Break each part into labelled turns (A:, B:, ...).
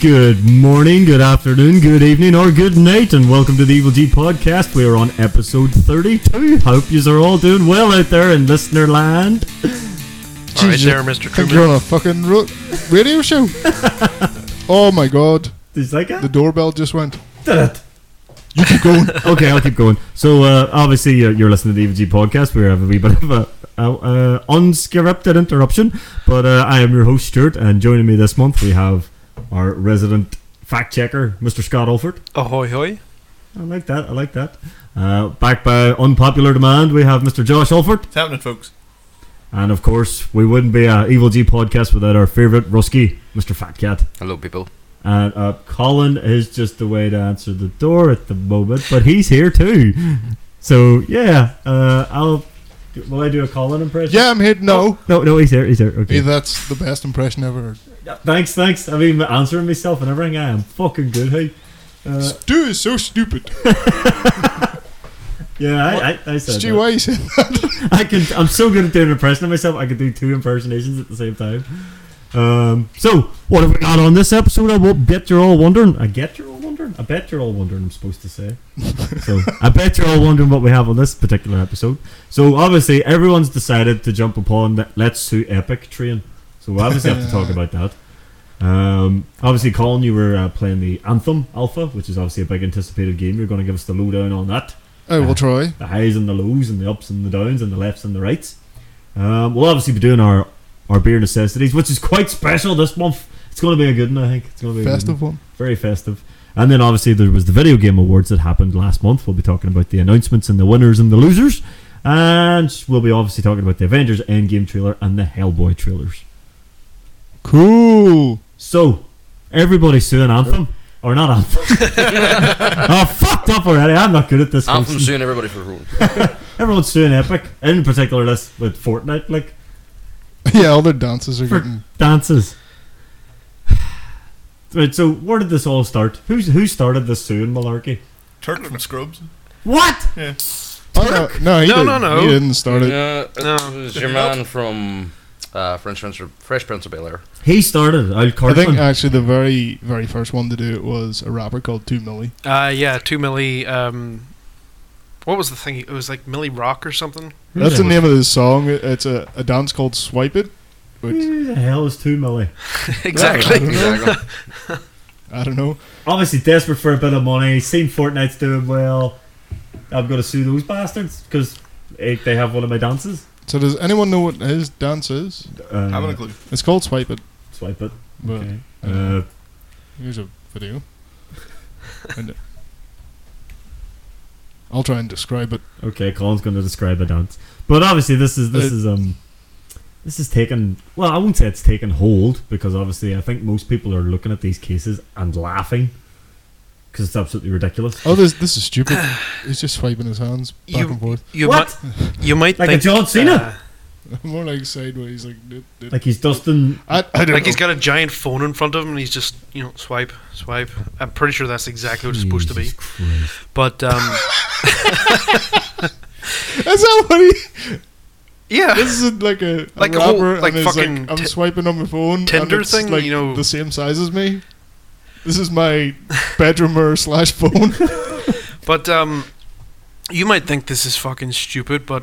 A: Good morning, good afternoon, good evening, or good night, and welcome to the Evil G Podcast. We are on episode 32. Hope yous are all doing well out there in listener land.
B: All right
C: Jesus,
B: there, Mr.
C: think you're
B: Truman.
C: on a fucking ro- radio show. oh my god,
A: Did you like
C: the
A: it?
C: doorbell just went.
A: Did it?
C: You keep going.
A: okay, I'll keep going. So, uh, obviously, you're, you're listening to the Evil G podcast. We have a wee bit of a, a, a unscripted interruption, but uh, I am your host Stuart, and joining me this month we have our resident fact checker, Mr. Scott Olford.
B: Ahoy, hoy.
A: I like that. I like that. Uh, backed by unpopular demand, we have Mr. Josh Olford,
D: It's happening, folks.
A: and of course, we wouldn't be a Evil G podcast without our favorite Rusky, Mr. Fat Cat.
E: Hello, people.
A: And uh, Colin is just the way to answer the door at the moment, but he's here too. So yeah, uh, I'll will I do a Colin impression?
C: Yeah, I'm here.
B: Oh.
C: No,
A: No, no, he's there. He's there. Okay.
C: hey, that's the best impression ever.
A: Thanks, thanks. I mean, answering myself and everything. I am fucking good. Hey. Uh,
C: Stu is so stupid.
A: yeah, I, I, I said.
C: Stu,
A: that.
C: why you said that?
A: I can. I'm so good at doing an impression of myself. I can do two impersonations at the same time. Um, so, what have we got on this episode? I will bet you're all wondering. I get you're all wondering. I bet you're all wondering. I'm supposed to say. so, I bet you're all wondering what we have on this particular episode. So, obviously, everyone's decided to jump upon that Let's Sue Epic train. So, we obviously have to talk about that. Um, obviously, Colin, you were uh, playing the Anthem Alpha, which is obviously a big anticipated game. You're going to give us the lowdown on that
C: I will try.
A: the highs and the lows and the ups and the downs and the lefts and the rights. Um, we'll obviously be doing our, our beer necessities, which is quite special this month. It's going to be a good one, I think. It's going to be a good
C: Festive one.
A: one. very festive. And then obviously there was the video game awards that happened last month. We'll be talking about the announcements and the winners and the losers, and we'll be obviously talking about the Avengers Endgame trailer and the Hellboy trailers.
C: Cool.
A: So, everybody suing Anthem or not Anthem? oh, fucked up already. I'm not good at this.
E: I'm
A: hosting.
E: from suing everybody for ruin.
A: Everyone's suing Epic, in particular this with Fortnite. Like
C: Yeah, all their dances are
A: For-
C: getting.
A: dances. Right, so where did this all start? Who's who started this soon malarkey?
D: Turk from Scrubs.
A: What?
D: Yeah.
C: Oh, no, no,
B: No,
C: he didn't.
B: no, no.
C: He didn't start it.
E: No,
B: No.
E: it was your man uh, from uh, French Prince of, Fresh Prince of Bel Air.
A: He started it, Al
C: I think uh,
A: Cartman.
C: actually the very, very first one to do it was a rapper called Two Millie.
B: Uh, yeah, two milli. Um, what was the thing? It was like Millie Rock or something.
A: Who's
C: That's
A: that
C: the
A: with-
C: name of his song. It- It's a, a dance called Swipe It. Which,
A: Who the hell is two Millie?
C: Yeah.
E: exactly.
C: I don't know.
A: Obviously desperate for a bit of money. Seen Fortnite's doing well. I've got to sue those bastards because they they have one of my dances.
C: So does anyone know what his dance is?
A: Uh,
D: Having a clue.
C: It's called Swipe It.
A: swipe it.
C: But
A: Okay. Uh,
C: Here's a video. and uh, I'll try and describe it.
A: Okay, Colin's going to describe the dance, but obviously this is this
C: Uh,
A: is um this is taken. Well, I won't say it's taken hold because obviously I think most people are looking at these cases and laughing because it's absolutely ridiculous.
C: Oh, this this is stupid. He's just swiping his hands back
B: You-
C: and forth,
B: You
A: what?
B: Might, you might
A: Like a
B: think,
A: John Cena?
B: uh,
C: more like sideways, like. dip, dip.
A: Like he's Dustin.
C: I, I don't
B: like he's
C: know.
B: got a giant phone in front of him, and he's just you know swipe, swipe. I'm pretty sure that's exactly what it's supposed to be.
A: Jesus Christ.
B: But um,
C: Is that what he?
B: yeah,
C: This is like a, a
B: Like a
C: rapper,
B: whole- like
C: and he's
B: fucking
C: like, I'm
B: Ti-
C: swiping on my phone.
B: Tinder
C: and it's
B: thing,
C: like
B: you know.
C: the same size as me. This is my bedroomer slash phone.
B: but um, you might think this is fucking stupid, but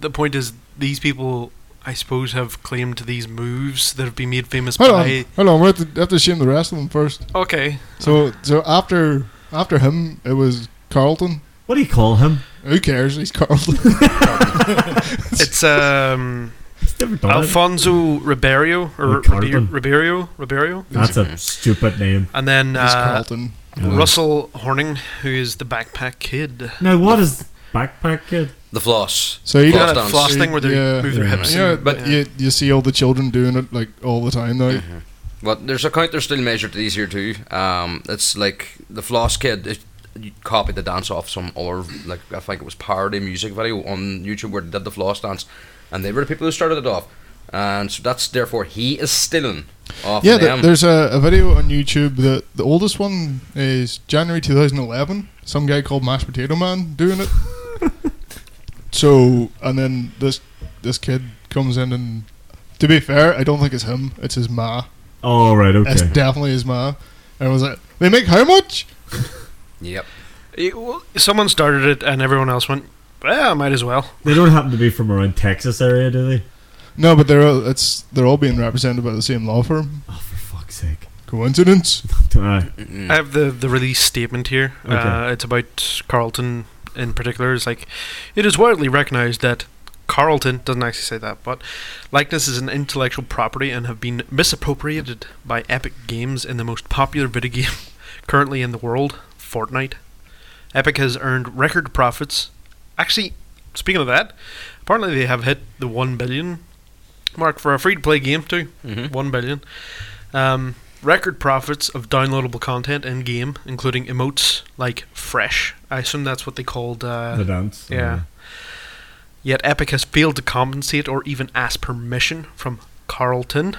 B: the point is these people. I suppose have claimed these moves that have been made famous
C: hold
B: by.
C: on, hold on. We have to, have to shame the rest of them first.
B: Okay,
C: So, so after after him, it was Carlton.
A: What do you call him?
C: Who cares? He's Carlton.
B: it's um.
A: He's never done it.
B: Alfonso Ribeiro or
A: Or Carlton.
B: Ribe- Ribeiro Ribeiro,
A: That's a stupid name.
B: and then
C: He's
B: uh,
C: Carlton.
B: Russell Horning, who is the backpack kid.
A: Uh, Now what is backpack kid?
E: the floss.
C: So you
E: Floss
B: Yeah,
C: got
B: that
E: dance.
B: floss thing where they
C: Yeah.
B: move their
A: Yeah.
B: hips.
C: yeah,
B: and-
C: but you you see all the children doing it like all the time now.
E: But there's a counter still measured to these here too. Um, it's like the floss kid. It, you copied the dance off some other like I think it was parody music video on YouTube where they did the floss dance, and they were the people who started it off, and so that's therefore he is stealing off
C: Yeah, th-
E: them.
C: there's a, a video on YouTube that the oldest one is January 2011. Some guy called Mashed Potato Man doing it. so and then this this kid comes in and to be fair, I don't think it's him. It's his ma.
A: Oh right, okay.
C: It's definitely his ma. And I was like, they make how much?
E: Yep.
B: It- well, someone started it, and everyone else went, "Yeah, might as well."
A: They don't happen to be from around Texas area, do they?
C: No, but they're all, it's they're all being represented by the same law firm.
A: Oh, for fuck's sake.
C: Coincidence?
A: Aye.
E: Mm-mm.
B: I have the, the release statement here. Uh,
A: Okay.
B: it's about Carlton in particular. It's like, it is widely recognized that Carlton, doesn't actually say that, but likeness is an intellectual property and have been misappropriated by Epic Games in the most popular video game currently in the world, Fortnite. Epic has earned record profits. Actually, speaking of that, apparently they have hit the 1 billion mark for a free to play game, too. 1
E: Mhm.
B: Mm-hmm. billion. Um, record profits of downloadable content in game, including emotes like Fresh. I assume that's what they called.
A: the
B: Uh,
A: dance.
B: yeah. Yet Epic has failed to compensate or even ask permission from Carlton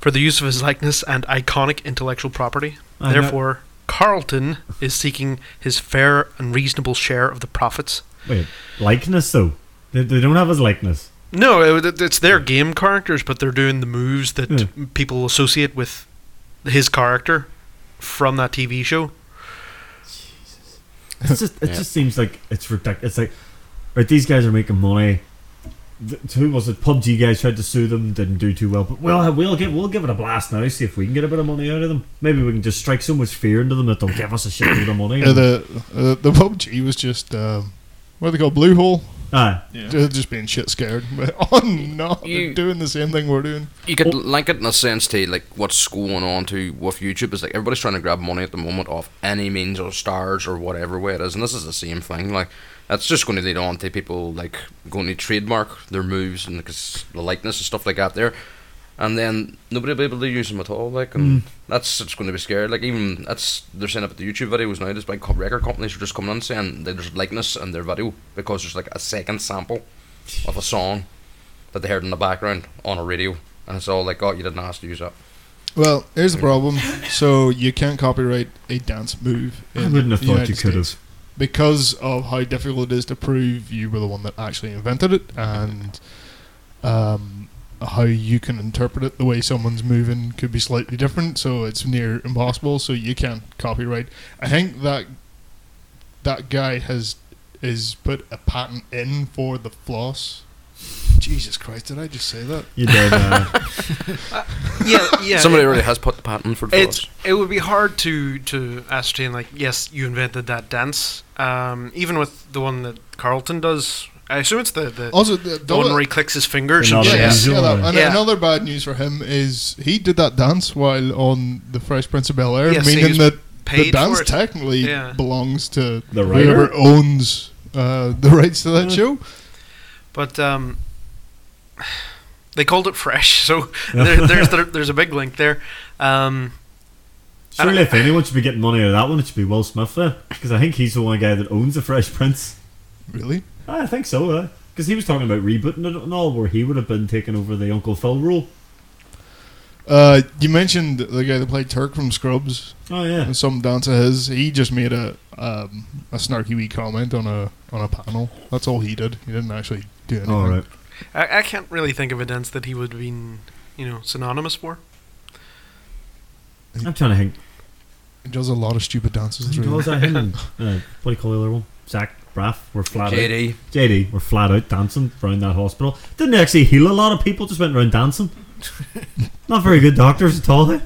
B: for the use of his likeness and iconic intellectual property.
A: Uh, I know-
B: Therefore, Carlton is seeking his fair and reasonable share of the profits.
A: Wait, likeness though? They, they don't have his likeness.
B: No, it- it- it's their game characters, but they're doing the moves that
A: Hmm.
B: people associate with his character from that TV show.
A: It's just, it
E: Yeah.
A: just seems like it's ridiculous. It's like, right, these guys are making money. Th- Who was it? PUBG guys tried to sue them, didn't do too well. But we'll we'll give we'll give it a blast now. See if we can get a bit of money out of them. Maybe we can just strike so much fear into them that they'll give us a shitload of money.
C: Uh, the uh, the PUBG was just um, what do they call blue hole?
A: Aye.
C: Ju- Just being shit scared. But oh no, they're
E: You-
C: doing the same thing we're doing.
E: You could link it in a sense to like what's going on to with YouTube is like everybody's trying to grab money at the moment off any means or stars or whatever way it is, and this is the same thing. Like that's just going to lead on to people like going to trademark their moves and 'cause the likeness and stuff like that there, and then nobody will be able to use them at all. Like and that's it's going to be scary. Like even that's they're saying up at the YouTube videos now. There's like co- record companies are just coming in saying that there's likeness in their video because there's like a second sample of a song that they heard in the background on a radio. And it's all like, oh, you didn't ask to use that.
C: Well, here's the problem. So you can't copyright a dance move.
A: I
C: in
A: wouldn't have
C: the
A: thought
C: United
A: you could have.
C: States because of how difficult it is to prove you were the one that actually invented it and um, how you can interpret it. The way someone's moving could be slightly different, so it's near impossible. So you can't copyright. I think that that guy has is put a patent in for the floss. Jesus Christ! Did I just say that?
A: You did. Uh,
B: Yeah, yeah.
E: Somebody already has put the patent for it.
B: It's it would be hard to to ascertain like yes you invented that dance um, even with the one that Carlton does I assume it's the the,
C: Also, the,
B: the
C: Oh, the
B: one
C: other-
B: where he clicks his fingers and
A: Another
B: shit.
A: Yeah,
C: Yes,
A: yeah.
C: yeah, that- and
B: Yeah.
C: another bad news for him is he did that dance while on the Fresh Prince of Bel Air,
B: Yes, he
C: meaning
B: was
C: that the
B: paid
C: dance
B: for it.
C: technically
B: Yeah.
C: belongs to
A: the
C: whoever
A: writer.
C: owns uh, the rights to
B: Hmm.
C: that
A: Yeah.
C: show.
B: but um, they called it fresh so there, there's the, there's a big link there um, I don't-
A: Surely, if anyone should be getting money out of that one, it should be Will Smith there, because I think he's the only guy that owns the Fresh Prince.
C: Really?
A: I think so, because he was talking about rebooting it and all, where he would have been taking over the Uncle Phil role.
C: Uh, you mentioned the guy that played Turk from Scrubs
A: Oh yeah,
C: and some dance of his. He just made a um, a snarky wee comment on a on a panel. That's all he did. He didn't actually do anything.
A: all right.
B: I, I can't really think of a dance that he would have been you know synonymous for
A: I'm trying to think.
C: He does a lot of stupid dances. it's
A: Who
C: really-
A: was that? Him and, uh, what do you call the other one? Zach Braff. We're flat out.
E: JD.
A: JD. We're flat out dancing around that hospital. Didn't actually heal a lot of people. Just went around dancing. Not very good doctors at all. eh?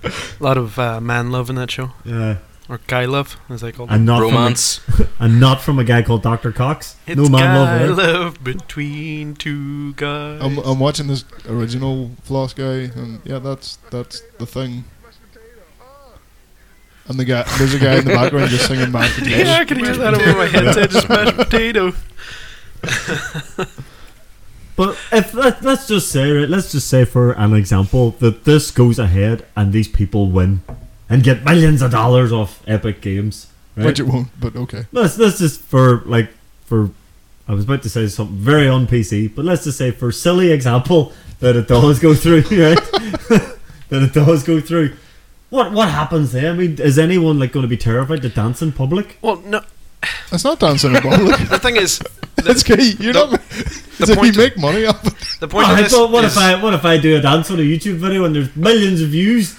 A: They.
B: a lot of uh, man love in that show
A: Uh,
B: or guy love as they call it
A: and not
E: Romance.
A: From a, and not from a guy called Doctor Cox.
B: It's
A: no man love
B: guy
A: there.
B: love between two guys.
C: I'm, I'm watching this original Floss guy, and yeah, that's that's the thing. And the guy, there's a guy in the background just singing mashed potatoes.
B: yeah, I can hear that over my headset. Just mashed potato.
A: But if let, let's just say, right, let's just say for an example that this goes ahead and these people win and get millions of dollars off Epic Games. Right?
C: Which it won't, but okay.
A: let's let's just for like for I was about to say something very on PC, but let's just say for silly example that it does go through, right? that it does go through. What what happens there? I mean, is anyone like going to be terrified to dance in public?
B: Well, no.
C: That's not dancing in public.
B: The thing is,
C: That's
B: the,
C: gay. You're not.
B: the
C: so we
B: point-
C: make money off it.
B: the point
A: Well,
B: of
A: I
B: this
A: thought, what
B: is,
A: if I what if I do a dance on a YouTube video and there's millions of views?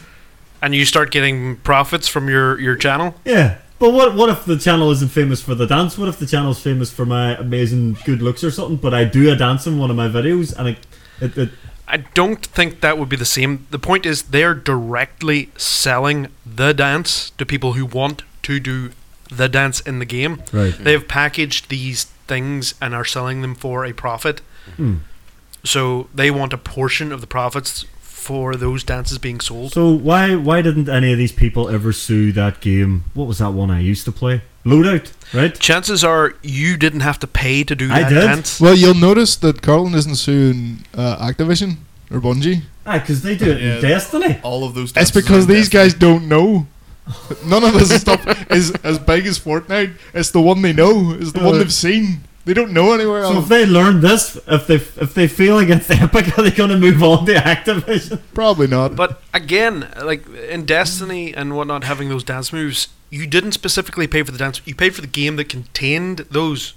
B: and you start getting profits from your, your channel.
A: Yeah. But what what if the channel isn't famous for the dance? What if the channel's famous for my amazing good looks or something? But I do a dance in one of my videos, and it, it, it
B: I don't think that would be the same. The point is they're directly selling the dance to people who want to do the dance in the game.
A: right.
B: They've packaged these things and are selling them for a profit.
A: Hmm.
B: So they want a portion of the profits for those dances being sold.
A: So why why didn't any of these people ever sue that game? What was that one I used to play? Loadout, right?
B: Chances are you didn't have to pay to do
A: I
B: that
A: did.
B: dance.
C: Well, you'll notice that Carlton isn't suing uh, Activision or Bungie.
A: Ah, because they do it
F: Yeah.
A: in Destiny.
F: All of those.
C: It's
F: dances are
C: because these
F: indefinite.
C: guys don't know. None of this stuff is as big as Fortnite. It's the one they know. It's the one
A: Yeah.
C: they've seen. They don't know anywhere
A: So if
C: else.
A: they learn this, if they if they fail against Epic, are they going to move on to Activision?
C: Probably not.
B: But again, like in Destiny and whatnot, having those dance moves, you didn't specifically pay for the dance. You paid for the game that contained those.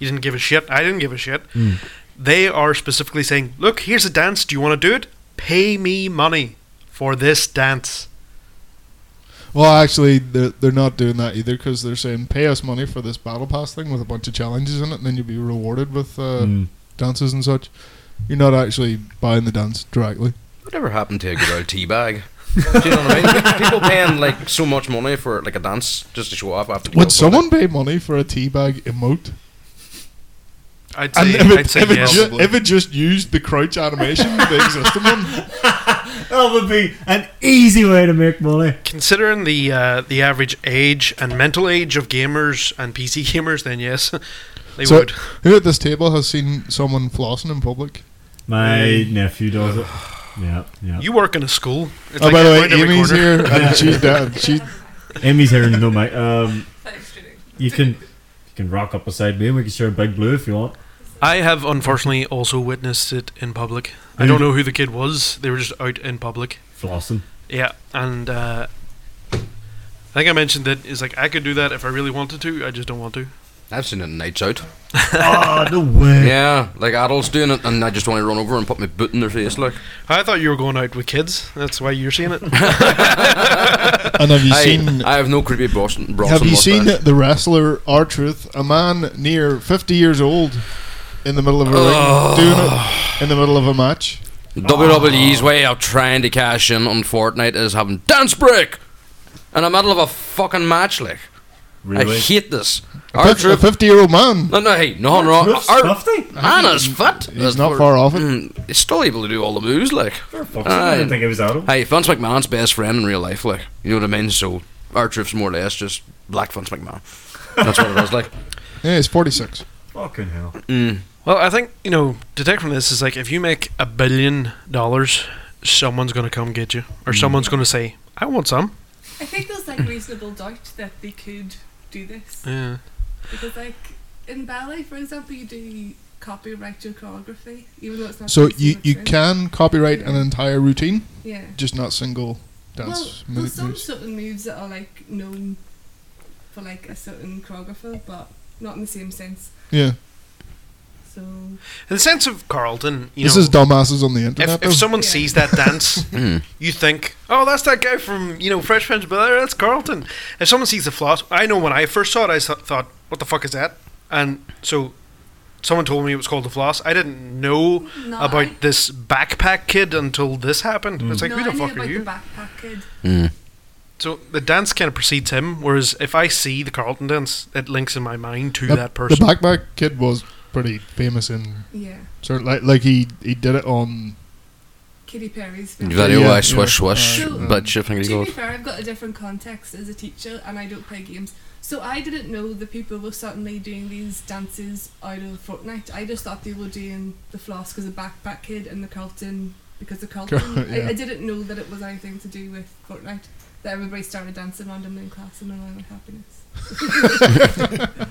B: You didn't give a shit. I didn't give a shit.
A: Hmm.
B: They are specifically saying, "Look, here's a dance. Do you want to do it? Pay me money for this dance."
C: Well, actually, they're, they're not doing that either because they're saying pay us money for this battle pass thing with a bunch of challenges in it, and then you'll be rewarded with uh,
B: Hmm.
A: Mm.
C: dances and such. You're not actually buying the dance directly.
E: Whatever happened to a good old tea bag? Do you know what I mean? Pe- People paying like so much money for like a dance just to show off after.
C: Would someone pay money for a teabag emote?
B: I'd
C: And
B: say,
C: if,
B: I'd
C: it,
B: say
C: if, it
B: yes.
C: ju- if it just used the crouch animation, the existing one,
A: That would be an easy way to make money.
B: Considering the uh, the average age and mental age of gamers and PC gamers, then yes, they
C: So-
B: would.
C: who at this table has seen someone flossing in public?
A: My nephew does it. Yeah, yeah.
B: You work in a school. It's
C: oh, by the way,
B: right every
C: Amy's
B: corner.
C: here, and she's down. She,
A: Amy's here and no mic. Um,
G: Thanks, Judy.
A: you can you can rock up beside me. and We can share a big blue if you want.
B: I have unfortunately also witnessed it in public. I
A: Who-
B: don't know who the kid was. They were just out in public.
A: Flossing.
B: Yeah, and uh, I think I mentioned that is like I could do that if I really wanted to. I just don't want to.
E: I've seen it in nights out.
A: oh no way.
E: Yeah, like adults doing it, and I just want to run over and put my boot in their face. Like,
B: I thought you were going out with kids. That's why you're seeing it.
C: and have you
E: I,
C: seen?
E: I have no creepy Boston. Bronson
C: have you
E: mustache.
C: seen the wrestler R Truth, a man near fifty years old, in the middle of a
B: Oh.
C: ring doing it in the middle of a match?
E: WWE's way of trying to cash in on Fortnite is having dance break in the middle of a fucking match. Like, I
A: Really?
E: hate this.
C: A
E: Our
C: fif- a
E: troop.
C: fifty-year-old man.
E: No, no, hey, nothing wrong.
A: Roof's
E: Our
A: fifty.
E: Anna's fit.
C: He's not far off it.
E: Mm, he's still able to do all the moves. Like,
A: For fuck's sake, I didn't think it was out of.
E: hey, Vince McMahon's best friend in real life. Like, you know what I mean? So our troop's more or less just black Vince McMahon. That's what it is like.
C: Yeah, he's forty-six.
A: Fucking hell.
E: Mm.
B: well, I think you know. To take from this is like if you make a billion dollars, someone's going to come get you, or
C: Mm.
B: someone's going to say, "I want some."
G: I think there's like reasonable doubt that they could do this
B: Yeah.
G: because, like, in ballet, for example, you do copyright your choreography, even though it's not.
C: So
G: based on
C: you
G: the
C: you
G: film.
C: can copyright an entire routine,
G: Yeah.
C: just not single dance
G: well, there's
C: minute
G: some
C: moves.
G: certain moves that are like known for like a certain choreographer, but not in the same sense.
C: Yeah,
G: So
B: In the sense of Carlton, you
C: this
B: know,
C: is dumbasses on the internet.
B: if,
C: though.
B: if someone
G: Yeah.
B: sees that dance,
E: Mm.
B: you think, oh, that's that guy from, you know, Fresh Prince of Bel-Air, that's Carlton. If someone sees the floss, I know when I first saw it, I so- thought, what the fuck is that? And so someone told me it was called the floss. I didn't know
G: no, I,
B: about this backpack kid until this happened.
C: Mm.
B: It's like,
G: no,
B: who
G: I
B: the
G: knew
B: fuck are
G: about
B: you?
G: The backpack kid.
E: Mm.
B: so the dance kind of precedes him, whereas if I see the Carlton dance, it links in my mind to
C: The-
B: that person.
C: The backpack kid was pretty famous in
G: Yeah,
C: sort of like like he he did it on.
G: Katy Perry's.
E: Video,
C: Yeah,
E: I
C: yeah.
E: swish, swish,
G: Uh,
E: but shifting
G: To
E: gold.
G: be fair, I've got a different context as a teacher, and I don't play games, so I didn't know that people were suddenly doing these dances out of Fortnite. I just thought they were doing the floss because of Backpack Kid and the Carlton because of Carlton. I,
C: Yeah.
G: I didn't know that it was anything to do with Fortnite. That everybody started dancing randomly in class and along with happiness.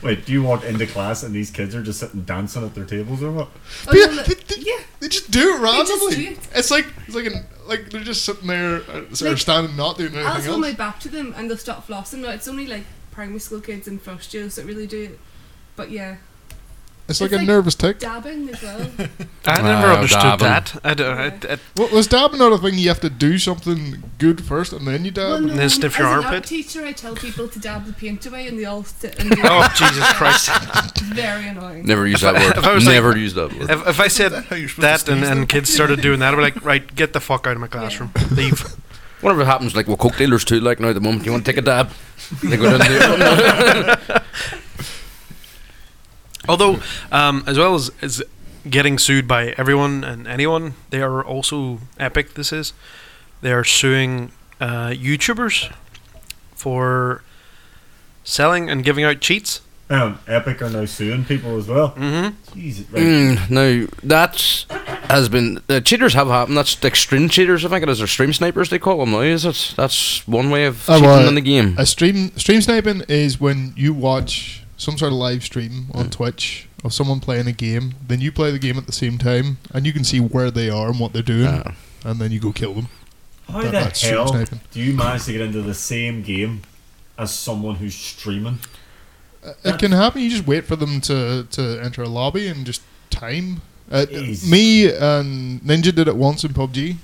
A: Wait, do you walk into class and these kids are just sitting dancing at their tables or what?
G: Oh,
C: Yeah,
G: no, look-
C: they, they-
G: yeah,
C: they just do it
G: just
C: randomly.
G: do it.
C: It's like it's like an, like they're just sitting there, uh, sort
G: Like,
C: of standing, not doing
G: I'll
C: anything
G: hold my
C: else.
G: back to them and they'll start flossing. No, it's only like primary school kids and first years that really do it. But yeah,
C: It's
G: It's
C: like a
G: like
C: nervous tick.
G: Dabbing as well.
B: I
E: Ah,
B: never understood
E: dabbing.
B: that. I don't, I, I,
C: Well, was dabbing not a thing you have to do something good first and then you dab?
G: well, no,
B: then sniff your
G: as an
B: armpit?
G: art teacher, I tell people to dab the paint away, and they all sit and do
B: oh
G: it.
B: Jesus Christ!
G: It's very annoying.
E: Never use that
B: if I
E: word.
B: was like-
E: Never use that word.
B: If, if I said
H: that how you're supposed to
B: that and,
H: sneeze
B: and
H: though?
B: kids started doing that, I'd be like, right, get the fuck out of my classroom, leave.
E: Whatever happens, like, well, coke dealers too, like, now at the moment, you want to take a dab? They go down there.
B: Although, um, as well as, as getting sued by everyone and anyone, they are also epic. This is they are suing uh, YouTubers for selling and giving out cheats.
A: Um, Epic are now suing people as well.
B: Mm-hmm.
A: Jesus, right.
E: mm, now, that has been. Uh, cheaters have happened. That's like stream cheaters, I think it is, or stream snipers, they call them now, is it? That's one way of
C: Oh,
E: cheating
C: well,
E: in the game.
C: A stream stream sniping is when you watch some sort of live stream
E: Mm.
C: on Twitch of someone playing a game, then you play the game at the same time, and you can see where they are and what they're doing,
E: Uh,
C: and then you go kill them.
A: How
C: That- that's
A: the
C: stream
A: hell
C: sniping.
A: do you manage to get into the same game as someone who's streaming?
C: It can happen. You just wait for them to, to enter a lobby and just time. Uh,
A: Jeez.
C: me and Ninja did it once in PUBG.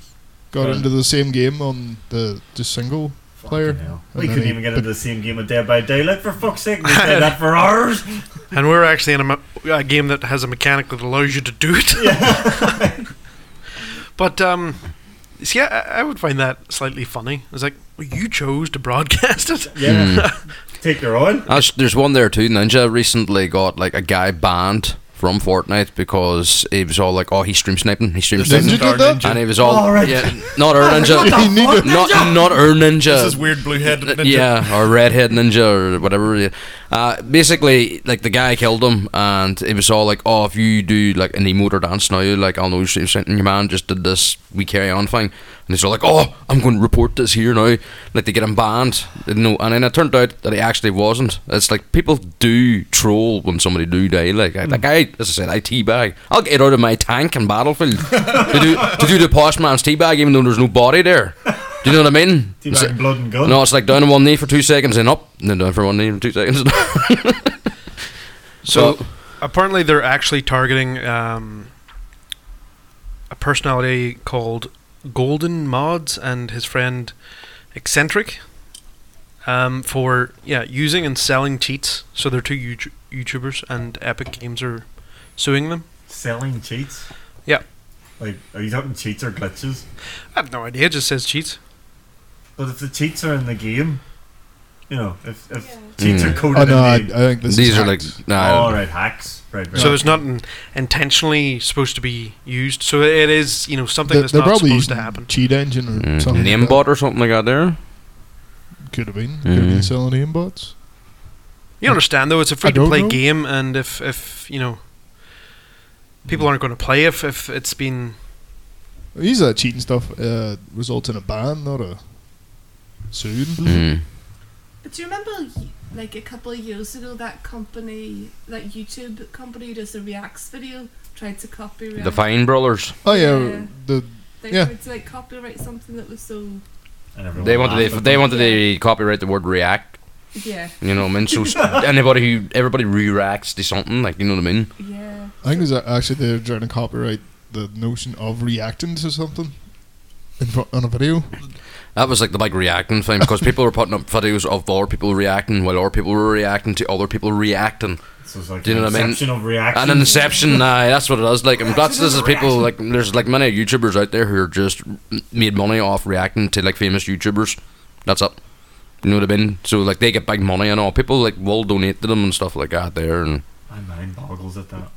C: Got
A: Right.
C: into the same game on the just single player.
A: Fucking hell.
C: And
A: We
C: then
A: couldn't
C: he-
A: even get into the same game of Dead by Daylight for fuck's sake. We did that for hours.
E: Mm.
B: And we're actually in a, mo- a game that has a mechanic that allows you to do it. but um, see, I, I would find that slightly funny. It's like well, you chose to broadcast it.
A: Yeah, take your own.
E: That's, there's one there too. Ninja recently got like a guy banned from Fortnite because he was all like, "Oh, he's stream sniping. He's stream
H: This
E: sniping."
C: Ninja
H: isn't our
C: did that?
H: ninja.
E: And he was all,
A: Oh, right.
E: yeah, not our ninja,
C: He needed-
E: not not our
H: This is
E: ninja,
H: weird blue-headed ninja.
E: yeah, or redhead ninja or whatever. yeah. Uh, basically, like the guy killed him, and it was all like, "Oh, if you do like an emote or dance now, like I'll know you're stream sniping." Your man just did this. We carry on thing, and he's all like, "Oh, I'm going to report this here now." Like they get him banned. No, and then it turned out that he actually wasn't. It's like people do troll when somebody do die. Like I like I, as I said, I teabag. I'll get out of my tank in Battlefield to do to do the posh man's teabag, even though there's no body there. Do you know what I mean?
A: Too bad blood and gun.
E: No, it's like down on one knee for two seconds and up, and then down for one knee for two seconds. And up.
B: So
E: Well-
B: apparently, they're actually targeting um, a personality called Golden Mods and his friend Eccentric um, for yeah using and selling cheats. So they're two Youtu- YouTubers, and Epic Games are suing them.
A: Selling cheats.
B: Yeah.
A: Like, are you talking cheats or glitches?
B: I have no idea. It just says cheats.
A: But if the cheats are in the game, you know, if, if
G: Yeah.
A: cheats
E: Mm.
A: are coded
C: Oh, no, I, I
A: in the
C: think this
E: These
C: is
E: are like,
C: hacked.
E: nah,
A: oh, right, hacks. Right, right.
B: So it's not in, intentionally supposed to be used. So it is you know something
C: They-
B: that's
C: they're
B: not
C: probably
B: supposed to
C: using
B: happen.
C: cheat engine or
E: mm,
C: something.
E: name
C: like
E: bot or something like that. There,
C: that. could have been. Could have been
E: Mhm.
C: selling aim bots.
B: You understand though, it's a free
C: I
B: to
C: don't
B: play
C: know.
B: game, and if if you know people aren't going to play if if it's been
C: These are cheating stuff. Uh, results in a ban, not a sued.
E: mm.
G: But do you remember, like a couple of years ago, that company, that YouTube company, who does the reacts video, tried to copyright.
E: the Fine Brothers.
C: Oh yeah,
G: Yeah.
C: the
G: They
C: yeah.
G: tried to like copyright something that was so.
A: And everyone
E: They wanted
A: laughed
E: to,
A: at
E: they
A: them.
E: wanted to copyright the word react.
G: Yeah,
E: You know what I mean? So s- anybody who everybody reacts to something, like you know what I mean?
G: yeah.
C: I think it was a- actually they're trying to copyright the notion of reacting to something in, fro- on a video.
E: That was like the big reacting thing because people were putting up videos of other people reacting while other people were reacting to other people reacting.
A: So it's like
E: Do you know
A: an
E: what I mean?
A: exception of reaction.
E: An inception, aye, that's what it is. Like, and that's this is people like there's like many YouTubers out there who are just m- made money off reacting to like famous YouTubers. That's it. You know what I mean? So like they get big money and all. People like will donate to them and stuff like that there. And
A: My mind boggles at that.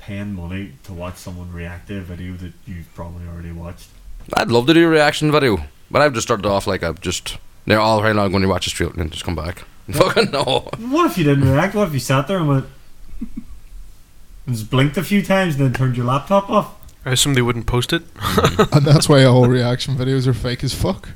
A: Paying money to watch someone react to a video that you've probably already watched.
E: I'd love to do a reaction video, but I've just started off like I've just they're all right now. I'm going to watch this trailer and just come back. Fucking no.
A: What if you didn't react? What if you sat there and went and just blinked a few times and then turned your laptop off?
B: I assume they wouldn't post it.
C: and that's why all reaction videos are fake as fuck.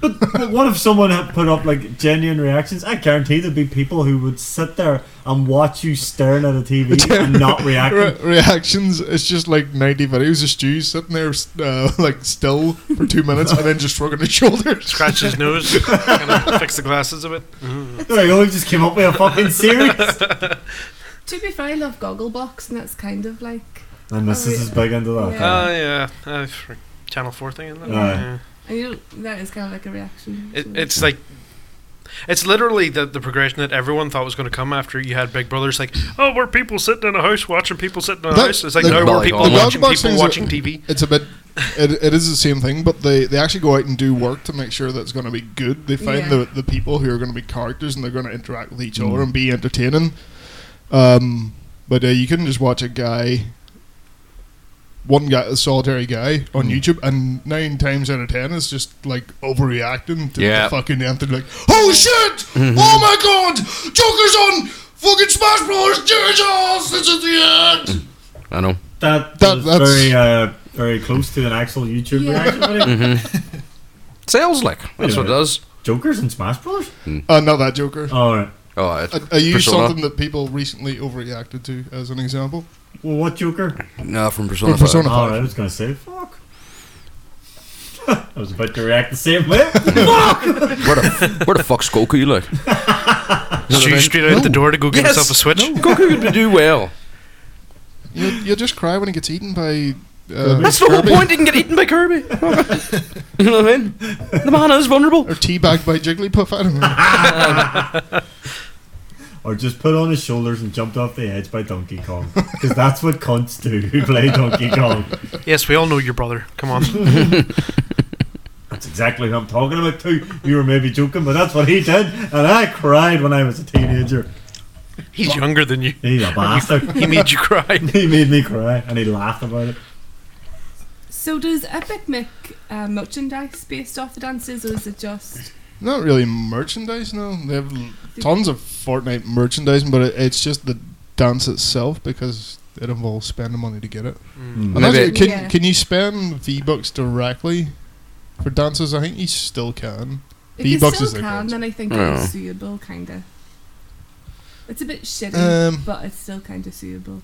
A: But, but what if someone had put up like genuine reactions? I guarantee there'd be people who would sit there and watch you staring at a TV and not
C: Re-
A: reacting.
C: reactions, it's just like 90 videos of Stu sitting there uh, like still for two minutes and then just shrugging his shoulders.
B: Scratch his nose, kind of fix the glasses a bit.
A: Mm-hmm. They're like, oh, he just came up with a fucking series.
G: To be fair, I love Gogglebox, and that's kind of like
A: And Mrs. is big into that.
G: Yeah.
B: Uh, yeah. Uh, fr- Channel 4 thing, isn't it?
A: Aye.
G: and you don't, that is kind of like a reaction.
B: It,
G: so-
B: it's like. It's literally the, the progression that everyone thought was going to come after you had Big Brother's like, oh, we're people sitting in a house watching people sitting in a
C: That-
B: house. It's like,
C: the-
B: no,
E: the-
B: we're people
E: the
B: watching
C: Dogbox
B: people
C: things are-
B: watching TV.
C: It's a bit. It, it is the same thing, but they, they actually go out and do work to make sure that it's going to be good. They find
G: Yeah.
C: the, the people who are going to be characters and they're going to interact with each other and be entertaining. Um, but uh, you couldn't just watch a guy, one guy, a solitary guy on
A: Mm.
C: YouTube, and nine times out of ten is just like overreacting to
E: Yeah.
C: the fucking anthem, like, "Oh shit! Oh my god! Joker's on! Fucking Smash Bros! Jesus! This is the end!"
E: I know.
A: That,
C: That-
A: was
C: that's-
A: very uh, very close to an actual YouTube
G: Yeah.
A: reaction. buddy.
C: Mm-hmm.
E: Sales like that's what it does.
A: Jokers and Smash Bros.
C: Uh, not that Joker.
A: All right.
E: Oh, it,
C: I, I used
E: Persona.
C: something that people recently overreacted to as an example.
A: Well, what Joker?
E: no, from Persona.
C: From Persona.
E: five.
A: All right, I was gonna say fuck. I was about to react the same way.
E: Where the where the fuck's Goku like?
B: Shoot straight out the door to go get himself a Switch.
E: No, Goku would do well.
C: You you just cry when he gets eaten by. Uh,
E: That's the whole
C: Kirby,
E: point. He can get eaten by Kirby. you know what I mean? The man is vulnerable.
C: Or teabagged by Jigglypuff. I don't know.
A: Or just put on his shoulders and jumped off the edge by Donkey Kong. Because that's what cunts do who play Donkey Kong.
B: Yes, we all know your brother. Come on.
A: That's exactly what I'm talking about too. You were maybe joking, but that's what he did. And I cried when I was a teenager.
B: He's younger than you.
A: He's a bastard.
B: He made you cry.
A: he made me cry and he laughed about it.
G: So does Epic make uh, merchandise based off the dances, or is it just?
C: Not really merchandise, no. They have l- tons of Fortnite merchandising, but it, it's just the dance itself because it involves spending money to get it.
A: Mm.
C: And
E: Maybe-
C: actually, can,
G: Yeah.
C: can you spend V Bucks directly for dances? I think you still can.
G: If you
C: V-Bucks
G: still
C: is their
G: can,
C: gold.
G: then I think
E: Yeah.
G: it's suitable, kind of. It's a bit shitty,
C: Um,
G: but it's still kind of suitable.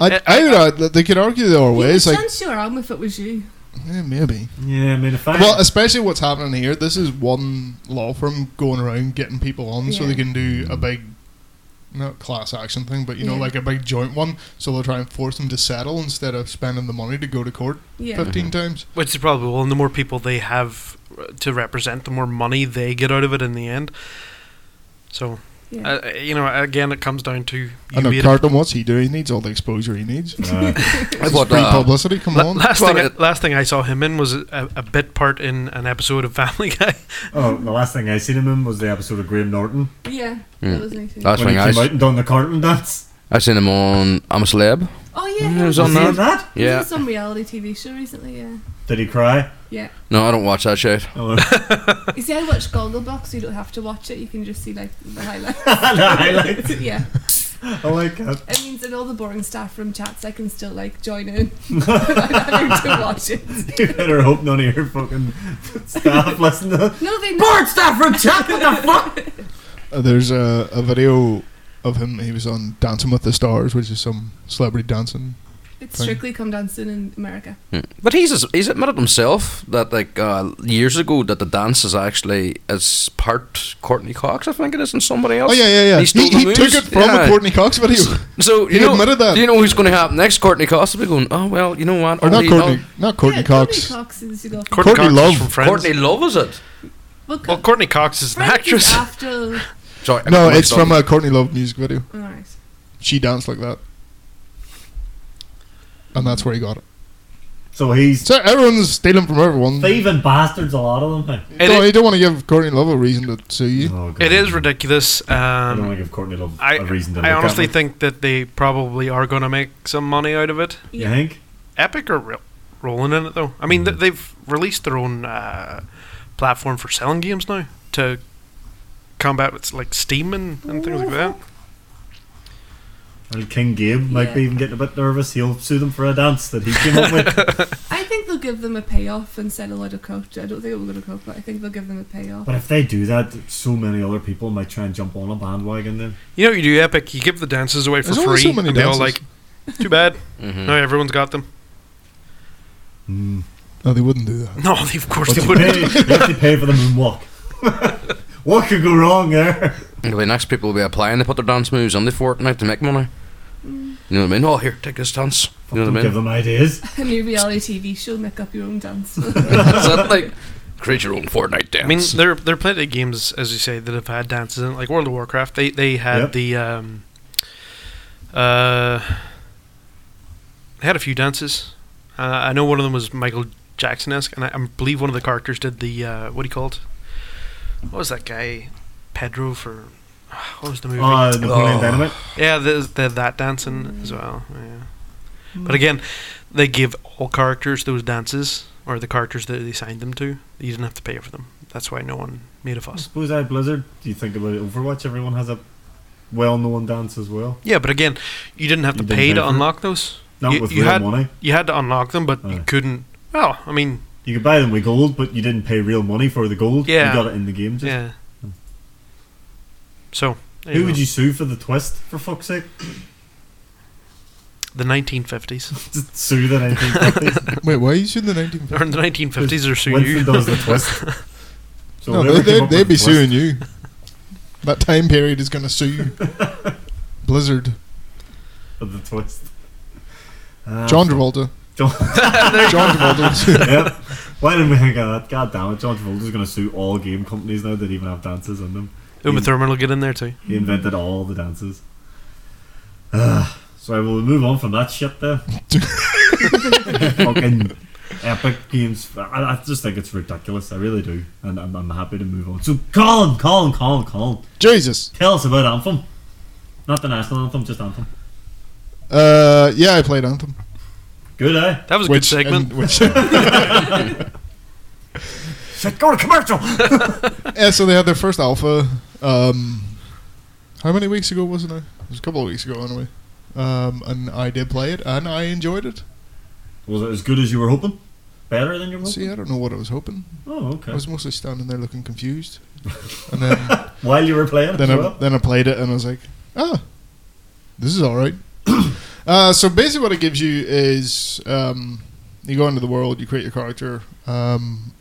C: I, I would add that they could argue the other way. It's
G: you
C: like,
G: could chance your arm if it was you.
C: eh, maybe.
A: Yeah, I mean, if I.
C: Well, especially what's happening here. This is one law firm going around getting people on so
G: Yeah.
C: they can do a big, not class action thing, but you know,
G: Yeah.
C: like a big joint one. So they'll try and force them to settle instead of spending the money to go to court
G: Yeah.
C: 15 times.
B: Which is probably well, and the more people they have uh, to represent, the more money they get out of it in the end. So,
G: yeah.
B: uh, you know, again, it comes down to you
C: I know
B: made a-
C: Carton, what's he doing? He needs all the exposure he needs.
A: Uh,
E: I
C: This
E: bought,
C: is free
E: uh,
C: publicity, come
B: La-
C: on.
B: last
E: Well,
B: thing,
E: it-
B: last thing I saw him in was a, a bit part in an episode of Family Guy.
A: oh, the last thing I seen him in was the episode of Graham Norton
G: yeah,
E: Mm.
G: that was nice.
E: That's
A: when
E: when
A: he
E: I
A: came out and done the Cartman dance.
E: I seen him on I'm a Celeb.
G: Oh yeah,
E: Mm,
G: he
E: it was
G: was
E: on
A: You
E: that.
A: seen that?
G: he was on
E: Yeah.
G: some reality TV show recently. Yeah,
A: Did he cry?
G: yeah.
E: No, I don't watch that shit.
A: Oh, the
G: You see, I watch Gogglebox, so you don't have to watch it. You can just see like the highlights.
A: highlights. Oh,
G: yeah,
A: I like that.
G: it means that all the boring stuff from chats I can still like join in. I don't have to watch it.
A: You better hope none of your fucking staff listen to
G: No, they
A: Board staff from chat, what the fuck?
C: Uh, there's a, a video of him. He was on Dancing with the Stars, which is some celebrity dancing.
G: It's
C: Fine.
G: strictly come dancing in America.
E: Hmm. But he's he's admitted himself that like uh, years ago that the dance is actually is part Courtney Cox, I think it is, and somebody else.
C: Oh, yeah, yeah, yeah.
E: He
C: He,
E: stole
C: he,
E: the moves.
C: took it from
E: Yeah.
C: a Courtney Cox video.
E: So
C: He
E: you know,
C: admitted that.
E: Do you know who's going to happen next? Courtney Cox will be going. Oh well, you know what?
C: or not
E: Only-
C: Courtney, not Courtney
G: yeah,
C: Cox.
G: Courtney Cox is you go.
B: Courtney,
C: Courtney
B: Cox
C: Love.
B: is from
E: oh,
B: Friends.
E: Courtney Love is it?
G: Well,
B: well, Courtney Cox is an
G: Frank is
B: actress.
G: After,
E: Sorry, I
C: No, it's
E: got mixed
C: from
E: up.
C: a Courtney Love music video.
G: all right.
C: she danced like that. And that's where he got it.
A: So he's
C: So everyone's stealing from everyone.
A: thieving bastards, a lot of them. hey?
B: It
C: no,
B: i-
C: you don't want to give Courtney Love a reason to sue you.
A: Oh, God.
B: it is ridiculous.
A: I don't
B: Um,
A: want to give Courtney Love
B: I,
A: a reason to
B: I
A: look at
B: honestly
A: me.
B: think that they probably are going to make some money out of it.
A: You think?
B: Epic are re- rolling in it though. I mean,
C: Mm.
B: th- they've released their own uh, platform for selling games now to combat with like Steam and, and things like that.
A: And King Gabe might be
G: Yeah.
A: even getting a bit nervous. He'll sue them for a dance that he came up with.
G: I think they'll give them a payoff and sell a lot of coach. I don't think we're going to cope, but I think they'll give them a payoff.
A: But if they do that, so many other people might try and jump on a bandwagon then.
B: You know, what you do Epic. You give the dances away for
C: There's only
B: free,
C: so many
B: and they all like,
C: dances.
B: "Too bad,
E: Mhm.
B: no, everyone's got them."
A: Mm.
C: No, they wouldn't do that.
B: No, they, of
A: But
B: course they
A: you, pay,
B: wouldn't.
A: you have to pay for the moonwalk. what could go wrong there?
E: It'll be next people will be applying to put their dance moves on the Fortnite to make money.
G: Mm.
E: You know what I mean? Oh, here, take this dance. You know
A: Don't
E: what I
A: give
E: mean?
A: them ideas.
G: A new reality TV show, make up your own dance.
E: so that, like, create your own Fortnite dance.
B: I mean, there there are plenty of games, as you say, that have had dances in, it, like World of Warcraft. They they had
A: Yep.
B: the um, uh, they had a few dances. Uh, I know one of them was Michael Jackson esque, and I, I believe one of the characters did the uh, what do you call it? What was that guy? Pedro for what was the movie?
A: Uh, Napoleon
E: Oh.
A: Dynamite.
B: Yeah, there's the, that dancing as well. Yeah. But again, they give all characters those dances, or the characters that they signed them to. You didn't have to pay for them. That's why no one made a
A: I
B: fuss.
A: suppose I Blizzard. Do you think about it? Overwatch. Everyone has a well-known dance as well.
B: Yeah, but again, you didn't have
A: You
B: to
A: didn't
B: pay
A: pay
B: to
A: for it?
B: unlock those.
A: Not
B: You-
A: with
B: you
A: real
B: had-
A: money.
B: You had to unlock them, but you
A: Aye.
B: couldn't. Well, I mean,
A: You could buy them with gold, but you didn't pay real money for the gold.
B: Yeah.
A: You got it in the game. Just. Hmm.
B: yeah. So, there
A: Who
B: go.
A: would you sue for the twist? For fuck's sake,
B: The 1950s.
A: Just sue the 1950s.
C: Wait, why are you suing the 1950s?
B: or in the 1950s, or suing
A: Winston
B: you.
A: does the twist. So
C: no,
A: whoever came
C: they, they,
A: up
C: they'd
A: with
C: be
A: the twist-
C: suing you. That time period is going to sue you. Blizzard.
A: for the twist. Uh,
C: John Travolta.
A: John-
C: John Travolta. would sue.
A: yep. Why didn't we think of that? God damn it, John Travolta's going to sue all game companies now that even have dances in them.
B: Uma Thurman will get in there too.
A: He invented all the dances. Ah, so I will move on from that shit there. Fucking epic games. I, I just think it's ridiculous. I really do, and I'm, I'm happy to move on. So Colin, Colin, Colin, Colin,
C: Jesus.
A: tell us about Anthem. Not the national anthem, just Anthem.
C: Uh, yeah, I played Anthem.
A: Good, eh?
B: That was a good segment.
C: and- which-
A: Shit, go to commercial.
C: yeah, so they had their first alpha. Um, how many weeks ago was it now? It was a couple of weeks ago, anyway. Um, and I did play it, and I enjoyed it.
A: Was it as good as you were hoping? Better than you were hoping?
C: See, I don't know what I was hoping.
A: Oh, okay.
C: I was mostly standing there looking confused. And then
A: While you were playing,
C: then
A: as
C: I,
A: well?
C: then I played it and I was like, ah, this is all right. uh, so basically, what it gives you is um, you go into the world, you create your character, um,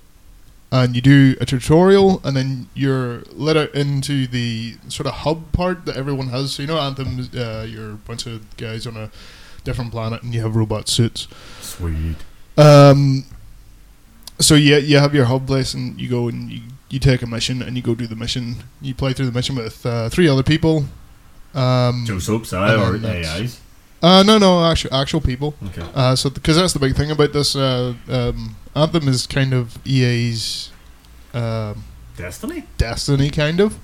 C: and you do a tutorial, and then you're let out into the sort of hub part that everyone has. So you know, Anthem, uh, you're a bunch of guys on a different planet, and you have robot suits.
A: sweet.
C: Um, so you you have your hub place, and you go and you, you take a mission, and you go do the mission. You play through the mission with uh, three other people. Um,
A: Joe Soap's eye
C: And
A: or
C: then that's-
A: AIs?
C: uh, no, no, actual actual people.
A: Okay.
C: Uh, so because that's the big thing about this uh, um, anthem is kind of EA's um,
A: Destiny.
C: destiny, kind of,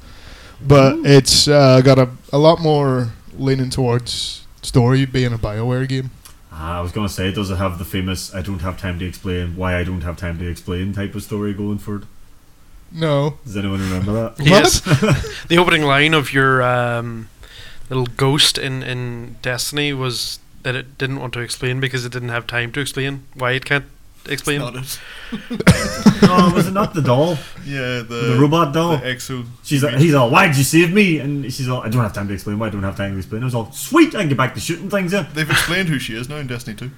C: but it's uh, got a a lot more leaning towards story being a Bioware game.
A: Ah, I was gonna say, does it have the famous "I don't have time to explain why I don't have time to explain" type of story going for it?
C: No,
A: Does anyone remember that?
B: Yes. the opening line of your um, little ghost in, in Destiny was that it didn't want to explain because it didn't have time to explain why it can't explain.
A: no, was it not the doll,
I: Yeah, the,
A: the robot
I: Uh, the
A: doll?
I: exo.
A: She's like, he's all, "Why'd you save me?" And she's all, "I don't have time to explain why I don't have time to explain." I was all, "Sweet, I can get back to shooting things." Yeah.
I: They've explained who she is now in Destiny 2.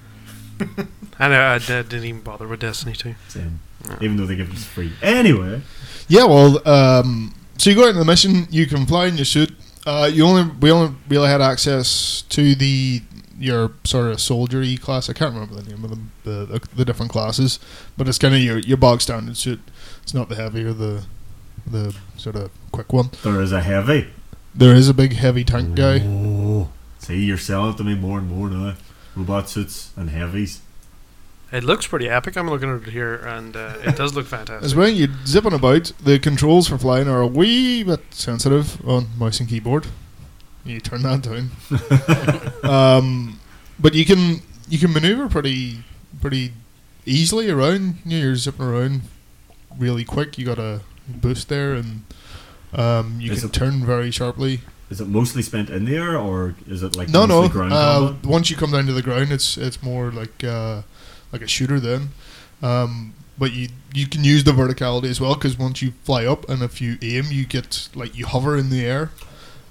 B: I know I d- didn't even bother with Destiny 2.
A: Same. Even though they give us free. Anyway,
C: Yeah, well, um, so you go out on the mission, you can fly in your suit. Uh, you only we only really had access to the your sort of soldiery class. I can't remember the name of them, the the, the different classes, but it's kind of your your bog standard suit. It's not the heavy or the the sort of quick one.
A: there is a heavy.
C: There is a big heavy tank guy.
A: Oh, see, you're selling it to me more and more now. Robot suits and heavies.
B: It looks pretty epic. I'm looking at it here, and uh, it does look
C: As
B: fantastic.
C: well, you're zipping about. The controls for flying are a wee bit sensitive on mouse and keyboard. You turn that down. um, but you can you can maneuver pretty pretty easily around. You know, you're zipping around really quick. You got a boost there, and um, you
A: Is
C: can
A: it-
C: turn very sharply.
A: Is it mostly spent in the air, or is it like
C: no, no.
A: mostly ground
C: Uh,
A: combat?
C: once you come down to the ground, it's it's more like uh, like a shooter then. Um, but you you can use the verticality as well because once you fly up and if you aim, you get like you hover in the air,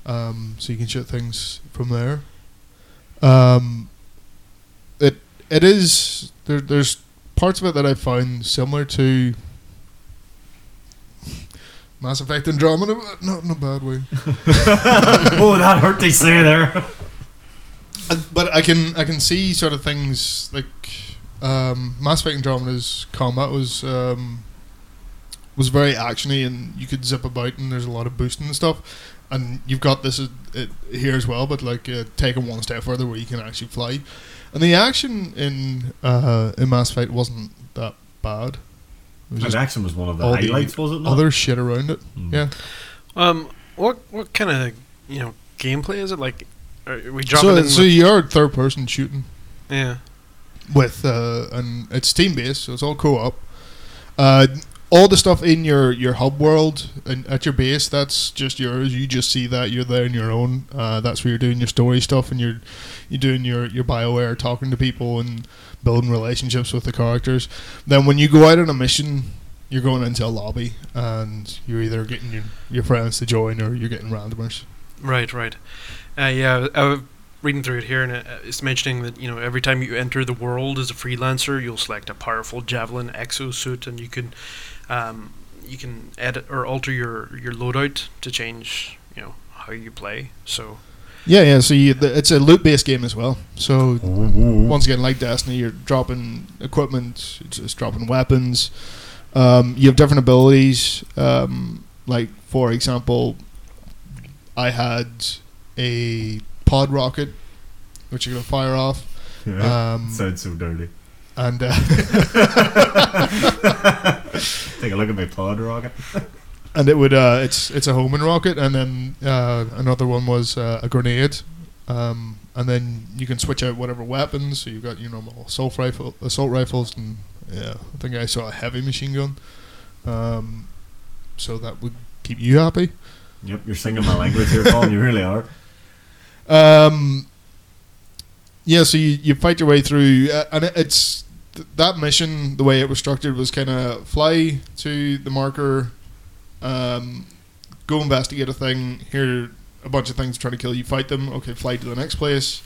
C: um, so you can shoot things from there. Um, it it is there. There's parts of it that I found similar to Mass Effect Andromeda, but not in a bad way.
J: oh, that hurt they say there.
C: Uh, but I can I can see sort of things like um, Mass Effect Andromeda's combat was um, was very actiony and you could zip about and there's a lot of boosting and stuff. And you've got this uh, it, here as well, but like uh, taking one step further where you can actually fly. And the action in uh, in Mass Effect wasn't that bad. It was
J: That
C: just
J: action was one of the
C: All the
J: highlights, was it not?
C: other shit around it.
J: Mm.
C: Yeah.
B: Um, what what kind of you know gameplay is it like? Are we dropping
C: So,
B: in?
C: so
B: with-
C: you're third person shooting.
B: yeah.
C: with uh, and it's team based, so it's all co-op. Uh, all the stuff in your your hub world and at your base, that's just yours. You just see that you're there on your own. Uh, that's where you're doing your story stuff and you're you're doing your your Bioware, talking to people and building relationships with the characters. Then when you go out on a mission. You're going into a lobby, and you're either getting your, your friends to join, or you're getting randomers.
B: Right, right. Uh, yeah, I was reading through it here, and it- it's mentioning that you know every time you enter the world as a freelancer, you'll select a powerful javelin exosuit, and you can um, you can edit or alter your your loadout to change you know how you play. So
C: Yeah, yeah. So you, the, it's a loot-based game as well. So
J: Ooh.
C: once again, like Destiny, you're dropping equipment, it's, it's dropping weapons. Um, you have different abilities. Um, like for example, I had a pod rocket, which you're gonna fire off,
J: Yeah.
C: um,
J: Sounds so dirty.
C: and uh,
J: Take a look at my pod rocket.
C: and it would uh, it's it's a Homan rocket, and then uh, another one was uh, a grenade, um, and then you can switch out whatever weapons. So you've got your normal assault rifle, assault rifles, and yeah, I think I saw a heavy machine gun. Um, so that would keep you happy.
J: Yep, you're singing my language here, Paul. You really are.
C: Um, yeah, so you, you fight your way through, uh, and it, it's th- that mission. The way it was structured was kind of fly to the marker, um, go investigate a thing, hear a bunch of things trying to kill you, fight them. Okay, fly to the next place,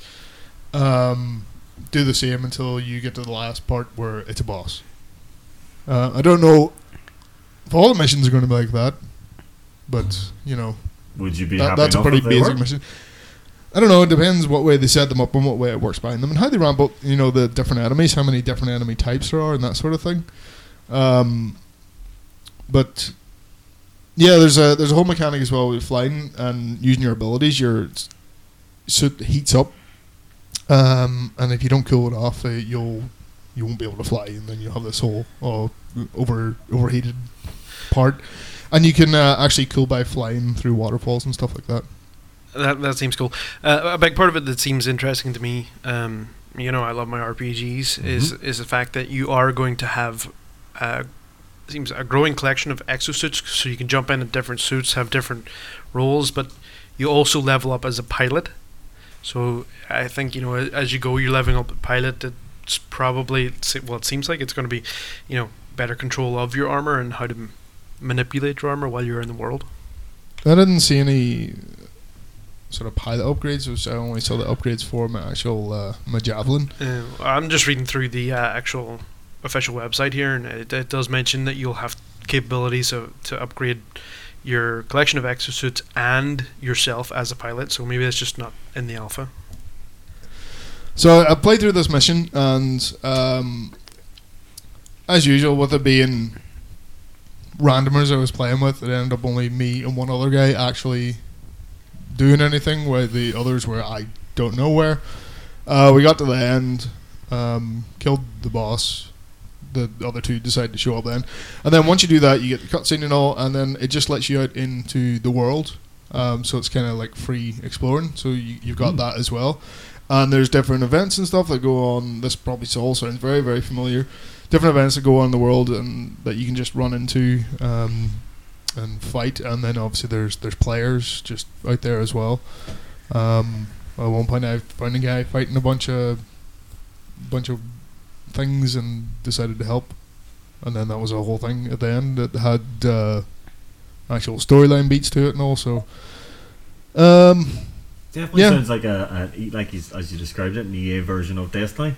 C: um, do the same until you get to the last part where it's a boss. Uh, I don't know if all the missions are going to be like that, but you know
J: Would you be
C: that,
J: happy
C: that's a
J: enough
C: pretty
J: if they
C: basic
J: were?
C: mission. I don't know. It depends what way they set them up and what way it works behind them and how they ramp up. You know the different enemies, how many different enemy types there are, and that sort of thing. Um, but yeah, there's a there's a whole mechanic as well with flying and using your abilities. Your s- suit heats up, um, and if you don't cool it off, uh, you'll you won't be able to fly, and then you'll have this whole oh, over overheated part. And you can uh, actually cool by flying through waterfalls and stuff like that.
B: that that seems cool. Uh, a big part of it that seems interesting to me, um, you know, I love my RPGs, is is the fact that you are going to have. Uh, seems a growing collection of exosuits so you can jump in at different suits have different roles but you also level up as a pilot so i think you know a- as you go you're leveling up the pilot it's probably se- well it seems like it's going to be you know better control of your armor and how to m- manipulate your armor while you're in the world
C: I didn't see any sort of pilot upgrades, which I only saw the upgrades for my actual uh, my javelin.
B: Uh, I'm just reading through the uh, actual official website here, and it, it does mention that you'll have capabilities of, to upgrade your collection of exosuits and yourself as a pilot. So maybe that's just not in the alpha.
C: So I played through this mission, and um, as usual, with it being randomers I was playing with, it ended up only me and one other guy actually doing anything, where the others were I don't know where. Uh, we got to the end, um, killed the boss. The other two decided to show up then, and then once you do that, you get the cutscene and all, and then it just lets you out into the world. Um, so it's kind of like free exploring. So you, you've got that as well and there's different events and stuff that go on. This probably all sounds very, very familiar. Different events that go on in the world and that you can just run into um, and fight. And then obviously there's there's players just out there as well. Um, at one point, I found a guy fighting a bunch of bunch of things and decided to help. And then that was a whole thing at the end that had uh, actual storyline beats to it and also. Um,
J: Definitely
C: Yeah.
J: sounds like a, an E like he's, as you described it, an
A: E
J: EA version of Destiny.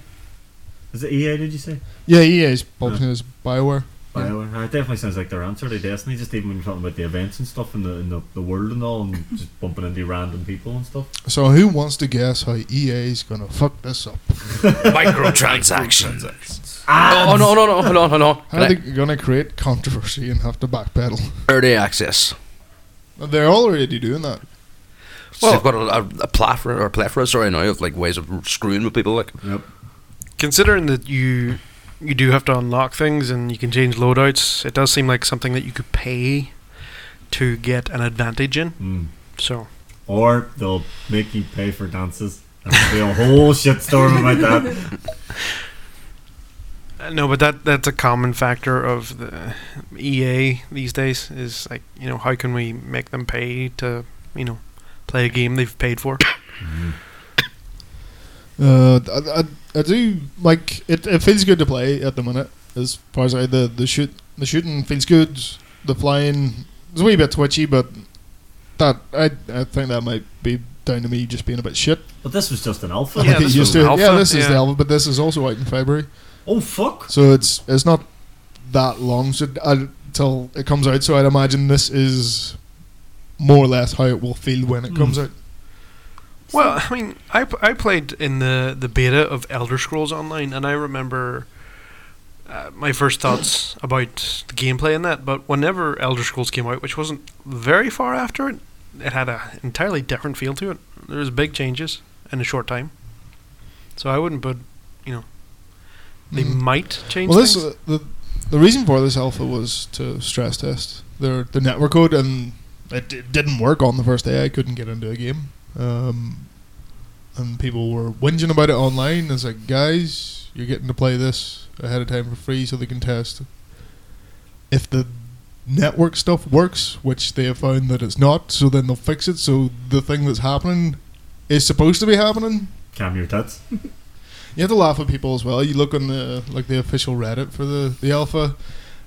J: Is it EA? Did you say?
C: yeah, he is.
J: Yeah.
C: Bob's name is Bioware.
A: Bioware. It definitely sounds like their answer to Destiny, just even when you're talking about the events and stuff and the, and the, the world and all, and just bumping into random people and stuff.
C: So who wants to guess how EA's gonna fuck this up?
E: Microtransactions.
J: Ah!
E: Oh, no, no, no, hold on, hold on.
C: How are they
E: Can
C: gonna create controversy and have to backpedal?
E: I- Early access.
C: They're already doing that.
E: So
B: Well-
E: they've got a, a, a plethora or a plethora, sorry, now of like ways of screwing with people. Like,
A: Yep.
B: Considering that you you do have to unlock things and you can change loadouts, it does seem like something that you could pay to get an advantage in.
J: Hmm.
A: Mm.
B: So
A: Or they'll make you pay for dances. There'll be a whole shitstorm about that.
B: Uh, No, but that that's a common factor of the EA these days is like you know how can we make them pay to you know play a game they've paid for?
C: Uh, I, I, I do like it. It feels good to play at the minute. As far as I, the the shoot the shooting feels good. The flying is a wee bit twitchy, but that I I think that might be down to me just being a bit shit.
A: But this was just an alpha.
C: I
B: Yeah,
C: get
B: this was
C: used to it. Yeah,
B: alpha,
C: this is the
B: yeah.
C: alpha, but this is also out in February,
A: Oh fuck!
C: so it's it's not that long so I, till it comes out. So I'd imagine this is more or less how it will feel when
B: Mm.
C: it comes out.
B: Well, I mean, I, p- I played in the the beta of Elder Scrolls Online, and I remember uh, my first thoughts about the gameplay in that. But whenever Elder Scrolls came out, which wasn't very far after it, it had a entirely different feel to it. There was big changes in a short time, so I wouldn't put you know they
C: Mm.
B: might change.
C: Well, this
B: things.
C: uh, the the reason for this alpha was to stress test their the network code, and it, it didn't work on the first day. I couldn't get into a game, um, and people were whinging about it online. It's like, guys, you're getting to play this ahead of time for free, so they can test if the network stuff works, which they have found that it's not. So then they'll fix it. So the thing that's happening is supposed to be happening,
A: Cam your tits.
C: you have to laugh at people as well. You look on the like the official Reddit for the the alpha,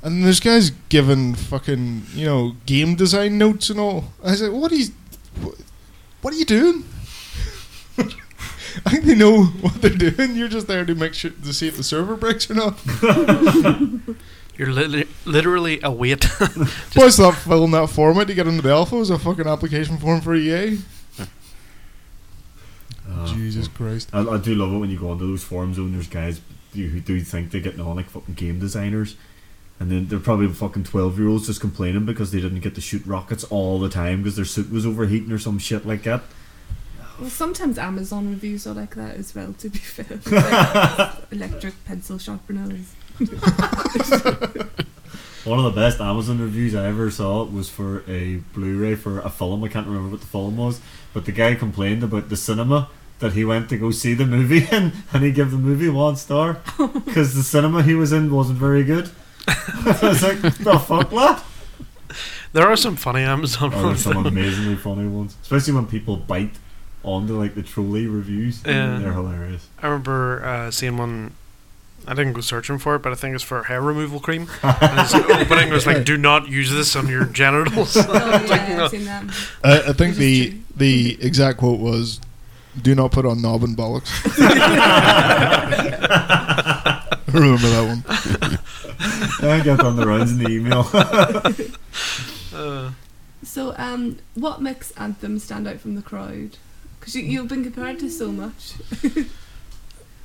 C: and there's guys giving fucking you know game design notes and all. I was like, what are you, wh- what are you doing? I think they know what they're doing. You're just there to make sure to see if the server breaks or not.
B: You're lit- literally a wait.
C: What's that filling that form out to get into the alpha? Is a fucking application form for E EA.
A: Uh,
C: Jesus Christ.
A: I, I do love it when you go onto those forums though, and there's guys you- who do think they're getting on like fucking game designers, and then they're probably fucking twelve year olds just complaining because they didn't get to shoot rockets all the time because their suit was overheating or some shit like that.
G: Well, sometimes Amazon reviews are like that as well. To be fair, It's like electric pencil sharpeners.
A: One of the best Amazon reviews I ever saw was for a Blu-ray for a film. I can't remember what the film was, but the guy complained about the cinema that he went to go see the movie in, and he gave the movie one star because the cinema he was in wasn't very good. I was like, the fuck, lad?
B: there are some funny Amazon
A: Oh, there's
B: ones.
A: some amazingly funny ones, especially when people bite onto like the trolley reviews.
B: Yeah.
A: They're hilarious.
B: I remember uh, seeing one. I didn't go searching for it, but I think it's for hair removal cream. And its opening was like, "Do not use this on your genitals."
G: Oh, yeah,
B: no.
G: I've seen that.
C: I, I think
G: This is
C: the
G: true.
C: the exact quote was, "Do not put on knob and bollocks." I remember that one.
A: I got on the rounds in the email.
B: Uh,
G: So, um, what makes Anthem stand out from the crowd? Because you, you've been compared to so much.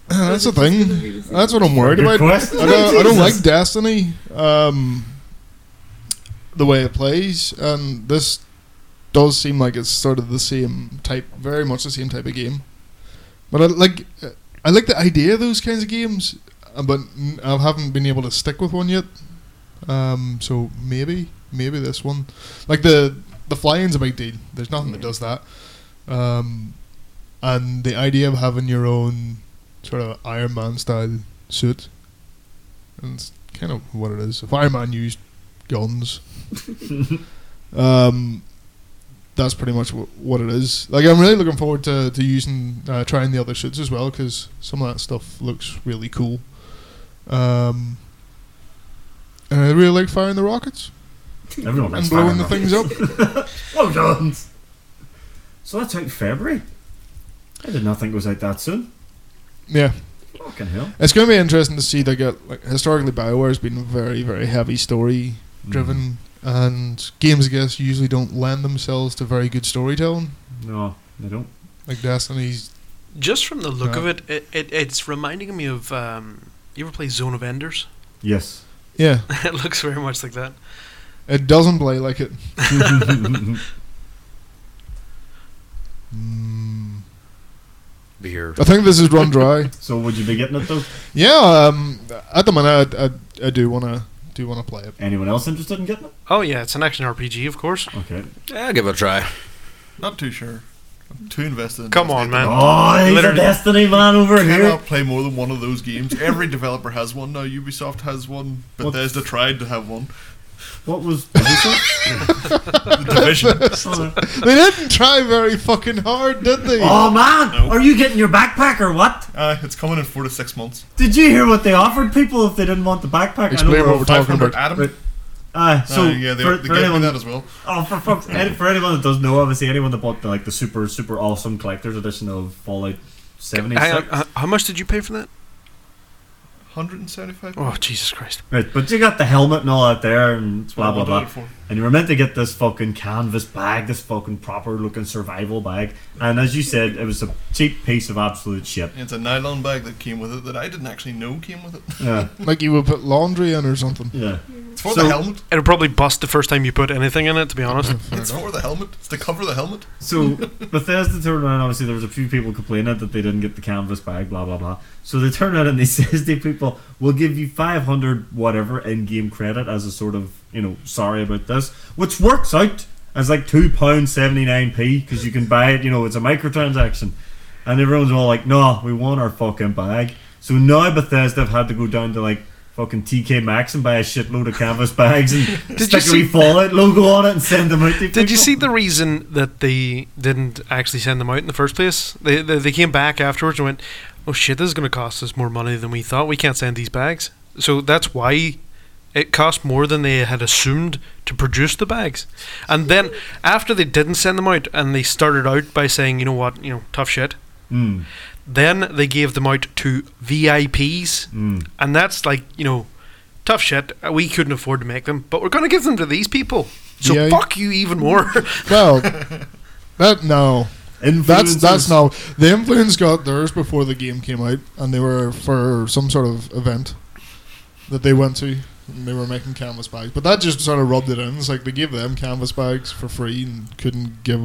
C: Uh, That's the
G: Is it just gonna
C: thing.
G: be the same?
C: That's what I'm worried
A: Good
C: about.
A: question.
C: I don't, I don't like Destiny, um, the way it plays, and this does seem like it's sort of the same type, very much the same type of game. But I like, uh, I like the idea of those kinds of games, uh, but n- I haven't been able to stick with one yet. Um, so maybe, maybe this one, like the the flying's a big deal. There's nothing that does that. Um, and the idea of having your own sort of Iron Man style suit. And it's kind of what it is. If Iron Man used guns, um, that's pretty much wh- what it is. Like, I'm really looking forward to, to using, uh, trying the other suits as well, because some of that stuff looks really cool. Um, and I really like firing the rockets
A: Everyone likes
C: and blowing
A: Spider-Man.
C: the things up.
A: Well done. So that's out in February. I did not think it was out that soon.
C: Yeah.
A: Fucking hell.
C: It's going to be interesting to see. They get like historically Bioware has been very very heavy story
A: Mm-hmm.
C: driven, and games I guess usually don't lend themselves to very good storytelling.
A: Mm. No, they don't.
C: Like Destiny's,
B: Just from the look
C: Yeah.
B: of it, it, it, it's reminding me of. Um, you ever play Zone of Enders?
A: Yes.
C: yeah,
B: it looks very much like that.
C: it doesn't play like it. Mm.
E: Beer.
C: I think this is run dry.
A: so would you be getting it though?
C: yeah, um, at the minute I, I, I do wanna do wanna play it.
A: Anyone else interested in getting it?
B: Oh yeah, it's an action RPG, of course.
A: Okay.
E: Yeah, give it a try.
I: Not too sure. I'm too invested in
B: Come
I: Destiny
B: on,
I: at
B: man.
I: the
A: Oh, he's
B: Literally-
A: a Destiny man over
I: moment. I
A: here.
I: Uh, cannot play more than one of those games. Every developer has one now. Ubisoft has one.
A: What-
I: Bethesda tried to have one.
A: What was? what was that?
I: The Division.
A: oh
C: They didn't try very fucking hard, did they?
A: man,
I: No.
A: are you getting your backpack or what?
I: uh, it's coming in four to six months.
A: Did you hear what they offered people if they didn't want the backpack?
C: Explain
A: I know
C: what
A: we're
C: we're
A: talking.
C: talking-
I: 500
C: about-
I: Adam.
A: Right. Uh, so
I: uh, yeah, they,
A: for,
I: they
A: for
I: gave me
A: anyone
I: that as well.
A: Oh, for fuck's any, for anyone that does know, obviously anyone that bought the, like the super super awesome collector's edition of Fallout seventy
B: Hang on, uh,
A: six.
B: h- how much did you pay for that?
I: 175.
B: Oh Jesus Christ!
A: Right, but you got the helmet and all out there and blah blah
I: What
A: blah.
I: I bought it for.
A: And you were meant to get this fucking canvas bag, this fucking proper looking survival bag. And as you said, it was a cheap piece of absolute shit.
I: It's a nylon bag that came with it that I didn't actually know came with it.
A: Yeah,
C: Like you would put laundry in or something.
A: yeah.
I: It's for
A: So-
I: the helmet.
B: It'll probably bust the first time you put anything in it. To be honest,
I: It's for the helmet. It's to cover the helmet.
A: So Bethesda turned around. Obviously, there was a few people complaining that they didn't get the canvas bag, blah blah blah. So they turn around and they says to people, "We'll give you 500 whatever in-game credit as a sort of you know sorry about this," which works out as like two pound seventy nine p because you can buy it. You know, it's a microtransaction, and everyone's all like, "No, we want our fucking bag." So now Bethesda have had to go down to like. Fucking TK Maxx and buy a shitload of canvas bags and
B: you
A: stick a wee
B: see-
A: Fallout logo on it and send them out. To
B: did you
A: people.
B: see the reason that they didn't actually send them out in the first place? They they, they came back afterwards and went, "Oh shit, this is going to cost us more money than we thought. We can't send these bags." So that's why it cost more than they had assumed to produce the bags. And then after they didn't send them out and they started out by saying, "You know what? You know, tough shit."
A: Mm,
B: Then they gave them out to VIPs,
A: mm.
B: and that's like you know, tough shit. Uh, We couldn't afford to make them, but we're gonna give them to these people. So
C: Yeah.
B: fuck you even more.
C: Well, that no, that's
A: Influencers.
C: that's no. The influence got theirs before the game came out, and they were for some sort of event that they went to. And they were making canvas bags, but that just sort of rubbed it in. It's like they gave them canvas bags for free and couldn't give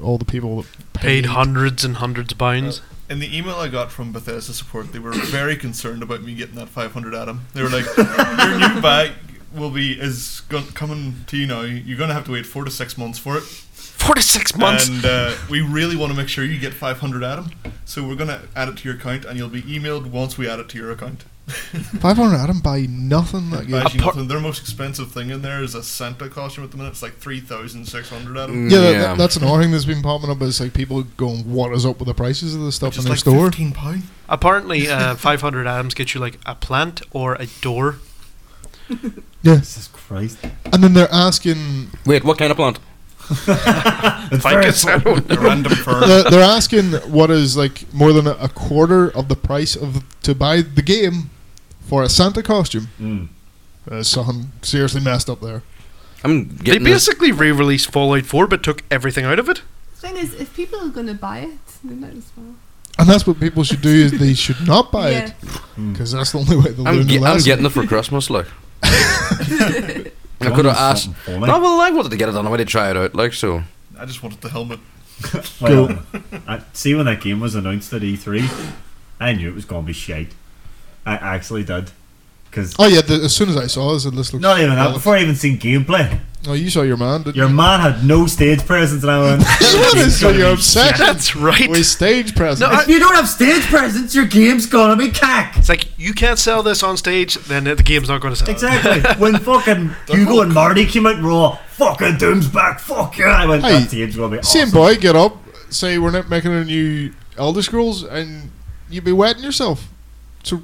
C: all the people that
B: Paid
C: paid.
B: hundreds and hundreds of pounds.
I: In the email I got from Bethesda support, they were very concerned about me getting that 500 Adam. They were like, "Your new bag will be is go- coming to you now. You're going to have to wait four to six months for it,
B: Four to six months.
I: and uh, we really want to make sure you get 500 Adam. So we're going to add it to your account, and you'll be emailed once we add it to your account."
C: Five hundred. I didn't buy nothing. That game.
I: Actually,
B: Apart-
I: nothing- their most expensive thing in there is a Santa costume at the minute. It's like 3,600 Adam.
E: Mm,
C: Yeah, that- That, that's another thing that's been popping up. Is like people going, "What is up with the prices of this stuff
I: Which
C: in
I: is
C: their
I: like
C: store?"
I: 15 pound.
B: Apparently, uh, 500 atoms get you like a plant or a door.
C: Yeah,
A: Jesus Christ.
C: and then they're asking
E: Wait, what kind of plant?
A: It's
B: I
A: very
B: guess I
A: important.
I: A random fur.
C: they're, they're asking what is like more than a quarter of the price of to buy the game for a Santa costume.
A: Mm.
C: Uh, something seriously messed up there.
E: I'm
B: They
E: getting this.
B: basically re-released Fallout 4, but took everything out of it.
K: thing is, if people are gonna buy it, they might as well.
C: And that's what people should do is they should not buy it.
K: yeah.
A: Hmm.
C: 'Cause it because that's the only way they'll
E: I'm,
C: learn
E: ge-
C: the
E: I'm
C: lesson.
E: getting it for Christmas, like. I could have asked.
A: Something funny.
E: No, well, I wanted to get it anyway to try it out, like, so.
I: I just wanted the helmet.
A: Well, I, see, when that game was announced at E3, I knew it was going to be shite. I actually did. Because,
C: Oh yeah, the, as soon as I saw this, it just looked.
A: not even that,
C: well,
A: before I even seen gameplay,
C: Oh, you saw your man, didn't
A: your
C: you?
A: man had no stage presence, and I went,
C: That is
A: "It's
C: so
A: gonna
C: you're
A: be
C: obsessed
B: That's right.
C: with stage presence.
B: No, I-
A: If you don't have stage presence, your game's gonna be cack.
B: It's like you can't sell this on stage, then the game's not going to sell.
A: Exactly. when fucking Hugo and Marty came out and were all, fucking Doom's back, fuck yeah. I went,
C: Hey,
A: that game's gonna be awesome.
C: Same boy, get up, say we're not making a new Elder Scrolls, and you'd be wetting yourself. So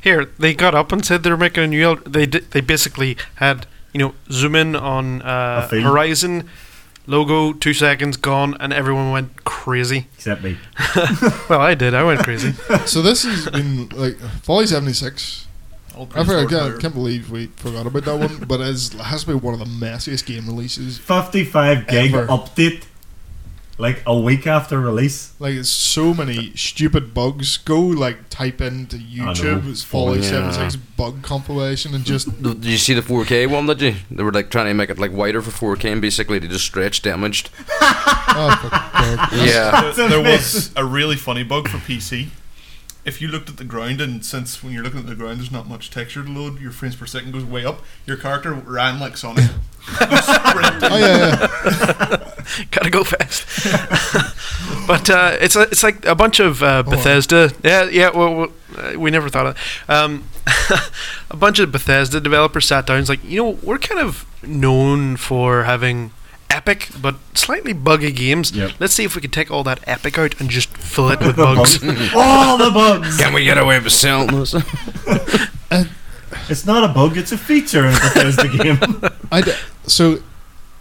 B: Here, they got up and said they were making a new. el- They di- they basically had you know zoom in on uh,
A: A field.
B: Horizon, logo, two seconds, gone, and everyone went crazy.
A: Except me.
B: Well, I did. I went crazy.
C: So this has been like Folly seventy six.
I: All
C: I,
I: praise
C: forgot, I
I: Lord
C: can't,
I: Higher.
C: can't believe we forgot about that one, but it has to be one of the messiest game releases.
A: 55 gig
C: Ever.
A: update, like a week after release.
C: Like it's so many stupid bugs. Go like type into YouTube it's Folly
E: Yeah.
C: seventy six bug compilation and just
E: Did you see the 4K one? Did you? They were like trying to make it like wider for 4K, and basically they just stretched damaged.
C: oh, for God's sake.
E: Yeah,
I: There- there was a really funny bug for PC. If you looked at the ground, and since when you're looking at the ground, there's not much texture to load, your frames per second goes way up. Your character ran like Sonic.
C: Oh yeah, yeah.
B: Gotta go fast. but uh, it's a, it's like a bunch of uh,
C: Hold on.
B: Bethesda. Yeah, yeah. Well, well uh, we never thought of. Um, a bunch of Bethesda developers sat down. and was like, you know, we're kind of known for having epic but slightly buggy games.
A: Yep.
B: Let's see if we can take all that epic out and just fill it with bugs.
A: All the bugs!
E: can we get away with selling this?
A: It's not a bug, it's a feature in a Bethesda game.
C: I d- so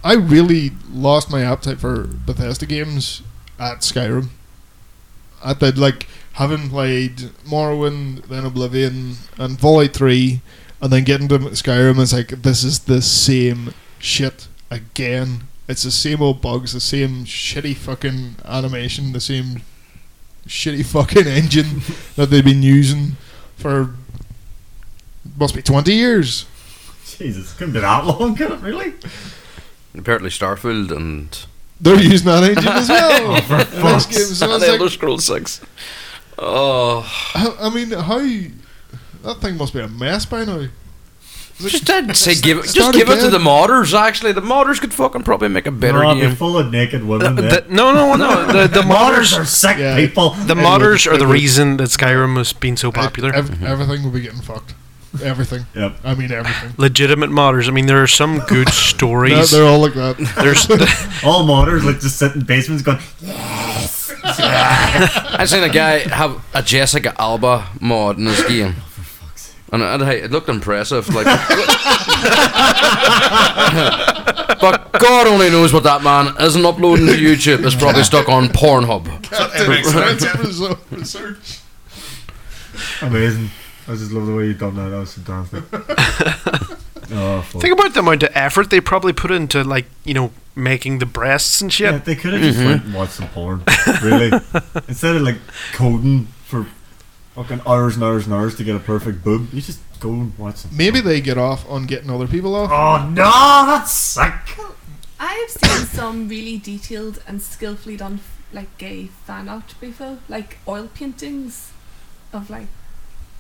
C: I really lost my appetite for Bethesda games at Skyrim. At the like having played Morrowind, then Oblivion, and Fallout Three, and then getting to Skyrim, it's like this is the same shit again. It's the same old bugs, the same shitty fucking animation, the same shitty fucking engine that they've been using for must be twenty years.
A: Jesus, couldn't be that long, could it really?
E: Apparently, Starfield and
C: They're using that engine as well.
A: Oh,
C: Next game, so
E: and
C: it's
E: the
C: like,
E: Elder Scrolls Six. Oh,
C: I I mean, how that thing must be a mess by now.
E: just didn't say give it. Just
C: Start
E: give it to
C: again.
E: the modders. Actually, the modders could fucking probably make a better
A: no, I'd be
E: game.
A: full of naked women. then.
B: Uh, The- no, no, no. The, the
A: modders
B: modders.
A: are sick
C: Yeah.
A: people.
B: The
C: Everyone-
B: modders are the
C: everyone-
B: reason that Skyrim has been so popular.
C: Ev- Everything will be getting fucked. Everything.
A: Yep.
C: I mean, everything.
B: Legitimate modders. I mean, there are some good
C: They're,
B: stories.
C: they're all like that.
B: There's
A: All modders like just sit in basements going,
E: I seen a guy have a Jessica Alba mod in his game. And it, it, it looked impressive, like. but God only knows what that man isn't uploading to YouTube. Is probably stuck on Pornhub.
I: That makes sense.
C: That's result- research.
A: amazing. I just love the way you done that. That was fantastic. oh, fuck.
B: Think about the amount of effort they probably put into, like, you know, making the breasts and shit.
A: Yeah, they could have just went and watched some porn. Really, instead of like coding for fucking hours and hours and hours to get a perfect boob, you just go and watch some.
C: Maybe they get off on getting other people off.
A: Oh no, that's sick.
K: I have seen some really detailed and skillfully done like gay fan art before, like oil paintings of like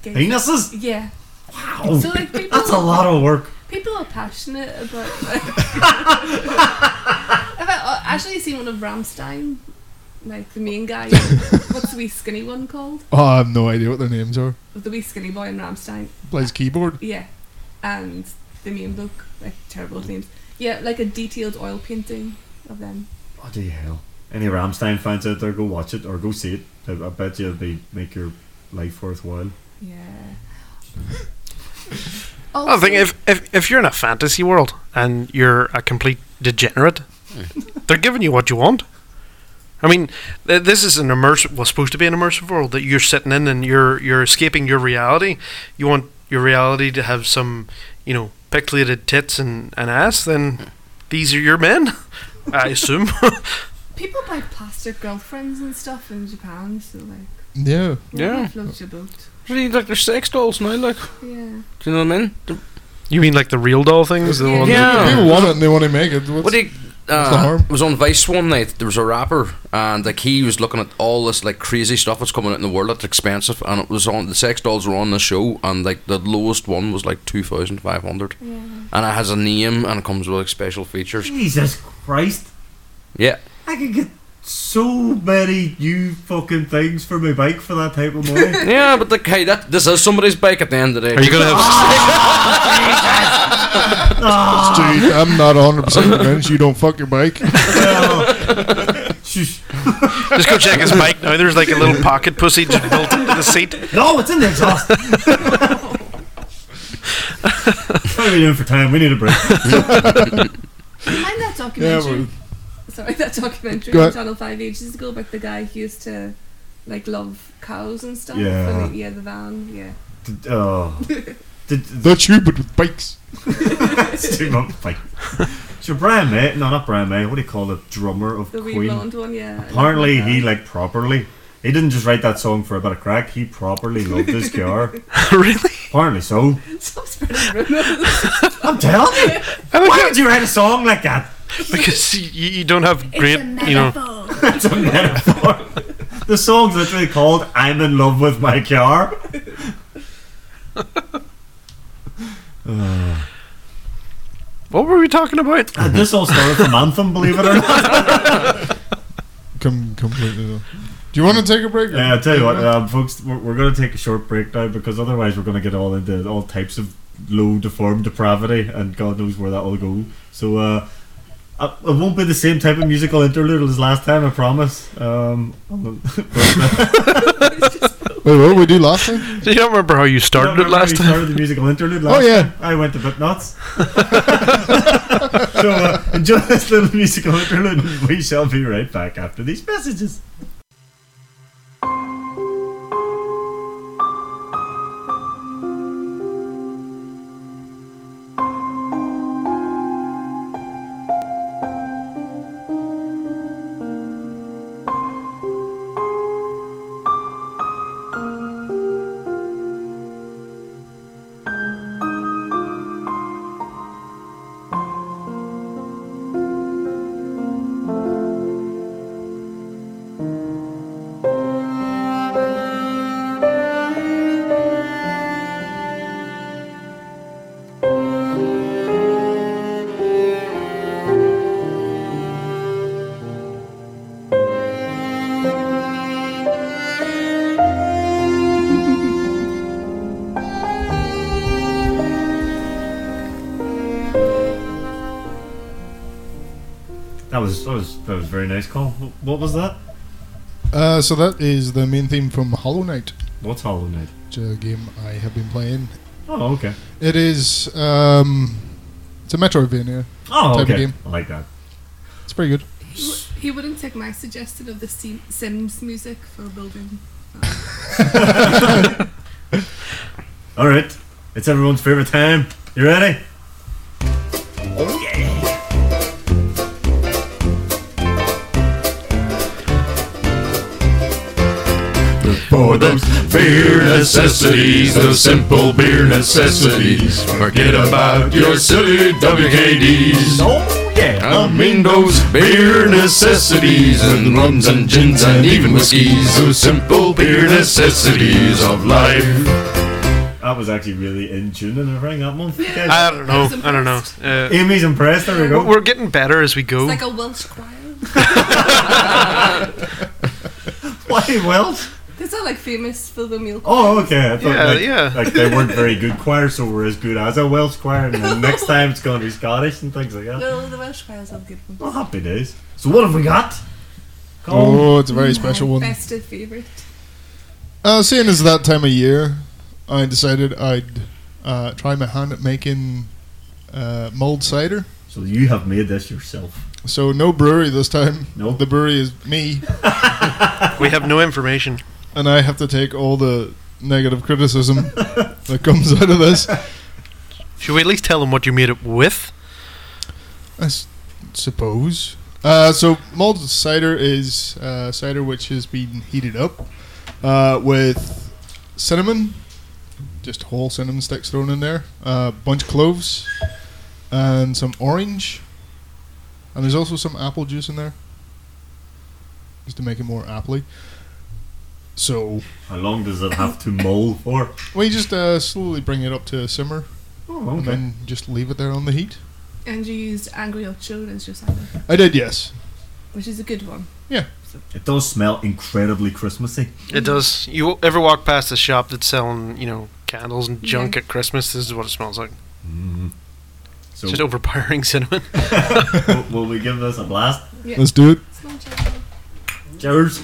K: gay.
A: Penises.
K: Yeah.
A: Ow.
K: So like people.
A: Oh. that's a lot of work.
K: People are passionate about. Like, I've uh, actually seen one of Ramstein, like the main guy. what's the wee skinny one called?
C: Oh, I have no idea what their names are.
K: The wee skinny boy in Ramstein.
C: Plays keyboard.
K: Yeah, and the main book, like terrible names. Yeah, like a detailed oil painting of them.
A: Bloody hell. Any Ramstein fans out there, go watch it or go see it. I, I bet you they make your life worthwhile.
K: Yeah.
B: I think if, if if you're in a fantasy world and you're a complete degenerate, they're giving you what you want. I mean, th- this is an immersive, well, supposed to be an immersive world that you're sitting in and you're you're escaping your reality. You want your reality to have some, you know, pixelated tits and an ass. Then these are your men, I assume.
K: people buy plastic girlfriends and stuff in Japan, so like,
C: Yeah.
E: Yeah.
K: yeah, floats your boat.
E: Really, like they're sex dolls now. Like,
K: Yeah.
E: do you know what I mean? They're-
B: you mean like the real doll things? The one that-
E: Yeah.
C: People want it and they want to make it. What's-
E: What do you?
C: what's the
E: Uh,
C: harm?
E: was on Vice one night. There was a rapper, and like he was looking at all this like crazy stuff that's coming out in the world that's expensive, and it was on the sex dolls were on the show, and like the lowest one was like two thousand five hundred,
K: Yeah.
E: and it has a name and it comes with like special features.
A: Jesus Christ!
E: Yeah,
A: I could get so many new fucking things for my bike for that type of money.
E: yeah, but like hey, that this is somebody's bike at the end of the day.
B: Are you gonna have?
C: Dude, I'm not 100% convinced you don't fuck your bike.
A: Shush.
B: Just go check his bike now. There's like a little pocket pussy just built into the seat.
A: No, oh, it's in the exhaust. what are we doing for time? We need a break.
K: Behind that
C: Yeah,
K: documentary,
C: but
K: sorry, that documentary
C: Go
K: on
C: ahead.
K: Channel Five ages ago about the guy who used to like love cows and stuff.
A: Yeah.
K: And the, yeah, the van. Yeah.
A: Did, oh. Did,
C: The tube, but with bikes.
A: It's too much, like- so Brian May, no, not Brian May. What do you call the drummer of
K: The wee
A: Queen?
K: blonde one. Yeah.
A: Apparently, he like properly. He didn't just write that song for a bit of crack. He properly loved his guitar.
B: really?
A: Apparently so.
K: Stop spreading rumours.
A: I'm telling you. Why would you write a song like that?
B: Because you, you don't have great, you know.
A: It's a metaphor. the song's literally called "I'm in Love with My Car."
B: What were we talking about?
A: And this all started from Anthem, believe it or not.
C: Com- completely. Though. Do you want to take a break? or-
A: Yeah, I tell you what, um, folks, we're, we're going to take a short break now because otherwise we're going to get all into all types of low, deformed depravity, and God knows where that will go. So, uh, uh, it won't be the same type of musical interlude as last time, I promise. Um,
C: Wait, what did we do last time?
B: Do you not remember how you started it
A: Remember
B: last
A: we
B: time?
A: Started the musical interlude last
C: Oh, yeah.
A: time? I went a bit nuts. so uh, enjoy this little musical interlude. and We shall be right back after these messages. That was that was that was a very nice call. Wh- What was that?
C: Uh, so that is the main theme from Hollow Knight,
A: What's Hollow Knight?
C: which is a game I have been playing.
A: Oh, okay.
C: It is. Um, it's a Metroidvania.
A: Oh,
C: Type of
A: okay.
C: game.
A: I like that.
C: It's pretty good.
K: He w- He wouldn't take my suggestion of the Sim- Sims music for building.
A: All right, it's everyone's favorite time. You ready?
L: For Oh, the beer necessities, the simple beer necessities. Forget about your silly WKDs.
A: Oh yeah.
L: I mean those beer necessities and rums and gins and even whiskeys. Those simple beer necessities of life.
A: That was actually really in tune and everything that month. Guys,
B: I don't know.
K: was
B: I don't know.
K: impressed.
B: Uh,
A: Amy's impressed. There we go.
B: we're getting better as we go.
K: It's like a Welsh choir.
A: Why Welsh?
K: These are like famous Philomel.
A: Oh, okay. I thought,
B: Yeah,
A: like,
B: yeah.
A: like they weren't very good choir, so we're as good as a Welsh choir, and then next time it's going to be Scottish and things like that.
K: Well, the Welsh choirs are good ones.
A: Well, happy days. So what have we got? Colin?
C: Oh, it's a very special one.
K: Festive favourite.
C: Uh, seeing as that time of year, I decided I'd uh, try my hand at making uh, mulled cider.
A: So you have made this yourself.
C: So no brewery this time.
A: No.
C: the brewery is me,
B: we have no information.
C: and I have to take all the negative criticism that comes out of this.
B: Should we at least tell them what you made it with?
C: I s- suppose. Uh, so mulled cider is uh, cider which has been heated up uh, with cinnamon, just whole cinnamon sticks thrown in there, uh, bunch of cloves, and some orange, and there's also some apple juice in there, just to make it more appley. So
A: How long does it have to mull for?
C: we just uh, slowly bring it up to a simmer,
A: Oh,
C: and then just leave it there on the heat.
K: And you used Angry Old Children as your cider,
C: I did, yes.
K: which is a good one.
A: It does smell incredibly Christmassy.
B: It does. You ever walk past a shop that's selling, you know, candles and junk
K: Yeah.
B: at Christmas? This is what it smells like.
A: So
B: Just overpowering cinnamon.
A: will, will we give this a blast?
K: Yeah.
C: Let's do it.
K: It's not Charles.
A: Cheers.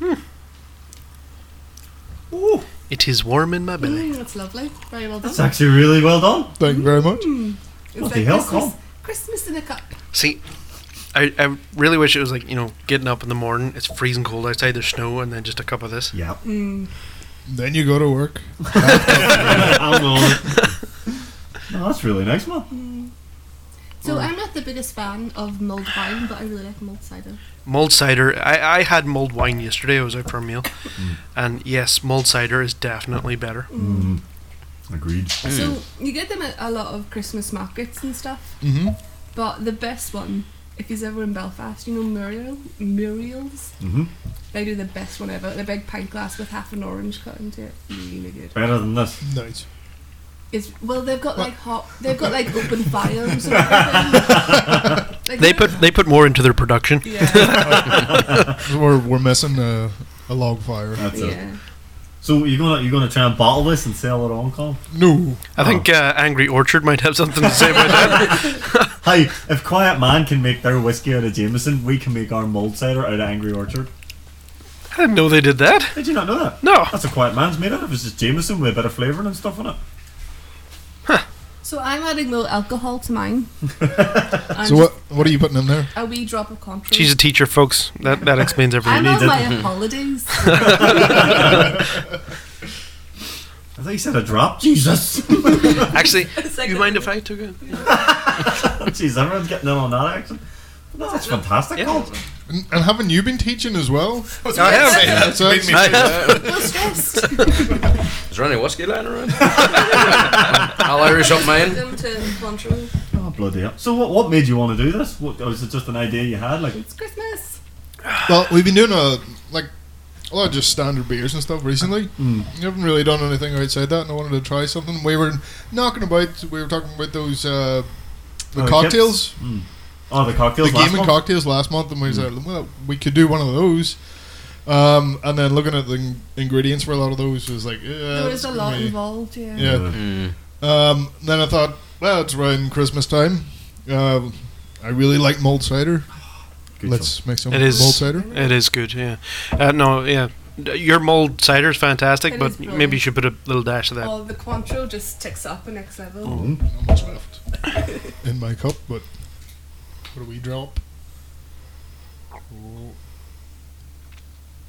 K: Charles.
A: Ooh,
B: It is warm in my belly.
K: Mm, that's lovely. Very well done.
A: it's actually really well done.
C: Thank you very much.
G: It's
A: Bloody hell,
G: Christmas,
A: Colm.
G: Christmas in a cup.
B: See, I, I really wish it was like, you know, getting up in the morning, it's freezing cold outside, there's snow, and then just a cup of this.
A: Yeah.
G: Mm.
C: Then you go to work.
A: I'm on it. No, that's really nice, man. Mm.
G: So I'm not the biggest fan of mulled wine, but I really like mulled cider.
B: Mulled cider, I, I had mulled wine yesterday, I was out for a meal. And yes, mulled cider is definitely better.
G: Mm-hmm.
A: Mm. Agreed.
G: So
B: Hmm.
G: you get them at a lot of Christmas markets and stuff.
C: Mm-hmm.
G: But the best one, if he's ever in Belfast, you know Muriel, Muriel's.
A: Mhm.
G: They do the best one ever. in a big pint glass with half an orange cut into it. Really good.
A: Better than this.
C: Nice.
G: It's well, they've got like hot. They've got like open fire and sort of thing. Like,
B: They
G: they're-
B: put they put more into their production.
G: Yeah,
C: We're, we're missing a, a log fire.
A: That's it.
G: yeah.
A: So you're gonna you're gonna try and bottle this and sell it on, Colin?
C: No.
B: I think uh, Angry Orchard might have something to say about that.
A: Hey, if Quiet Man can make their whiskey out of Jameson, we can make our mulled cider out of Angry Orchard.
B: I didn't know they did that.
A: Did you not know that?
B: No.
A: That's a Quiet Man's made out of. It's just Jameson with a bit of flavouring and stuff on it.
G: So I'm adding a little alcohol to mine. And
C: So what what are you putting in there?
G: A wee drop of comfort.
B: She's a teacher, folks. That that explains
G: I'm
B: everything.
G: on
A: needed.
G: my holidays.
A: I thought you said a drop. Jesus.
B: Actually,
G: It's like
B: you
G: a-
B: mind if I took a?
A: Jeez, everyone's getting in on that action. No, that's fantastic,
B: Yeah.
A: Colin.
C: And, and haven't you been teaching as well?
B: I have.
C: That's it.
B: I have.
G: No stress.
E: Is there any whiskey lying around? I'll Irish up mine.
G: Them to Montreal.
A: Oh, bloody hell. So what, what made you want to do this? What, was it just an idea you had? Like,
G: It's Christmas.
C: Well, we've been doing a like a lot of just standard beers and stuff recently.
A: Mm.
C: We haven't really done anything outside that, and I wanted to try something. We were knocking about. We were talking about those uh,
A: Oh,
C: the
A: the
C: cocktails,
A: oh, the cocktails
C: the
A: last
C: gaming
A: month?
C: cocktails last month, and we said, well, we could do one of those. Um, and then looking at the in- ingredients for a lot of those was like, yeah,
G: there is a lot
C: involved.
G: involved. Yeah.
C: Yeah.
E: Mm.
C: Um, then I thought, well, it's around Christmas time. Uh, I really like mulled cider.
A: Good
C: Let's make some
B: It is-
C: mulled cider.
B: It is good. Yeah. Uh, no. Yeah. D- Your mulled cider is fantastic,
G: It
B: but
G: is brilliant.
B: maybe you should put a little dash of that.
G: Oh, the Cointreau just ticks up the next level.
C: Not much left in my cup, but what do we drop? Oh.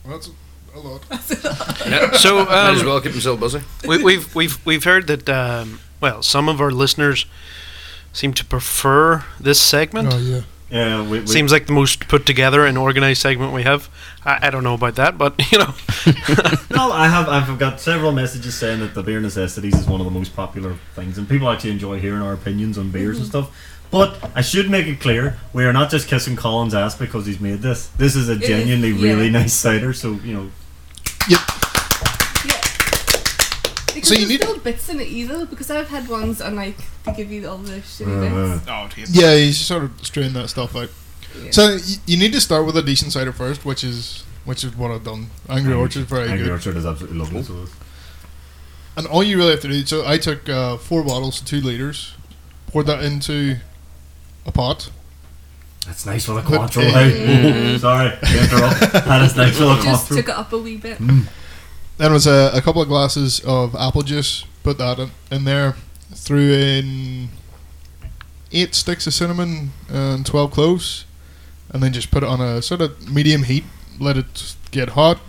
C: That's a lot.
E: Yeah.
B: So
E: Might as
B: um,
E: well keep himself busy.
B: we, we've we've we've heard that um, well, some of our listeners seem to prefer this segment.
C: Oh yeah.
A: Yeah, we, we,
B: Seems like the most put together and organized segment we have. I, I don't know about that, but you know,
A: No, I have. I've got several messages saying that the beer necessities is one of the most popular things, and people actually enjoy hearing our opinions on beers
G: Mm-hmm.
A: and stuff. But I should make it clear we are not just kissing Colin's ass because he's made this. This is a
G: is,
A: genuinely
G: yeah.
A: really nice cider. So you know,
G: Yeah. Because
C: So you
G: there's
C: need-
G: no bits in it either, because I've had ones and like they give you all the shitty
A: Uh,
G: bits.
I: Oh, taste.
C: Yeah, you sort of strain that stuff out.
G: Yeah.
C: So y- you need to start with a decent cider first, which is which is what I've done. Angry Orchard is very
A: Angry
C: good.
A: Orchard is absolutely lovely. So it's-
C: And all you really have to do, so I took uh, four bottles, two liters, poured that into a pot.
A: that's nice for the
C: But-
A: Quattro. hey. Sorry, after all, that is nice for the
G: Mm. Just took it
A: Quattro.
G: up a wee bit.
C: Mm. Then it was a, a couple of glasses of apple juice, put that in, in there, threw in eight sticks of cinnamon and 12 cloves, and then just put it on a sort of medium heat, let it get hot.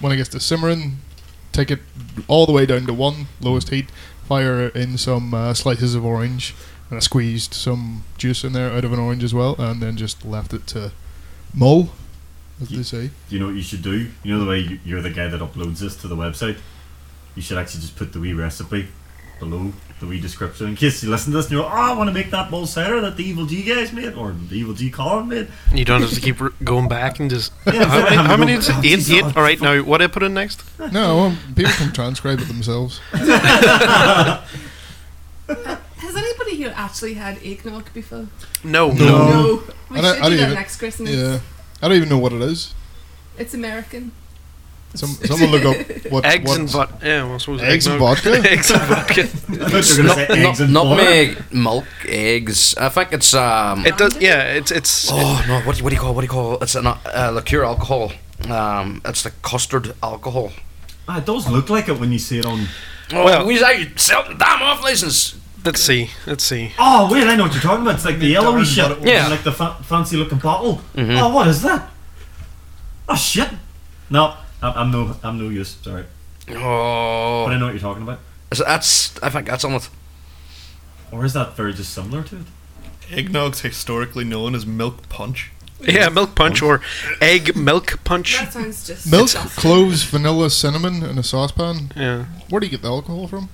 C: When it gets to simmering, take it all the way down to one, lowest heat, fire in some uh, slices of orange, and I squeezed some juice in there out of an orange as well, and then just left it to mull, as they say.
A: You know what you should do? You know the way you- you're the guy that uploads this to the website. You should actually just put the wee recipe below the wee description in case you listen to this and you're like, oh, I want to make that bowl cider that the Evil G guys made or the Evil G Colin made.
B: you don't have to keep r- going back and just.
A: Yeah,
B: how many?
A: exactly.
B: How many is it?
A: Oh,
B: Eight.
A: geez,
B: Eight.
A: oh,
B: All right. Now, what do I put in next?
C: No, um, people can transcribe it themselves.
G: Has anybody here actually had eggnog before?
B: No.
C: No.
G: We
C: I don't-
G: should
C: I don't
G: do that
C: even-
G: next Christmas.
C: Yeah, I don't even know what it is.
G: It's American.
C: Some, someone look up what
B: Eggs
C: what,
B: and vodka. Yeah, well, I suppose
C: Eggs and
B: eggnog.
C: vodka?
B: eggs and vodka.
A: I thought you were going to say eggs and butter.
E: Nutmeg, milk, eggs. I think it's um.
B: It does. Yeah, it's it's.
E: oh no! What, what do you call? What do you call? It's an uh, liqueur alcohol. Um, it's the custard alcohol.
A: Ah, it does look like it when you see it on.
B: Well-
E: Oh, well, we say sell damn off license.
B: Let's see. Let's see.
A: Oh wait, I know what you're talking about. It's like the yellowy
I: darn
A: shit,
I: bottle.
E: Yeah.
A: like the fa- fancy looking bottle.
E: Mhm.
A: Oh, what is that? Oh shit! No, I'm, I'm no, I'm no use. Sorry, but I
E: Oh,
A: know what you're talking about.
E: So that's. I think that's on it.
A: Or is that very just similar to it?
I: Eggnog's historically known as milk punch.
B: Yeah, milk punch or egg milk punch.
G: That sounds just
C: Milk,
G: disgusting.
C: cloves, vanilla, cinnamon in a saucepan.
B: Yeah.
C: Where do you get the alcohol from?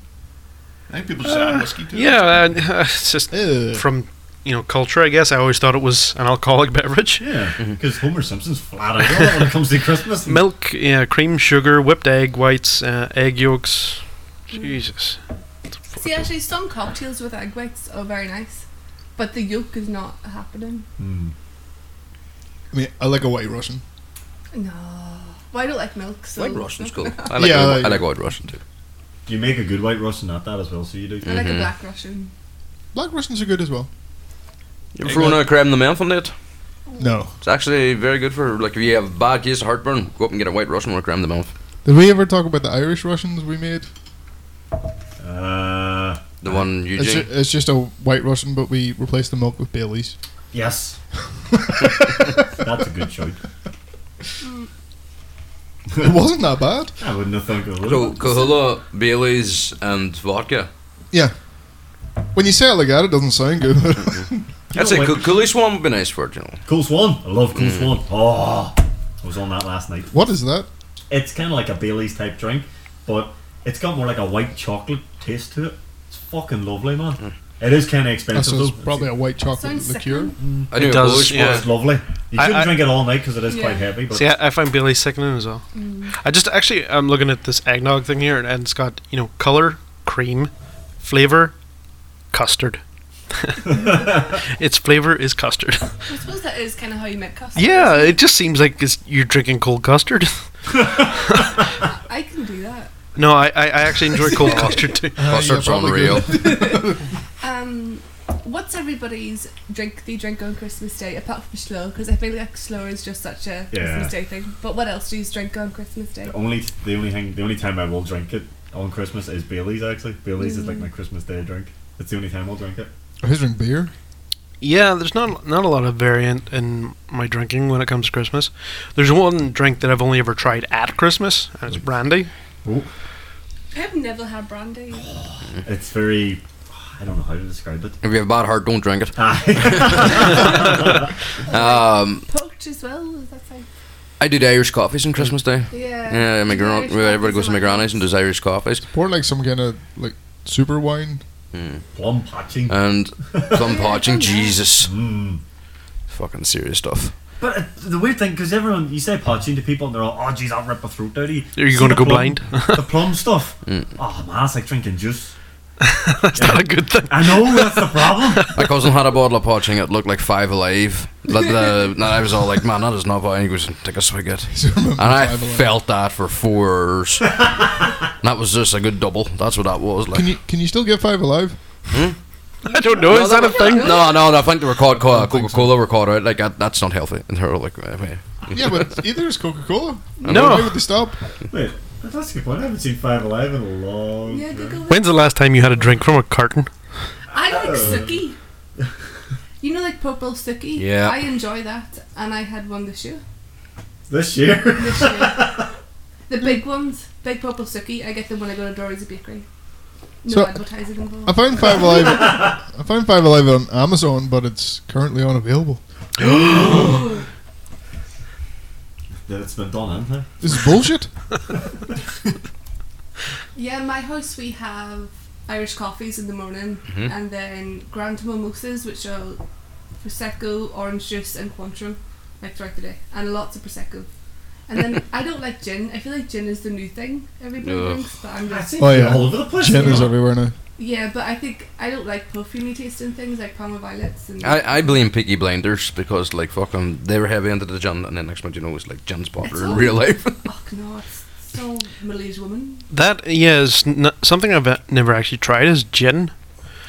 I: I think people just add whiskey to it.
B: Yeah, and, uh, it's just
C: Ugh.
B: from you know culture, I guess. I always thought it was an alcoholic beverage.
A: Yeah, because Homer Simpson's flat out when it comes to Christmas.
B: Milk, yeah, cream, sugar, whipped egg whites, uh, egg yolks. Jesus.
G: See, actually, some cocktails with egg whites are very nice, but the yolk is not happening.
A: Hmm.
C: I mean, I like a white Russian.
G: No. Well, I don't like milk, so.
E: White Russian's cool. I like.
C: Yeah,
E: Yeah,
C: like-
E: I like White Russian too.
A: You make a good white Russian at that as well, so you do.
G: I like a
E: Mhm.
G: black Russian.
C: Black Russians are good as well.
E: You ever thrown out a creme de menthe on it?
C: No.
E: It's actually very good for like if you have bad case of heartburn, go up and get a White Russian or a creme de menthe.
C: Did we ever talk about the Irish Russians we made?
A: Uh,
E: The one
C: It's, ju-
E: Eugene.
C: it's just a white Russian, but we replaced the milk with Bailey's.
A: yes, that's a good shout.
C: It wasn't that bad.
A: I wouldn't have thought of it.
E: So Kahula, Bailey's, and vodka.
C: Yeah. When you say it like that, it doesn't sound good.
E: That's
A: know
E: it.
A: what-
E: Kahula Swan would be nice for it, you know.
A: Cool Swan. I love Cool Swan. Oh, I was on that last night.
C: what is that?
A: It's kind of like a Bailey's type drink, but it's got more like a white chocolate taste to it. It's fucking lovely, man. It is kind of
C: That's
A: expensive though.
C: probably a white chocolate
G: Sounds
C: liqueur.
G: sickening.
E: I knew
B: It
E: a
B: does,
E: Polish
B: yeah.
E: one.
A: It's lovely. You
B: I-
A: shouldn't
B: I-
A: drink it all night because it is
G: Yeah.
A: quite heavy. But
B: See, I, I find Bailey sickening as well. I just actually, I'm looking at this eggnog thing here, and it's got you know color, cream, flavor, custard. its flavor is custard.
G: I suppose that is kind of how you make custard.
B: Yeah, it just seems like it's, you're drinking cold custard.
G: I can do that.
B: No, I, I, I actually enjoy cold custard too.
E: Custard's
C: probably
E: unreal.
G: Um, what's everybody's drink they drink on Christmas Day apart from Schlur? Because I feel like Schlur is just such a
A: Yeah.
G: Christmas Day thing. But what else do you drink on Christmas Day?
A: the only the only thing the only time I will drink it on Christmas is Bailey's. Actually, Bailey's is like
B: Mm.
A: my Christmas Day drink. It's the only time I'll drink it.
C: I just drink beer.
B: Yeah, there's not not a lot of variant in my drinking when it comes to Christmas. There's one drink that I've only ever tried at Christmas, and it's brandy.
G: I've never had brandy.
A: It's very. I don't know how to describe it.
E: If you have a bad heart, don't drink it. Um,
G: Poached as well, is that fine?
E: I do the Irish coffees on Christmas Day.
G: Yeah.
E: Yeah, my gran-
G: Irish
E: everybody
G: coffee's
E: goes to my
G: amazing.
E: granny's and does Irish coffees.
C: Pour like some kind of like super wine.
A: Plum patching.
E: and plum parching. Jesus,
A: Mm.
E: fucking serious stuff.
A: But uh, the weird thing, because everyone, you say potching to people and they're all, oh, geez, I'll rip my throat out of you.
B: Are you
A: See
B: gonna
A: the
B: go
A: plum-
B: blind? Mm.
A: the plum stuff. Oh, man, it's like drinking juice.
B: That's not a good thing.
A: I know, that's the problem.
E: My cousin had a bottle of parching. It looked like five alive. Like the, and I was all like, "Man, that is not bad." And he goes, "Take a swig at." it." And I
C: Five Alive.
E: felt that for four hours. And that was just a good double. That's what that was like.
C: Can you can you still get five alive?
B: I don't know. Is that a thing?
E: No, no, no. I think they were caught. Coca Cola were caught out. Like that, that's not healthy. And they were like, eh, eh.
C: yeah, but either is Coca Cola. Why
B: No.
C: would they stop?
A: Wait, that's a good point. I haven't seen Five Alive in a long
G: Yeah,
A: time.
G: Google that.
B: When's the last time you had a drink from a carton?
G: I like suki. You know, like purple suki.
E: Yeah.
G: I enjoy that, and I had one this year.
A: This year.
G: This year. the big ones, big purple suki. I get them when I go to Dory's Bakery. No
C: So-
G: advertising
C: I
G: involved.
C: found five alive. I found five alive on Amazon, but it's currently unavailable.
A: That It's been done, hasn't it?
C: This is bullshit.
G: Yeah, in my house we have Irish coffees in the morning,
E: Mm-hmm.
G: and then grand mimosas, which are prosecco, orange juice, and Cointreau, like throughout the day, and lots of prosecco. And then I don't like gin. I feel like gin is the new thing everybody
E: Ugh.
G: drinks, but I'm just
C: Oh, yeah.
A: All over the place.
C: Gin is
A: yeah.
C: everywhere now.
G: Yeah, but I think I don't like perfumy tasting things like Palmer Violets and
E: I, I blame Peaky Blinders because like fucking they were heavy into the gin, and then next month you know it's like gin's popular in
G: all-
E: real life.
G: fuck no, it's so middle aged woman.
B: That yeah is n- something I've uh, never actually tried is gin.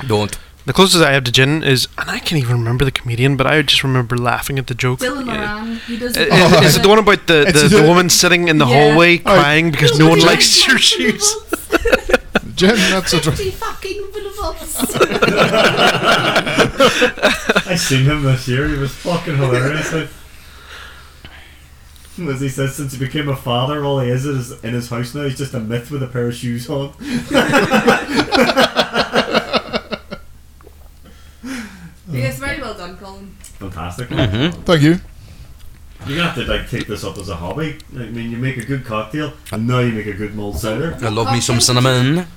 E: Don't.
B: The closest I have to gin is, and I can't even remember the comedian, but I just remember laughing at the joke.
G: Dylan
B: Yeah.
G: Moran, he does
B: Uh, Is, is it the one about the,
C: It's
B: the, the
C: the-
B: woman sitting in the
G: Oh, Yeah.
B: hallway crying because no one likes your shoes?
C: Gin, that's a drink.
G: fucking
M: insults.
A: I seen him this year. He was fucking hilarious. Like, as he says, since he became a father, all he is is in his house now. He's just a myth with a pair of shoes on.
M: yes, very well done, Colin.
A: Fantastic.
C: Thank you.
E: Mm-hmm.
A: You have to like take this up as a hobby. I mean, you make a good cocktail, and now you make a good mulled cider.
E: I love me some cinnamon.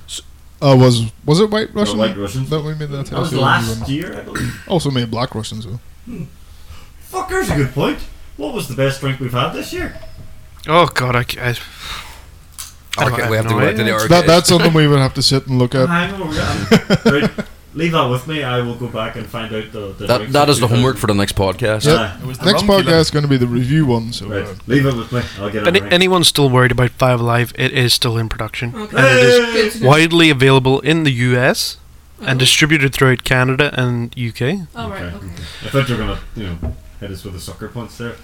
C: Uh, was was it White Russian?
A: White Russians.
C: That we made that.
A: That was last year, I believe.
C: Also made Black Russians though.
A: Fuck, there's a good point. What was the best drink we've had this year?
B: Oh god, I, ca- I, I don't-
E: Okay,
B: I
E: we have
B: have
E: to
B: no
E: go back to the
B: idea.
E: arcade.
C: That that's something we would have to sit and look at.
A: Hang on, we're gonna- right, leave that with me. I will go back and find out the. the
E: That,
A: drinks
E: that
A: of
E: is the homework for the next
A: 2000.
E: podcast.
I: It was the
C: Next
I: rum killer.
C: podcast is going to be the review one. So
A: Uh,
C: uh,
A: Ah, right, leave it with me. I'll get it.
B: If any,
A: right.
B: anyone's still worried about Five Alive, it is still in production.
G: Okay.
B: And it is
G: Good to know.
B: widely available in the US
G: Oh.
B: and distributed throughout Canada and UK.
G: All right. Okay.
A: I thought you were gonna, you know, hit us with the sucker punch there.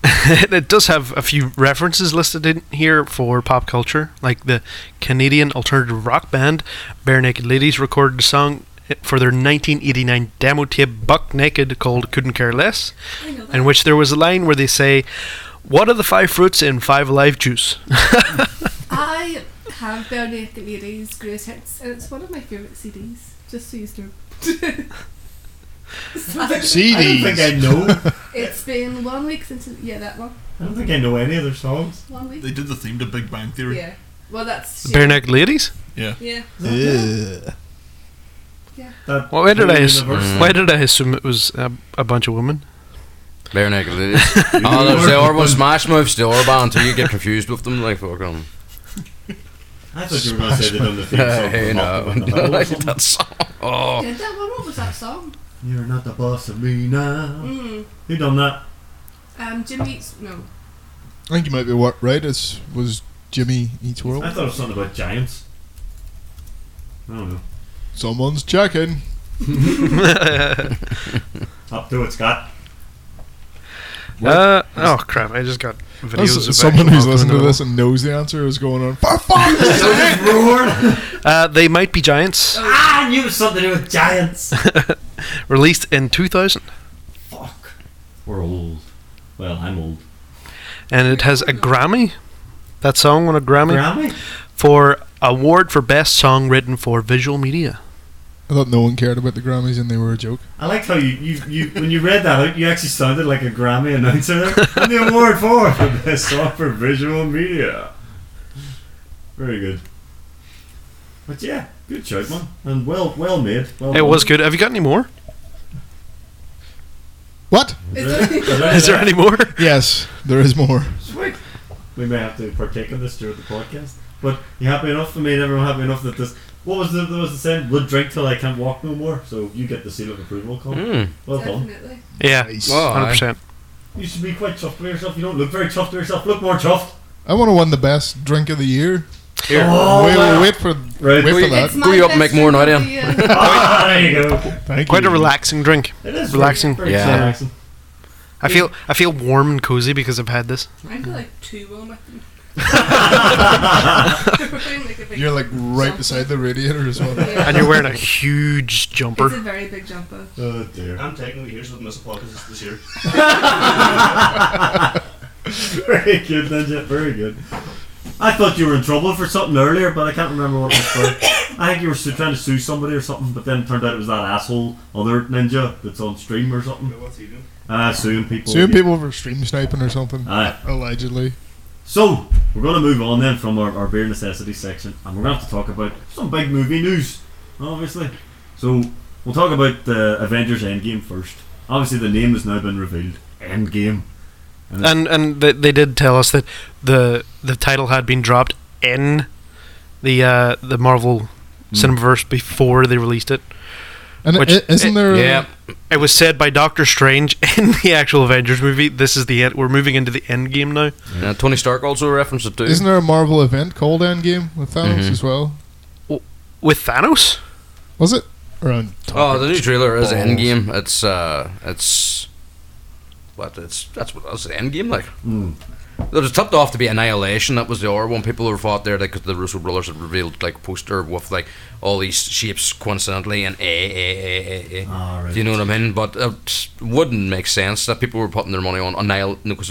B: it does have a few references listed in here for pop culture, like the Canadian alternative rock band Bare Naked Ladies recorded a song for their 1989 demo tape Buck Naked called Couldn't Care Less,
G: I know that.
B: in which there was a line where they say, What are the five fruits in five alive juice?
G: I have Bare Naked Ladies' greatest hits, and it's one of my favourite CDs. Just so you know.
A: I don't think I
C: CDs.
A: know.
G: it's been one week since yeah that one
A: I don't think I know any other songs.
G: one week
I: They did the theme to Big Bang Theory.
G: yeah well that's
B: Bare Naked Ladies?
I: Yeah.
G: yeah
C: Yeah.
A: That
B: Why did I, ass-
E: Mm.
A: universe.
B: why did I assume it was a, a bunch of women?
E: Bare naked ladies. oh, there's the Orban Smash Mouths, the Orban, until you get confused with them. Like, fuck them.
A: I thought you were gonna say they done the theme song.
E: Hey,
A: from
E: no.
A: Malcolm in the Middle or
E: Like
A: something.
E: that song. Oh.
G: Did that one? What was that song?
A: You're not the boss of me now.
G: Mm.
A: Who done that?
G: Um, Jim Eats. No.
C: I think you might be wa- right. It was Jimmy Eats World.
I: Uh.
A: I thought it was something about giants. I don't know.
C: Someone's checking.
A: Up to it, Scott.
B: Uh, oh crap! I just got videos
C: That's
B: of
C: someone
B: actual
C: who's
B: Malcolm
C: listening
B: in
C: to
B: the
C: this and knows the answer is going on. For
B: Middle. Uh, they might be giants.
A: Ah, I knew it was something to do with giants.
B: released in 2000
A: Fuck. We're old. Well, I'm old.
B: and it has a Grammy. That song won a Grammy
A: Grammy?
B: for award for best song written for visual media.
C: I thought no one cared about the Grammys and they were a joke.
A: I liked how you, you, you when you read that out, you actually sounded like a Grammy announcer there. And the award for the best song for visual media. Very good. But yeah, good shout, man, and well, well made. Well
B: It
A: done.
B: was good. Have you got any more?
C: What?
B: Is there any more?
C: Yes, there is more.
A: Sweet. We may have to partake in this during the podcast. But you happy enough for me, and everyone happy enough that this. What was the there was the saying? Would drink till I can't walk no more. So you get the seal of approval, Colin.
B: Hmm.
E: Mm.
A: Well done.
G: Definitely.
B: Yeah,
C: Nice.
E: Oh,
B: hundred
E: aye.
B: percent.
A: You should be quite chuffed with yourself. You don't look very chuffed with yourself. Look more chuffed.
C: I want to win the best drink of the year.
E: Here.
A: Oh,
C: wait,
A: wow.
C: wait for
A: Right.
C: wait for
G: It's
C: that.
E: Go
G: my
E: you up
G: best
E: and make more
G: drink
E: now,
G: of the year.
A: Ah, there you go.
C: Thank
B: Quite a
C: you.
B: relaxing drink.
A: It is
B: Relaxing.
A: Very, very
E: Yeah.
A: relaxing.
B: I feel I feel warm and cozy because I've had this.
G: I feel like two warm at them. We're putting like a big
C: You're like right beside the radiator as well.
B: And you're wearing a huge
G: It's a
B: jumper.
G: very big jumper.
A: Oh dear.
N: I'm technically here's with Mr. Pockets this year.
A: Very good, Ninja. Very good. I thought you were in trouble for something earlier, but I can't remember what it was for. I think you were su- trying to sue somebody or something, but then it turned out it was that asshole other ninja that's on stream or something.
N: What's he doing?
A: Ah, suing people. Ah.
C: Suing people for stream sniping or something.
A: Aye.
C: Allegedly.
A: So, we're going to move on then from our, our beer necessity section, and we're going to have to talk about some big movie news, obviously. So, we'll talk about the Avengers Endgame first. Obviously, the name has now been revealed Endgame.
B: And and they, they did tell us that the the title had been dropped in the uh, the Marvel Cinemaverse before they released it.
C: And
B: Which-
C: i- isn't there?
E: Yeah.
B: It was said by Doctor Strange in the actual Avengers movie. This is the end. We're moving into the end game now.
E: Uh, Tony Stark also referenced it too.
C: Isn't there a Marvel event called Endgame with Thanos
E: Mhm.
C: as well?
B: With Thanos?
C: Was it? Or um, I'm talking
E: oh, the new trailer is
C: balls.
E: Endgame. It's uh, it's But it's that's what that's the end game like.
C: Hmm.
A: Mm.
E: It was tipped off to be Annihilation. That was the other one. People were fought there because the Russo brothers had revealed like poster with like all these shapes coincidentally and eh eh eh eh. eh.
A: Ah, right.
E: Do you know what I mean? But it wouldn't make sense that people were putting their money on Annihilation because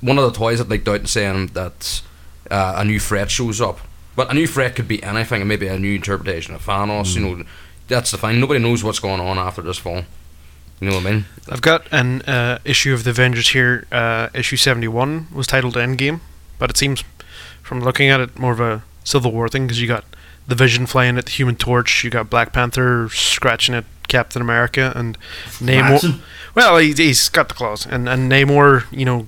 E: one of the toys that leaked out and saying that uh, a new threat shows up. But a new threat could be anything, and maybe a new interpretation of Thanos. You know, that's the thing. Nobody knows what's going on after this fall. You know what I mean?
B: I've got an uh, issue of the Avengers here. Uh, issue 71 was titled Endgame, but it seems, from looking at it, more of a Civil War thing because you got the Vision flying at the Human Torch, you got Black Panther scratching at Captain America, and Namor.
A: Scratching?
B: Well, he, he's got the claws, and and Namor, you know,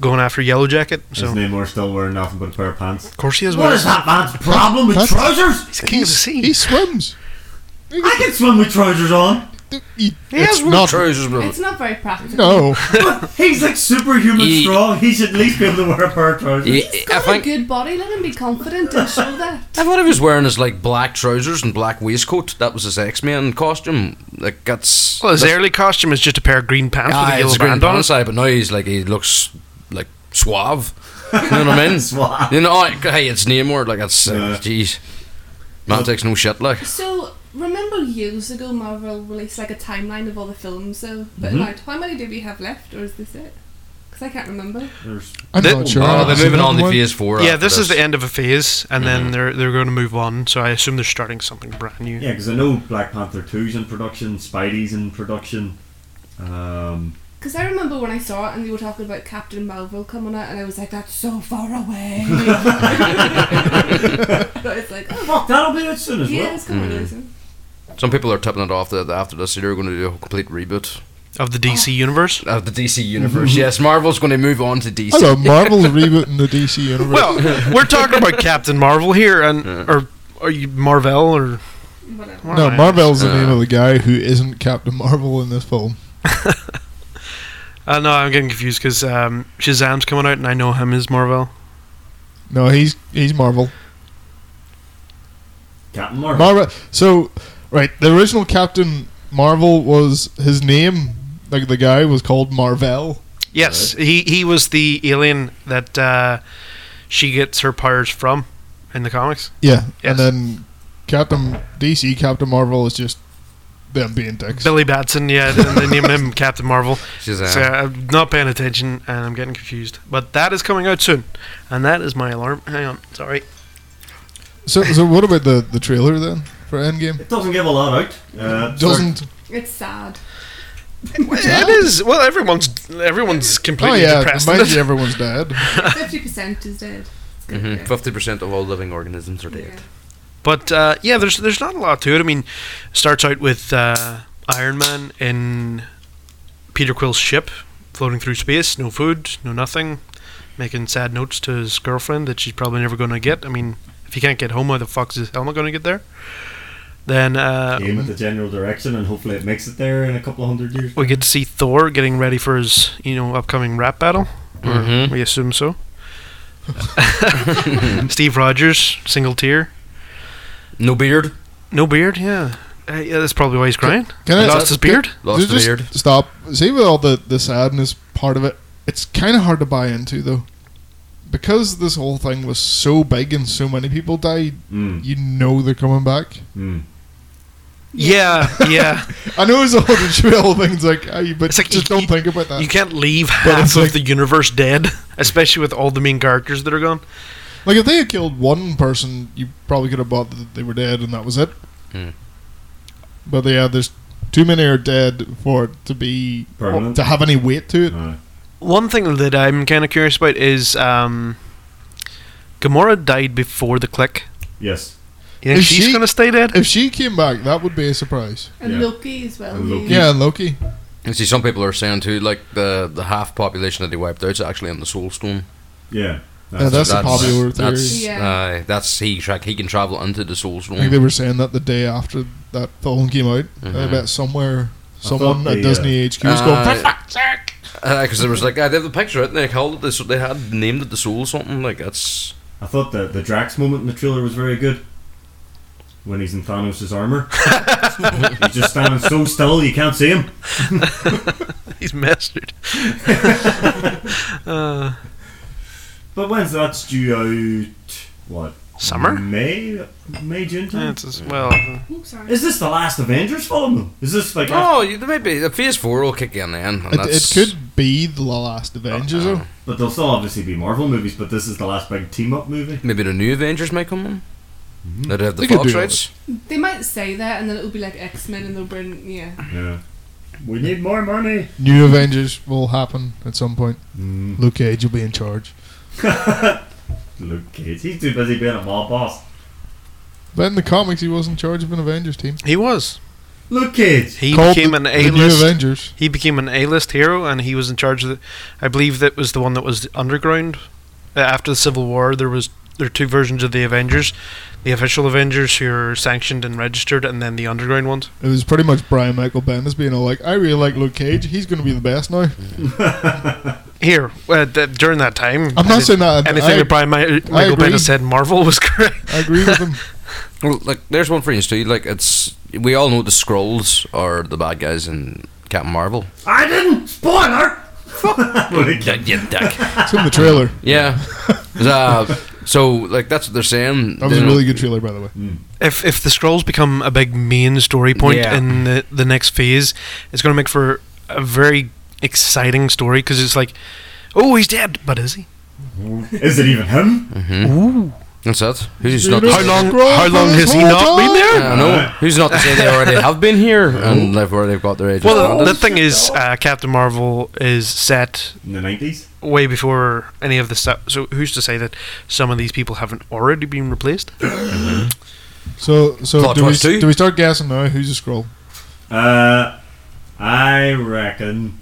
B: going after Yellow Jacket. So
A: His name we're still wearing nothing but a pair of pants.
B: of course he is.
A: What is that man's problem with
C: That's-
A: trousers?
B: He's a king of the sea.
C: He swims.
A: I can swim with trousers on.
C: He,
B: has
C: it's not.
E: Trousers were-
G: It's not very practical.
C: No.
A: He's like superhuman
E: He-
A: strong. He should at least be able to wear a pair of trousers.
E: Yeah,
G: He's
E: I
G: got a
E: think
G: good body. Let him be confident and show that.
E: I thought he was wearing his like black trousers and black waistcoat. That was his X Men costume. Like that's
B: Well, his
E: that's-
B: early costume is just a pair of green pants
E: Ah,
B: with a
E: it's
B: yellow
E: a green
B: band on
E: pants
B: it.
E: side, but now he's like he looks like suave. You know what I mean?
A: Suave.
E: You know, oh, hey, it's Namor. Like that's uh,
A: Yeah.
E: jeez. Man takes no shit. Like
G: So remember years ago, Marvel released like a timeline of all the films. So, but
E: Mm-hmm.
G: like, how many do we have left, or is this it? Because I can't remember.
A: There's-
C: I'm
B: The-
C: not sure.
E: oh,
C: Is
E: they're
C: it
E: moving
C: another
E: on to
C: one?
E: Phase Four.
B: Yeah,
E: after
B: this is the end of a phase, and then they're they're going to move on. So I assume they're starting something brand new.
A: Yeah, because I know Black Panther 2's in production, Spidey's in production. Um,
G: Because I remember when I saw it and you were talking about Captain Marvel coming out, and I was like, that's so far away. but it's like, oh,
A: fuck, that'll be out soon as
G: yeah,
A: well.
G: it's coming
E: Mm-hmm.
G: really soon.
E: Some people are tipping it off that after this, they're going to do a complete reboot
B: Of the DC universe.
E: of the DC universe. yes, Marvel's going to move on to DC.
C: Hello, Marvel rebooting the DC universe.
B: Well, we're talking about Captain Marvel here, and or are you Marvel or?
G: Whatever.
B: what
C: no,
B: am I-
C: Marvel's the name
E: Uh.
C: of the guy who isn't Captain Marvel in this film.
B: Uh, no, I'm getting confused because um, Shazam's coming out, and I know him as Marvel.
C: No, he's he's Marvel.
A: Captain Marvel.
C: Marvel. So, right, the original Captain Marvel was his name. Like the guy was called Marvel.
B: Yes, he he was the alien that uh, she gets her powers from in the comics.
C: Yeah,
B: Yes.
C: and then Captain DC Captain Marvel is just them being dicks.
B: Billy Batson, yeah, and they name him Captain Marvel.
E: Shazam.
B: So uh, I'm not paying attention, and I'm getting confused. But that is coming out soon, and that is my alarm. Hang on, sorry.
C: So, so what about the the trailer then for Endgame?
A: it doesn't give a lot out. Uh,
C: Doesn't oh,
G: It's sad.
B: It is well, everyone's everyone's
C: oh
B: completely
C: yeah,
B: depressed.
C: mind you, everyone's dead.
G: 50% is dead. It's good.
B: Mm-hmm.
G: yeah.
E: 50 Mm-hmm. percent of all living organisms are dead.
G: Yeah.
B: But uh, yeah, there's there's not a lot to it. I mean, starts out with uh, Iron Man in Peter Quill's ship, floating through space, no food, no nothing, making sad notes to his girlfriend that she's probably never going to get. I mean, if he can't get home, how the fuck is his helmet going to get there? Then uh,
A: aim at the general direction and hopefully it makes it there in a couple of hundred years.
B: we get to see Thor getting ready for his you know upcoming rap battle. Or
E: Mhm.
B: We assume so. Steve Rogers, single tear,
E: No beard.
B: no beard. Yeah, uh, yeah, that's probably why he's crying.
C: Can
B: He lost his beard.
E: Lost the
C: just
E: beard.
C: Stop. See with all the the sadness part of it, it's kind of hard to buy into though, because this whole thing was so big and so many people died.
B: Hmm.
A: Mm,
C: You know they're coming back.
A: mm.
B: Yeah, yeah.
C: I know it's a whole trill thing. It's like, aye, but
B: It's like
C: just
B: you-
C: don't think about that.
B: you can't leave
C: But
B: half
C: it's
B: of
C: like-
B: the universe dead, especially with all the main characters that are gone.
C: Like if they had killed one person, you probably could have bought that they were dead and that was it.
E: Hmm.
C: But yeah, there's too many are dead for it to be
A: Permanent.
C: to have any weight to it.
A: Aye.
B: One thing that I'm kind of curious about is um, Gamora died before the click.
A: yes.
B: You think
C: Is
B: she's
C: she-
B: gonna stay dead?
C: If she came back, that would be a surprise.
G: And
A: Yeah.
G: Loki as well.
A: And Loki.
C: Yeah, and Loki.
E: You see, some people are saying too, like the the half population that they wiped out is actually in the Soul Stone.
A: Yeah.
C: Yeah, that's a
E: that's,
C: popular theory.
E: That's,
G: Yeah.
E: uh, that's he. Track he can travel into the Soul
C: I think they
B: Mm.
E: Stone.
C: were saying that the day after that film came out, I
B: Mm-hmm.
E: Mhm.
C: bet somewhere
A: I
C: someone
A: thought uh,
C: at
A: the,
C: Disney HQ was going,
B: Ah,
E: Uh,
C: "Fuck, fuck."
E: Because there was like uh, they have the picture out and they called it. This, they had named it the Soul something. Like that's
A: I thought the, the Drax moment in the trailer was very good. When he's in Thanos' armor. he's just standing so still you can't see him.
B: He's mastered. uh,
A: But when's that due out? What?
B: summer?
A: May? May, June
B: Yeah,
A: time?
B: it's as well.
G: Oh, sorry.
A: Is this the last Avengers film? Is this like.
E: Oh, you, there may be. The Phase 4 will kick in then. And
C: It, it
E: that's,
C: could be the last Avengers, though.
A: But there'll still obviously be Marvel movies, but this is the last big team up movie.
E: Maybe the new Avengers might come in. They'd have
C: Mm-hmm.
E: the
C: They could
E: Fox
C: do
E: rights.
G: They might say that, and then it'll be like X Men, and they'll bring yeah.
A: Yeah. We need more money.
C: New Avengers will happen at some point.
A: Mm.
C: Luke Cage will be in charge.
A: Luke Cage. He's too busy being a mob boss.
C: But in the comics, he was in charge of an Avengers team.
B: He was.
A: Luke Cage.
B: He
C: Called
B: became
C: the-
B: an
C: the
B: A
C: New
B: list.
C: Avengers.
B: He became an A list hero, and he was in charge of the. I believe that was the one that was the underground. Uh, After the Civil War, there was there are two versions of the Avengers, the official Avengers who are sanctioned and registered, and then the underground ones.
C: It was pretty much Brian Michael Bendis being all like, "I really like Luke Cage. He's going to be the best now."
B: Here, uh, th- during that time,
C: I'm not saying that. I-
B: anything
C: I,
B: that Brian Ma- Michael
C: agree.
B: Bendis said in Marvel was correct.
C: I agree with him.
E: Well, like, there's one for you, Steve. Like, it's. We all know the Skrulls are the bad guys in Captain Marvel.
A: I didn't! Spoiler! Luke Cage.
E: Yeah, you dick.
C: It's in the trailer.
E: Yeah. Uh, so, like, that's what they're saying.
C: That was a
E: They-
C: really good trailer, by the way.
A: Mm.
B: If if the scrolls become a big main story point
E: Yeah.
B: in the, the next phase, it's going to make for a very exciting story because it's like, oh, he's dead, but is he?
A: Is it even him?
E: That's it. Who's
C: You
E: not?
C: know,
E: to-
C: Skrulls for this whole time?
B: there?
E: I know. Who's not to say they already have been here and they've already got their age?
B: Well, the thing is, uh, Captain Marvel is set
A: In the 90s?
B: way before any of this stuff. So who's to say that some of these people haven't already been replaced?
C: So, so
E: Plot
C: do we,
E: twist too.
C: do we start guessing now who's a scroll?
A: Uh, I reckon.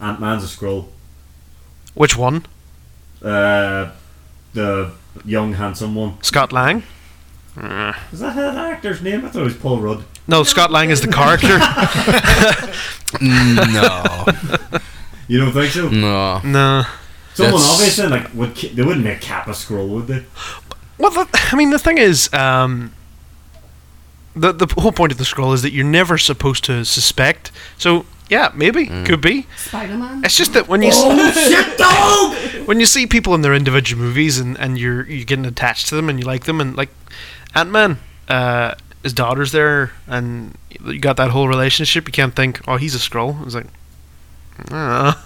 A: Ant Man's a scroll.
B: Which one?
A: Uh, the young, handsome one.
B: Scott Lang?
A: Is that that actor's name? I thought it was Paul Rudd.
B: No, Scott Lang is the character.
E: no,
A: You don't think so?
E: no.
B: no.
A: Someone
E: Hmm. That's-
A: obviously like would ki- they wouldn't make Cap a scroll, would they?
B: Well, the, I mean, the thing is, um, the the whole point of the scroll is that you're never supposed to suspect. So yeah, maybe
A: Mm.
B: could be.
G: Spider Man.
B: It's just that when you
A: Oh shit, dog!
B: s- when you see people in their individual movies and, and you're you're getting attached to them and you like them and like Ant Man, uh, his daughter's there and you got that whole relationship. You can't think, oh, he's a scroll. It's like, ah.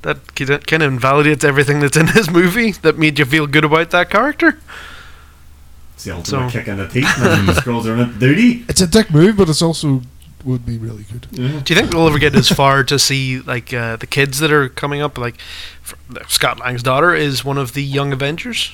B: That kind of invalidates everything that's in this movie that made you feel good about that character.
A: It's the ultimate
B: So-
A: kick in the teeth. Man. the scrolls are on duty.
C: It's a dick move, but it's also would be really good.
B: Do you think they'll ever get as far to see like uh, the kids that are coming up? Like f- Scott Lang's daughter is one of the Young Avengers.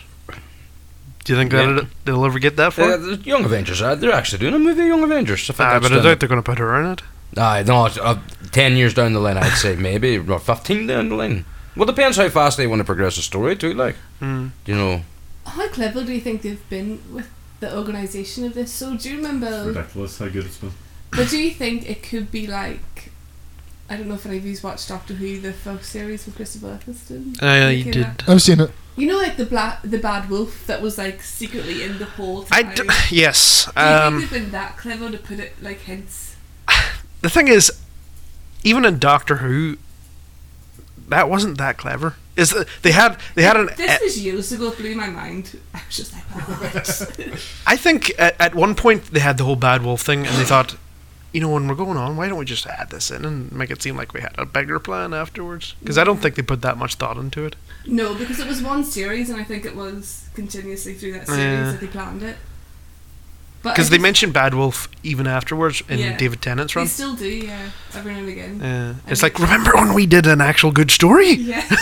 B: Do you think
E: Yeah.
B: that it- they'll ever get that far?
E: Uh, the Young Avengers. Uh, they're actually doing a movie, Young Avengers. I think
B: Ah,
E: that's
B: but I
E: done.
B: doubt they're going to put her in it.
E: Aye, no, it's, uh, ten years down the line, I'd say maybe or fifteen down the line. Well, depends how fast they want to progress the story too. Like,
B: Hmm.
E: you know,
G: How clever do you think they've been with the organisation of this? So do you remember?
A: Ridiculous how good it's been.
G: But do you think it could be like? I don't know if any of you's watched Doctor Who, the Fox series with Christopher Eccleston.
B: I
G: When it came out.
B: did.
C: I've seen it.
G: You know, like the black, the bad wolf that was like secretly in the whole
B: I
G: time.
B: d- yes.
G: Do you
B: Um,
G: think they've been that clever to put it like hints?
B: the thing is, even in Doctor Who, that wasn't that clever. Is that they had they had an. e-
G: This was years ago, it blew my mind. I was just like, what?
B: I think at, at one point they had the whole bad wolf thing, and they thought, you know, when we're going on, why don't we just add this in and make it seem like we had a bigger plan afterwards? Because I don't think they put that much thought into it.
G: no, because it was one series, and I think it was continuously through that series
B: Yeah.
G: that they planned it. But I
B: Because they
G: just-
B: mentioned bad wolf even afterwards in
G: Uh, Yeah.
B: David Tennant's
G: They
B: run.
G: still do, yeah, every now and again.
B: Yeah.
G: I
B: It's
G: mean-
B: like remember when we did an actual good story?
G: Yeah.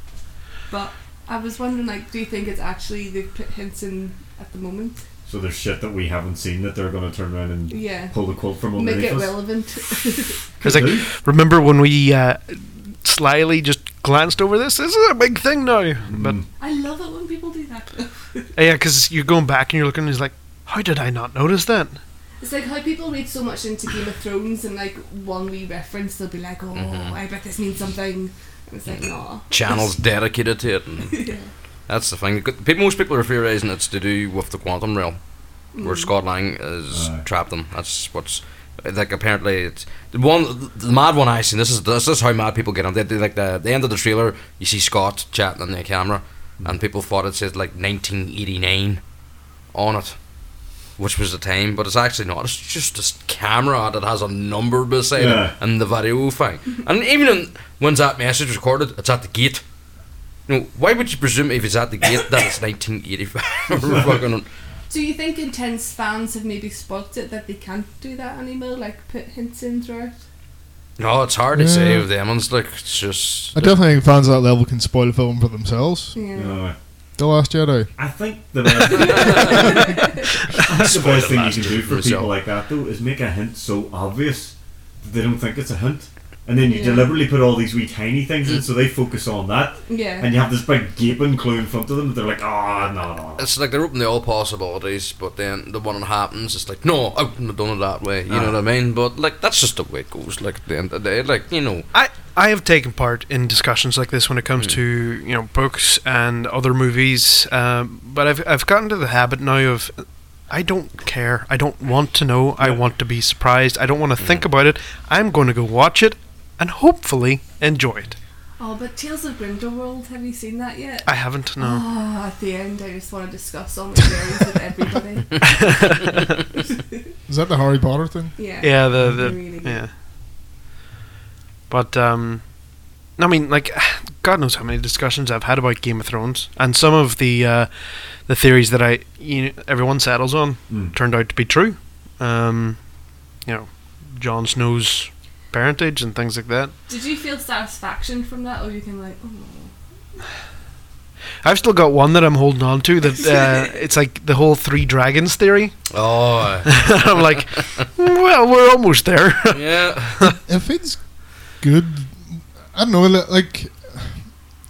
G: but I was wondering, like, do you think it's actually they've put hints in at the moment?
A: So there's shit that we haven't seen that they're going to turn around and
G: Yeah.
A: pull the quote from
G: Make
A: underneath
G: it
A: us.
G: relevant.
B: It's like remember when we uh, slyly just glanced over this? This is a big thing now. But uh,
G: I love it when people do that.
B: yeah, because you're going back and you're looking, and it's like, how did I not notice that?
G: It's like how people read so much into Game of Thrones and like one wee reference, they'll be like, "Oh, I bet this means something," and it's like, "No."
E: channels dedicated to it. And That's the thing. Good- People, most people are theorising it's to do with the quantum realm, where Scott Lang is
A: Aye.
E: trapped them. That's what's. Like apparently, it's the one the mad one I seen. This is this is how mad people get on. They, they like the, the end of the trailer. You see Scott chatting on the camera, and people thought it said like 1989 on it, which was the time, but it's actually not. It's just this camera that has a number beside
A: Yeah.
E: it and the video thing. and even in, when's that message recorded? It's at the gate. No, why would you presume if it's at the gate that it's 1985? We're fucking-
G: Do you think intense fans have maybe spotted it that they can't do that anymore? Like put hints in throughout?
E: no, it's hard to say
C: Yeah.
E: with them ones. Like it's just
C: I definitely think fans at that level can spoil a film for themselves.
G: Yeah.
A: No.
C: The Last Jedi.
A: I think the best, I think the best thing you can do for
E: Myself.
A: people like that though is make a hint so obvious that they don't think it's a hint, and then you
G: Yeah. Mm.
A: deliberately put all these wee tiny things in so they focus on that,
G: Yeah.
A: and you have this big gaping clue in front of them. They're like, ah, no, no, no.
E: it's like they're open to all possibilities, but then the one that happens, it's like no, I wouldn't have done it that way. You know what I mean? But like that's just the way it goes. Like at the end of the day, like you know,
B: I I have taken part in discussions like this when it comes to you know books and other movies, um, but I've I've gotten to the habit now of I don't care. I don't want to know. I want to be surprised. I don't want to think about it. I'm going to go watch it and hopefully enjoy it.
G: Oh, but Tales of Grindelwald, have you seen that yet?
B: I haven't no.
G: Oh, at the end, I just want to discuss all my theories with everybody.
C: Is that the Harry Potter thing?
G: Yeah.
B: Yeah, the the
G: Really good.
B: yeah. But um, I mean, like, God knows how many discussions I've had about Game of Thrones, and some of the uh, the theories that I you know, everyone settles on
A: Mm.
B: turned out to be true. Um, you know, Jon Snow's parentage and things like that.
G: Did you feel satisfaction from that, or you can like, oh,
B: I've still got one that I'm holding on to. That uh, it's like the whole three dragons theory.
E: oh
B: I'm like, well, we're almost there.
E: yeah,
C: If it's good, I don't know. li- Like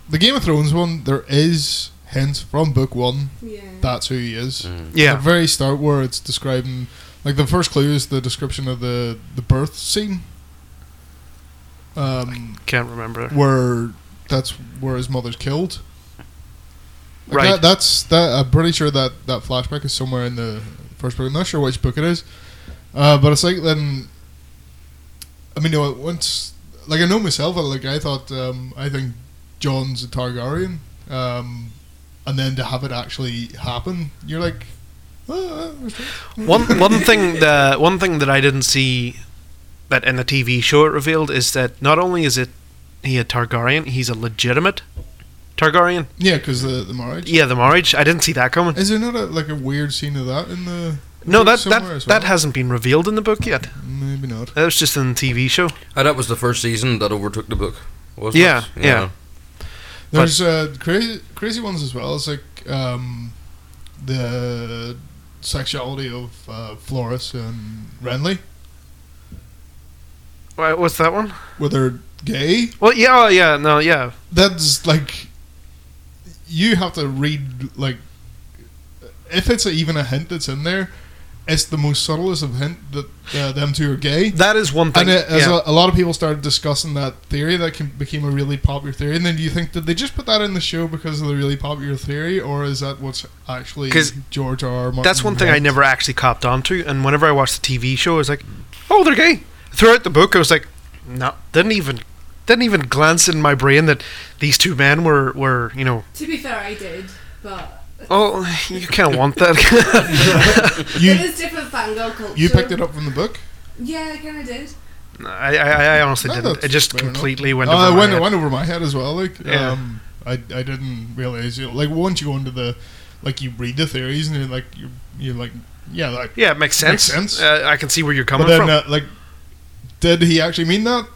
C: the Game of Thrones one, there is hints from book one.
G: yeah.
C: That's who he is. At the
B: yeah,
C: very start, where it's describing, like the first clue is the description of the the birth scene. Um,
B: can't remember.
C: where that's where his mother's killed. Like
B: Right.
C: That, that's that. I'm pretty sure that that flashback is somewhere in the first book. I'm not sure which book it is, uh, but it's like then. I mean, no, once like I know myself. I- Like I thought, um, I think John's a Targaryen, um, and then to have it actually happen, you're like, oh, that was strange."
B: one one thing the one thing that I didn't see that in the TV show it revealed is that not only is it he a Targaryen, he's a legitimate Targaryen.
C: yeah, because the the marriage.
B: Yeah, the marriage. I didn't see that coming.
C: Is there not a, like a weird scene of that in the?
B: No, that that
C: somewhere as
B: that
C: well?
B: hasn't been revealed in the book yet.
C: maybe not.
B: That was just in the TV show.
E: and that was the first season that overtook the book. Wasn't
B: Yeah,
E: it?
B: yeah. But-
C: There's uh, crazy, crazy ones as well. It's like um, the sexuality of uh, Floris and Renly,
B: Wha- What's that one?
C: where they're gay.
B: Well, yeah, oh, yeah, no, yeah,
C: That's like you have to read like if it's even a hint that's in there, it's the most subtlest of hint that uh, them two are gay.
B: that is one thing.
C: And it, as
B: yeah.
C: a, a lot of people started discussing that theory, that can, became a really popular theory. And then do you think did they just put that in the show because of the really popular theory, or is that what's actually
B: 'Cause
C: George R. R. Martin?
B: That's one thing I
C: wrote?
B: never actually copped onto. And whenever I watched the TV show, I was like, "Oh, they're gay." Throughout the book, I was like, "No, didn't even, didn't even glance in my brain that these two men were were you know."
G: To be fair, I did, but
B: Oh, you can't want that.
C: You-
G: it is different fangirl culture.
C: You picked it up from the book.
G: Yeah, I kind of did.
B: I, I, I honestly
C: No,
B: didn't.
C: that's
B: It just
C: fair enough.
B: completely went
C: Oh,
B: over
C: it
B: my
C: went, it
B: head.
C: went over my head as well. Like,
B: Yeah.
C: um, I, I didn't realize you know, like once you go into the like you read the theories and you're like you're, you're like yeah like
B: Yeah, it makes
C: Makes
B: sense.
C: sense.
B: Uh, I can see where you're
C: but
B: coming
C: then
B: from.
C: uh, like did he actually mean that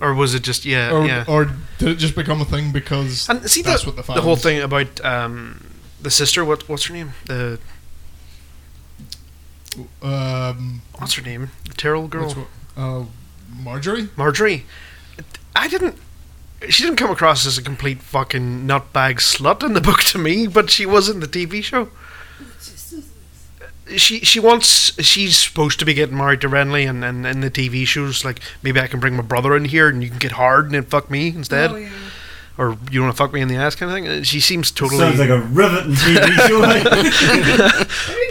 B: or was it just yeah,
C: or
B: Uh, yeah?
C: or did it just become a thing because
B: and see
C: that's
B: the,
C: what the
B: the whole
C: fans-
B: thing about um, the sister. What what's her name? The
C: um
B: what's her name? The Terrell girl.
C: which one- uh, Marjorie
B: Marjorie. I didn't. She didn't come across as a complete fucking nutbag slut in the book to me, but she was in the TV show. She she wants she's supposed to be getting married to Renly, and and in the TV shows like maybe I can bring my brother in here and you can get hard and then fuck me instead
G: Oh, yeah.
B: or you want to fuck me in the ass kind of thing. Uh, She seems totally.
A: Sounds like a riveting TV show. mate.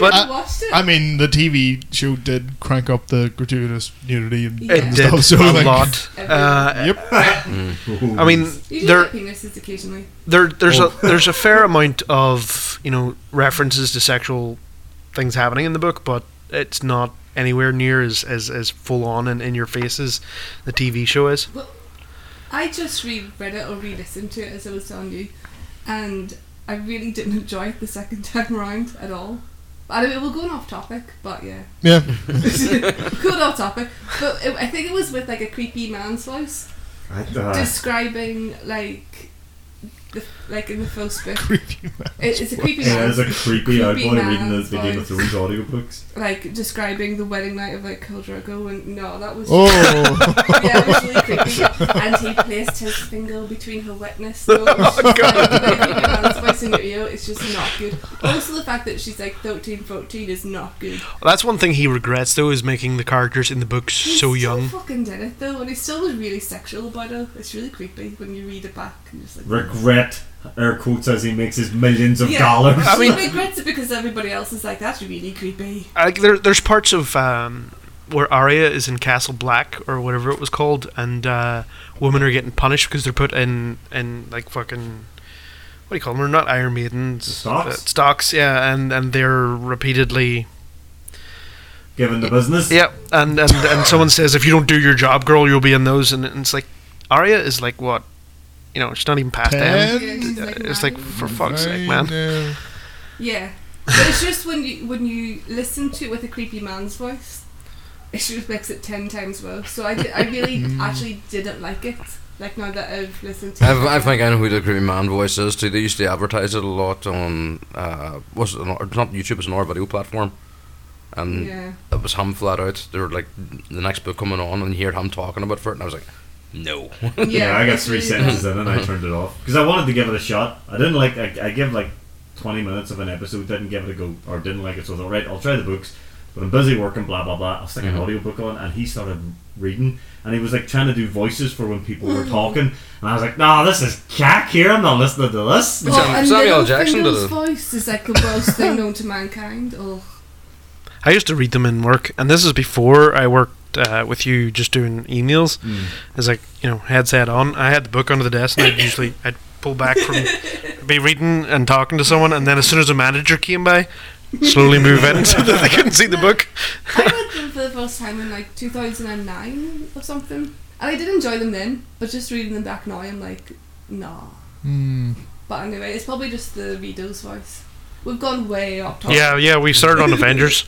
G: but
C: But-
G: I, watched it.
C: I mean, the TV show did crank up the gratuitous nudity and,
G: It
B: it
C: and
B: did
C: stuff. So
B: a
C: like,
B: lot. Uh,
C: Yep.
B: I mean,
G: you do
B: there
G: get penises occasionally.
B: there there's a there's a fair amount of you know references to sexual things happening in the book, but it's not anywhere near as as, as full on and in your face as the TV show is.
G: I just reread it or re-listened to it as I was telling you, and I really didn't enjoy it the second time round at all. I don't know, we're going off topic, but yeah,
C: Yeah.
G: good off topic. But it, I think it was with like a creepy man's house
C: Uh-huh.
A: Uh,
G: describing like, the, like in the first book,
C: Creepy man.
G: it, it's a creepy
A: yeah,
G: man,
A: there's a creepy out boy reading the, the Game of
G: voice.
A: Thrones audiobooks.
G: like describing the wedding night of like Kildrago, and no, that was
C: Oh.
G: yeah, it was really creepy. And he placed his finger between her wetness. So oh, God. in your ear, it's just not good. Also, the fact that she's like 13, 14 is not good.
B: That's one thing he regrets though is making the characters in the books
G: He
B: so young.
G: still fucking did it, though, and he still was really sexual about it. It's really creepy when you read it back. And just like,
A: Regret, air quotes as he makes his millions of
G: Yeah.
A: dollars.
B: I
G: I
B: mean-
G: mean, regrets it because everybody else is like, that's really creepy.
B: Like there there's parts of um, where Arya is in Castle Black or whatever it was called, and uh, women are getting punished because they're put in in like fucking. What do you call them? They're not Iron Maidens.
A: Stocks?
B: Uh, Stocks, yeah, and, and they're repeatedly
A: Given the business.
B: Yeah, and, and, and someone says, if you don't do your job, girl, you'll be in those. And, and it's like, Arya is like, what? You know, she's not even past 10.
C: Ten?
G: Yeah,
C: And-
G: just,
B: Uh,
G: like,
B: It's like,
G: nine.
B: for fuck's sake,
C: I
B: man.
C: know.
G: Yeah, but it's just when you when you listen to it with a creepy man's voice, it just makes it ten times worse. So I, di- I really
A: Mm.
G: actually didn't like it. Like now that I've listened to
E: I've,
G: it,
E: I think I know who the creepy man voice is too. They used to advertise it a lot on uh, was it an, or not YouTube? It's an our video platform, and
G: yeah,
E: it was him flat out. They were like the next book coming on, and you heard him talking about it, and I was like, no.
G: yeah,
A: Yeah, I got
G: it's
A: three
G: really
A: sentences in and I turned it off because I wanted to give it a shot. I didn't like. I, I give like twenty minutes of an episode, didn't give it a go, or didn't like it. So I thought, right, I'll try the books. But I'm busy working, blah blah blah. I'll stick
B: Mm-hmm.
A: an audiobook on, and he started reading, and he was like trying to do voices for when people
G: Mm.
A: were talking, and I was like, "Nah, this is cack here. I'm not listening to this."
G: bad.
E: Sam-
G: uh, oh, and
E: Samuel
G: Littlefinger's
E: Jackson did it.
G: voice is like the worst thing known to mankind. Oh,
B: I used to read them in work, and this is before I worked uh, with you just doing emails.
G: Mm.
B: It's like, you know, headset on. I had the book under the desk, and I'd usually I'd pull back from be reading and talking to someone, and then as soon as a manager came by, slowly move in so that they couldn't see the book.
G: I read them for the first time in like 2009 or something, and I did enjoy them then. But just reading them back now, I'm like, nah.
C: Hmm.
G: But anyway, it's probably just the reader's voice. We've gone way off topic.
B: Yeah, yeah, we started on Avengers.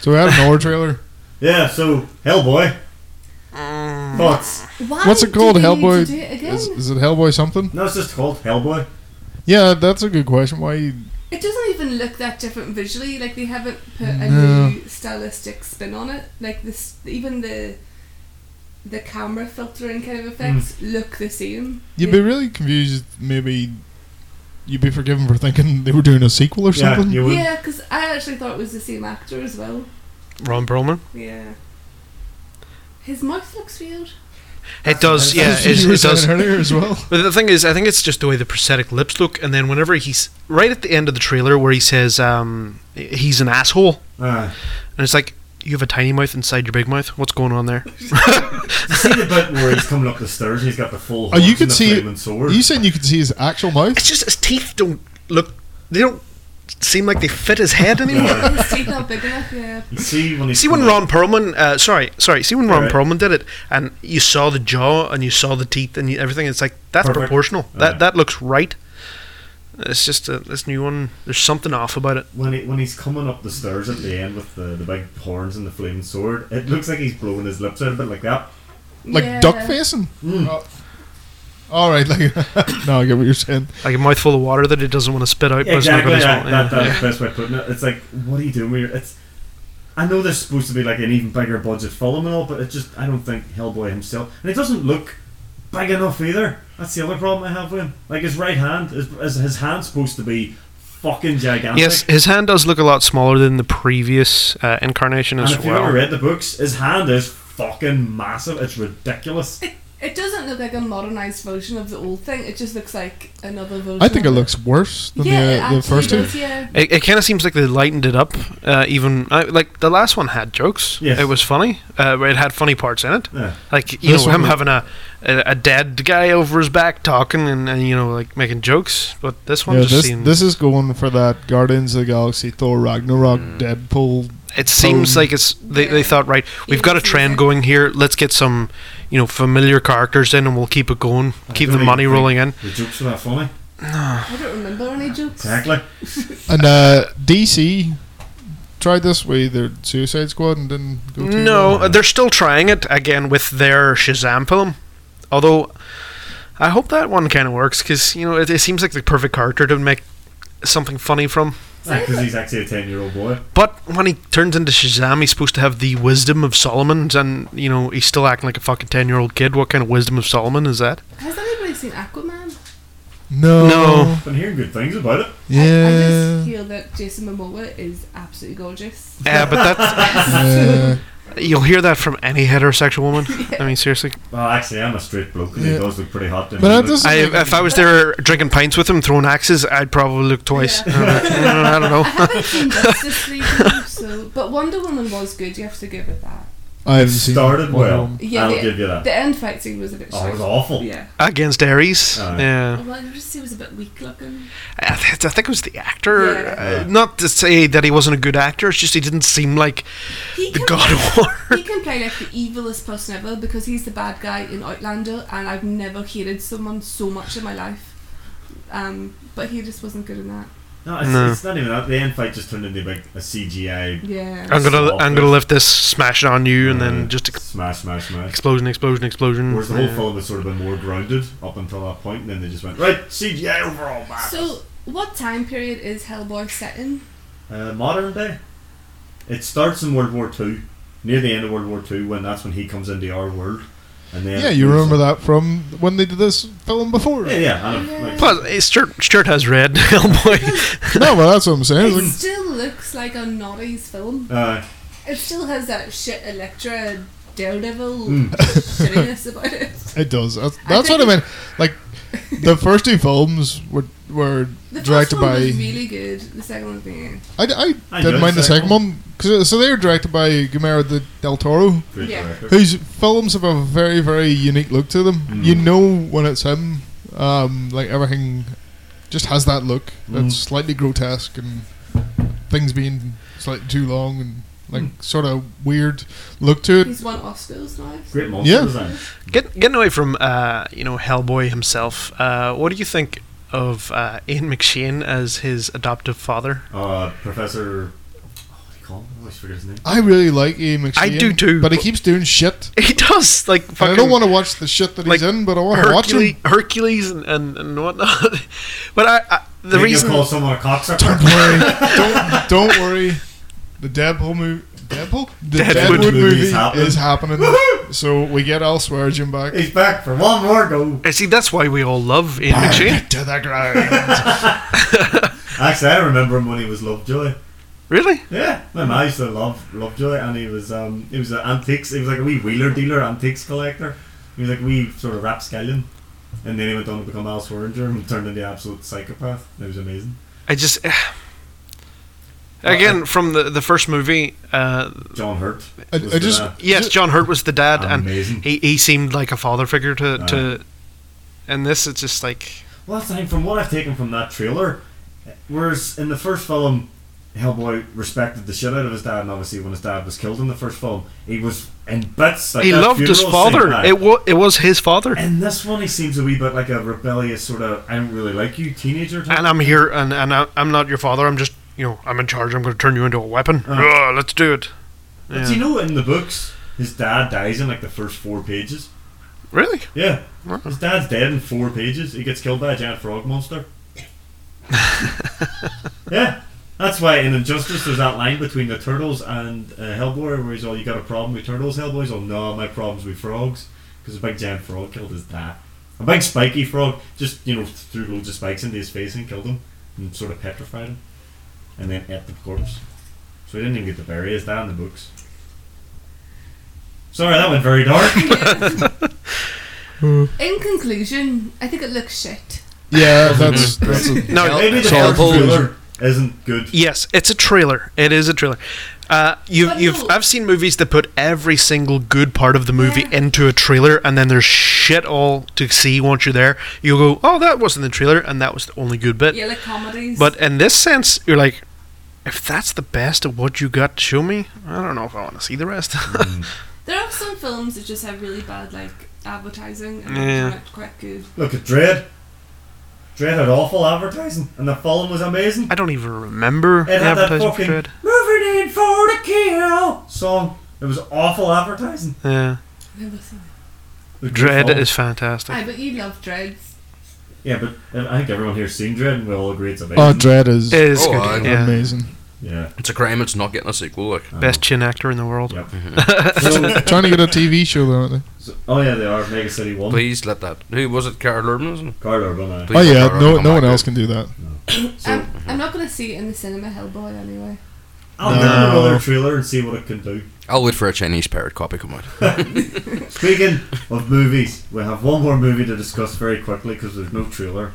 C: So we had an horror trailer.
A: Yeah. So Hellboy. Thoughts?
G: Why
C: What's it
G: do
C: called?
G: we need to
C: Hellboy?
G: do it again?
C: Is, is it Hellboy something?
A: No, it's just called Hellboy.
C: Yeah, that's a good question. Why?
G: It doesn't even look that different visually. Like they haven't put a
C: No.
G: new stylistic spin on it. Like this, even the the camera filtering kind of effects
C: Hmm.
G: look the same.
C: You'd
G: They-
C: be really confused. Maybe you'd be forgiven for thinking they were doing a sequel or
A: Yeah,
C: something.
A: you would.
G: yeah, because I actually thought it was the same actor as well.
B: Ron Perlman.
G: Yeah. His mouth looks weird.
B: It does, yeah.
C: That's what
B: It,
C: you were
B: it does.
C: saying earlier as well.
B: But the thing is, I think it's just the way the prosthetic lips look, and then whenever he's right at the end of the trailer where he says um, he's an asshole,
A: Uh,
B: and it's like you have a tiny mouth inside your big mouth. What's going on there?
A: see the bit where he's coming up the stairs and he's got the full.
C: Oh,
A: horse
C: you
A: and
C: could
A: the
C: see.
A: flaming sword.
C: You saying you could see his actual mouth?
B: It's just his teeth don't look. They don't seem like they fit his head anymore.
G: His teeth not big enough. Yeah.
A: You see when he's
B: See when
A: coming up-
B: Ron Perlman, uh, sorry, sorry. See when Ron
A: Right.
B: Perlman did it, and you saw the jaw and you saw the teeth and you, everything. It's like that's
A: Perfect.
B: proportional. That
A: Aye.
B: that looks right. It's just uh, this new one. There's something off about it.
A: when he, when he's coming up the stairs at the end with the, the big horns and the flaming sword, it looks like he's blowing his lips out a bit like that.
C: like
G: yeah.
C: duck facing?
B: Mm.
C: Oh. All right. Like, no, I get what you're saying.
B: like a mouthful of water that it doesn't want to spit out. but it's not
A: exactly,
B: gonna
A: that,
B: swallow-
A: that,
B: yeah.
A: that's the best way of putting it. It's like, what are you doing? We're, it's, I know there's supposed to be like an even bigger budget film and all, but it just I don't think Hellboy himself, and it doesn't look big enough either. That's the other problem I have with him. Like his right hand is, is his hand's supposed to be fucking gigantic.
B: Yes, his hand does look a lot smaller than the previous uh, incarnation
A: and
B: as
A: if you've
B: well.
A: ever read the books, his hand is fucking massive. It's ridiculous.
G: It doesn't look like a modernized version of the old thing. It just looks like another version.
C: I think it
G: of
C: looks worse than
G: Yeah, it
C: the, the
G: actually
C: first two.
G: does, yeah.
B: It, it kind of seems like they lightened it up. Uh, even I, like the last one had jokes.
A: Yes.
B: It was funny. Uh, it had funny parts in it.
A: Yeah.
B: Like you
C: This
B: know
C: one
B: him
C: was-
B: having a, a a dead guy over his back talking and, and you know like making jokes. But this one
C: Yeah,
B: just
C: this,
B: seemed
C: this is going for that Guardians of the Galaxy, Thor, Ragnarok,
B: Hmm.
C: Deadpool.
B: it seems
C: um,
B: like it's they, they
G: Yeah.
B: thought right we've got a
G: Yeah.
B: trend going here. Let's get some you know familiar characters in and we'll keep it going. Keep
A: don't
B: the
A: even
B: money
A: think-
B: rolling in.
A: The jokes are that funny.
G: I don't remember any jokes.
A: Exactly.
C: And uh, DC tried this way, their Suicide Squad, and didn't go too
B: No, uh,
C: well.
B: they're still trying it again with their Shazam film. Although, I hope that one kind of works because you know it, it seems like the perfect character to make something funny from.
A: Because he's actually a ten-year-old boy.
B: But when he turns into Shazam, he's supposed to have the wisdom of Solomon, and you know he's still acting like a fucking ten-year-old kid. What kind of wisdom of Solomon is that?
G: Has anybody seen Aquaman?
C: No.
B: No.
A: Been hearing good things about it.
G: I, I
C: Yeah.
G: just hear that Jason Momoa is absolutely gorgeous.
B: Yeah, but that
C: yeah.
B: you'll hear that from any heterosexual woman. I mean, seriously,
A: Well, actually, I'm a straight bloke, and he
C: Yeah.
A: does look pretty hot.
C: But that doesn't.
B: I,
C: make-
B: if I was there drinking pints with him, throwing axes, I'd probably look twice. I don't know.
G: I haven't seen Justice League, though, so but Wonder Woman was good. You have to give it that.
C: I haven't seen
A: started
C: one of
A: well.
C: them.
G: Yeah,
A: I'll
G: the,
A: give you that.
G: the end fight scene was a bit.
A: Oh, it was
G: shite.
A: awful.
G: Yeah. Oh,
B: Against Ares,
A: Aye.
B: yeah.
G: Well, I noticed he was a bit weak looking.
B: I, th- I think it was the actor.
G: Yeah.
B: Uh, not to say that he wasn't a good actor, it's just he didn't seem like
G: He
B: the
G: can,
B: God of War.
G: He can play like the evilest person ever because he's the bad guy in Outlander, and I've never hated someone so much in my life. Um, but he just wasn't good in that.
A: No, it's,
B: No.
A: it's not even that. The end fight just turned into like a CGI.
G: Yeah.
B: I'm gonna,
A: Small
B: I'm gonna
A: fish.
B: lift this, smash it on you, and then
A: uh,
B: just ex-
A: smash, smash, smash.
B: explosion, explosion, explosion.
A: Whereas the whole
B: Yeah.
A: film was sort of been more grounded up until that point, and then they just went right CGI overall.
B: Oh.
A: Madness.
G: So, what time period is Hellboy set in?
A: Uh, modern day. It starts in World War Two, near the end of World War Two, when that's when he comes into our world, and then
C: Yeah, you remember that from when they did this film before.
A: Yeah, yeah. I know, like,
B: Plus, eh, Stuart, Stuart has red. Hellboy.
C: No, well, that's what I'm saying.
G: It
C: It's
G: still looks like a Noddy's film.
A: uh,
G: It still has that shit Electra Daredevil
A: Mm.
G: shittiness about it.
C: like- It does. That's,
G: I
C: that's
G: think
C: what I meant. Like, the first two films were were
G: The first
C: directed
G: one
C: by.
G: was really good. The second one was meh.
C: I, I,
A: I
C: didn't
A: enjoyed
C: mind the
A: the second
C: second one. 'Cause- uh, so they were directed by Guillermo de- del Toro,
A: great
G: Yeah.
A: director.
C: whose films have a very, very unique look to them.
A: Mm.
C: You know when it's him. Um, like everything just has that look that's slightly grotesque and things being slightly too long and like sort of weird look to it.
G: He's won Oscars now.
A: Great monster
C: Yeah.
A: design.
B: Get, getting away from uh, you know Hellboy himself. Uh, what do you think of uh, Ian McShane as his adoptive father?
A: Uh, Professor. Oh, what do you call him? I always forget his name.
C: I really like Ian McShane.
B: I do too,
C: But he
B: but-
C: keeps doing shit.
B: He does like
C: And
B: fucking.
C: I don't want to watch the shit that
B: like,
C: he's in, but I want to watch
B: Hercules,
C: him.
B: Hercules and, and, and whatnot. but I, I the
A: Think
B: reason
A: you call someone a cocksucker.
C: Don't worry. don't, don't worry. The Deadpool movie. Deadpool? The
B: Deadwood
C: Deadwood,
A: movie's
C: movie
A: happening.
C: is happening. so we get elsewhere, Jim back.
A: He's back for one more go.
B: Uh, See, that's why we all love Ian McShane.
C: Back to the ground.
A: Actually, I remember him when he was Lovejoy.
B: Really?
A: Yeah, my mum used to love Lovejoy, and he was um he was an antiques. He was like a wee wheeler dealer, antiques collector. He was like a wee sort of rapscallion, and then he went on to become Al Swearinger and turned into an absolute psychopath. It was amazing.
B: I just. eh. Again, from the, the first movie, uh,
A: John Hurt.
C: I-
A: was
C: I just-
A: the-
B: yes, John Hurt was the dad,
A: Amazing.
B: and he, he seemed like a father figure to.
A: Aye.
B: to and this, it's just like.
A: Well, that's the thing. From what I've taken from that trailer, whereas in the first film, Hellboy respected the shit out of his dad, and obviously when his dad was killed in the first film, he was in bits. Like
B: he
A: that
B: loved his
A: funeral scene,
B: father.
A: aye.
B: It, wa- it was his father.
A: and this one, he seems a wee bit like a rebellious sort of "I don't really like you" teenager type.
B: And I'm here, and, and I, I'm not your father. I'm just, you know, I'm in charge. I'm going to turn you into a weapon.
A: Aye.
B: Ugh, let's do it.
A: But
B: Yeah.
A: you know, in the books, his dad dies in like the first four pages.
B: Really?
A: Yeah,
B: Wow.
A: his dad's dead in four pages. He gets killed by a giant frog monster. yeah, that's why in Injustice there's that line between the turtles and uh, Hellboy where he's all, "You got a problem with turtles, Hellboy's all, "No, my problem's with frogs," because a big giant frog killed his dad. A big spiky frog just you know threw loads of spikes into his face and killed him and sort of petrified him, and then ate the corpse. So he didn't even get to bury his dad in the books. Sorry, that went very dark.
G: In conclusion, I think it looks shit.
C: Yeah, that's that's a,
B: No,
A: Maybe the
C: Solid
A: first trailer isn't good.
B: Yes, it's a trailer. It is a trailer. Uh, you've,
G: But
B: you've,
G: no.
B: I've seen movies that put every single good part of the movie
G: Yeah.
B: into a trailer, and then there's shit all to see once you're there. You'll go, oh, that wasn't the trailer, and that was the only good bit.
G: Yeah, like comedies.
B: But in this sense, you're like, if that's the best of what you got to show me, I don't know if I want to see the rest.
G: there are some films that just have really bad like advertising and
B: Yeah.
G: they're not quite good.
A: Look at Dread. Dread had awful advertising, and the film was amazing.
B: I don't even remember the
A: It had that
B: advertisement
A: fucking
B: for it.
A: "Moving in for the kill" song. It was awful advertising.
B: Yeah.
G: I've never seen it.
A: Look,
B: Dread
A: good film.
B: is fantastic.
G: Aye, but you love Dreads.
A: Yeah, but uh, I think everyone here's seen Dread, and we all agree it's amazing.
C: oh, Dread is
B: It is
E: Oh,
B: good.
E: I-
B: yeah.
C: amazing.
A: yeah.
E: It's a crime it's not getting a sequel. Like,
C: Um,
A: I
B: Best chin actor in the world.
A: Yeah.
C: So, trying to get a TV show though, aren't
A: know. So- oh yeah, they are Mega City One.
E: please let that. Who was it? Carol Urban? isn't it?
A: Carl Urban. aye.
C: they? Oh
E: Please let
C: yeah,
E: Carol
C: no
E: Urban
C: no
E: come
C: one
E: back.
C: else can do that.
A: So-
G: I'm,
B: mhm.
G: I'm not gonna see it in the cinema, Hellboy anyway.
A: I'll
C: No.
A: no. another trailer and see what it can do.
E: I'll wait for a Chinese parrot copy come out.
A: Speaking of movies, we have one more movie to discuss very quickly because there's no trailer.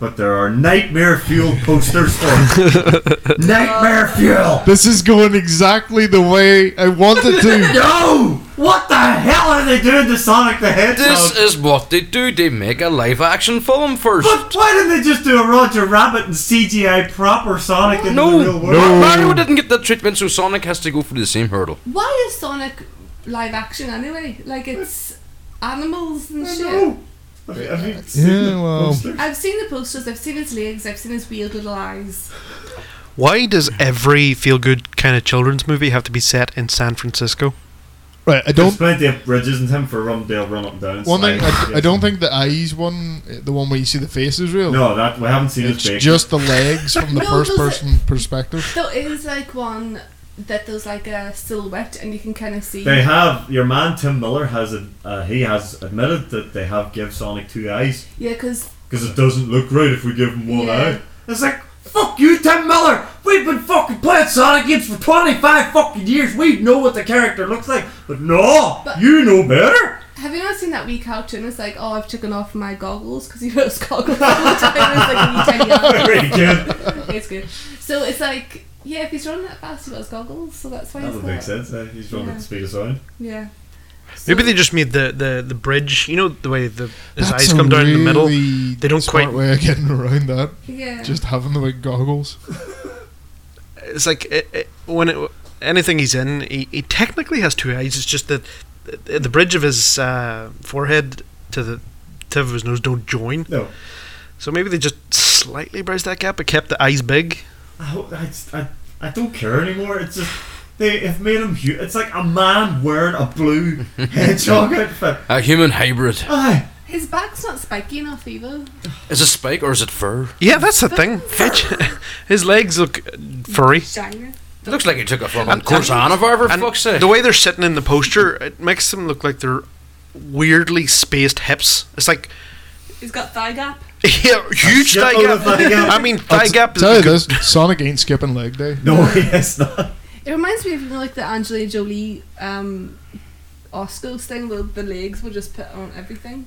A: But there are nightmare fuel posters for it. nightmare fuel.
C: This is going exactly the way I want it to.
A: No! What the hell are they doing to Sonic the Hedgehog?
E: This is what they do. They make a live action film first.
A: But why didn't they just do a Roger Rabbit and CGI proper Sonic in
E: No,
A: the real world?
E: Mar- Mario didn't get that treatment, so Sonic has to go through the same hurdle.
G: Why is Sonic live action anyway? Like it's animals and
A: I
G: shit.
A: know. Have you- have you seen
C: Yeah,
A: the
C: well.
A: posters?
G: I've seen the posters, I've seen his legs, I've seen his weird little eyes.
B: Why does every feel good kind of children's movie have to be set in San Francisco?
C: Right, I
A: There's
C: don't.
A: plenty of bridges in him for Rumdale run up and down.
C: One thing I,
A: Sonic.
C: I don't think the eyes one, uh, the one where you see the face, is real.
A: No, that we haven't seen
C: it's
A: it. fake.
C: just the legs from the
G: No,
C: first
G: those are-
C: person perspective.
G: There is like one that there's like a silhouette and you can kind of see.
A: They have your man Tim Miller has a, uh, he has admitted that they have give Sonic two eyes
G: Yeah, because
A: because it doesn't look right if we give him one
G: Yeah.
A: eye. It's like fuck you, Tim Miller. We've been fucking playing Sonic games for twenty five fucking years. We know what the character looks like, but no,
G: But-
A: you know better.
G: have you not seen that wee cartoon? It's like, oh, I've taken off my goggles because he wears goggles all the time. It's like a wee tiny eye.
A: Very good.
G: It's good. So it's like, yeah, if he's running that fast, he wears goggles, so that's why
A: That
G: he's
A: would
G: got
A: make
G: it.
A: sense. eh? He's running at
G: Yeah.
A: the speed of sound.
G: Yeah.
B: Maybe
G: So-
B: they just made the, the, the bridge, you know, the way the, his
C: That's
B: eyes
C: a
B: come down in the middle.
C: really
B: They don't
C: smart
B: quite-
C: way of getting around that.
G: Yeah.
C: Just having the big goggles.
B: It's like it, it, when it, anything he's in, he, he technically has two eyes. It's just that the, the bridge of his uh, forehead to the tip of his nose don't join.
A: No,
B: So maybe they just slightly bridged that gap, but kept the eyes big.
A: I, ho- I, just- I, I don't care anymore. It's just they have made him. Hu- it's like a man wearing a blue hedgehog outfit.
E: A human hybrid.
A: Aye.
G: His back's not spiky enough either.
E: Is it Spike or is it Fur?
B: Yeah, that's the thing. his legs look furry.
G: Shiny.
E: It looks like he took a fucking
B: And-
E: Cortana for
B: And
E: fuck's sake.
B: the way they're sitting in the posture, it makes them look like they're weirdly spaced hips. It's like
G: He's got thigh gap.
B: yeah, huge thigh
A: shitload of
B: gap.
A: thigh gap.
B: I mean,
C: I'll
B: thigh
C: t-
B: gap is
C: Tell you
B: a good-
C: this, Sonic ain't skipping leg day.
A: No, yes, not.
G: It reminds me of you know, like the Angelina Jolie um, Oscars thing where the legs were just put on everything.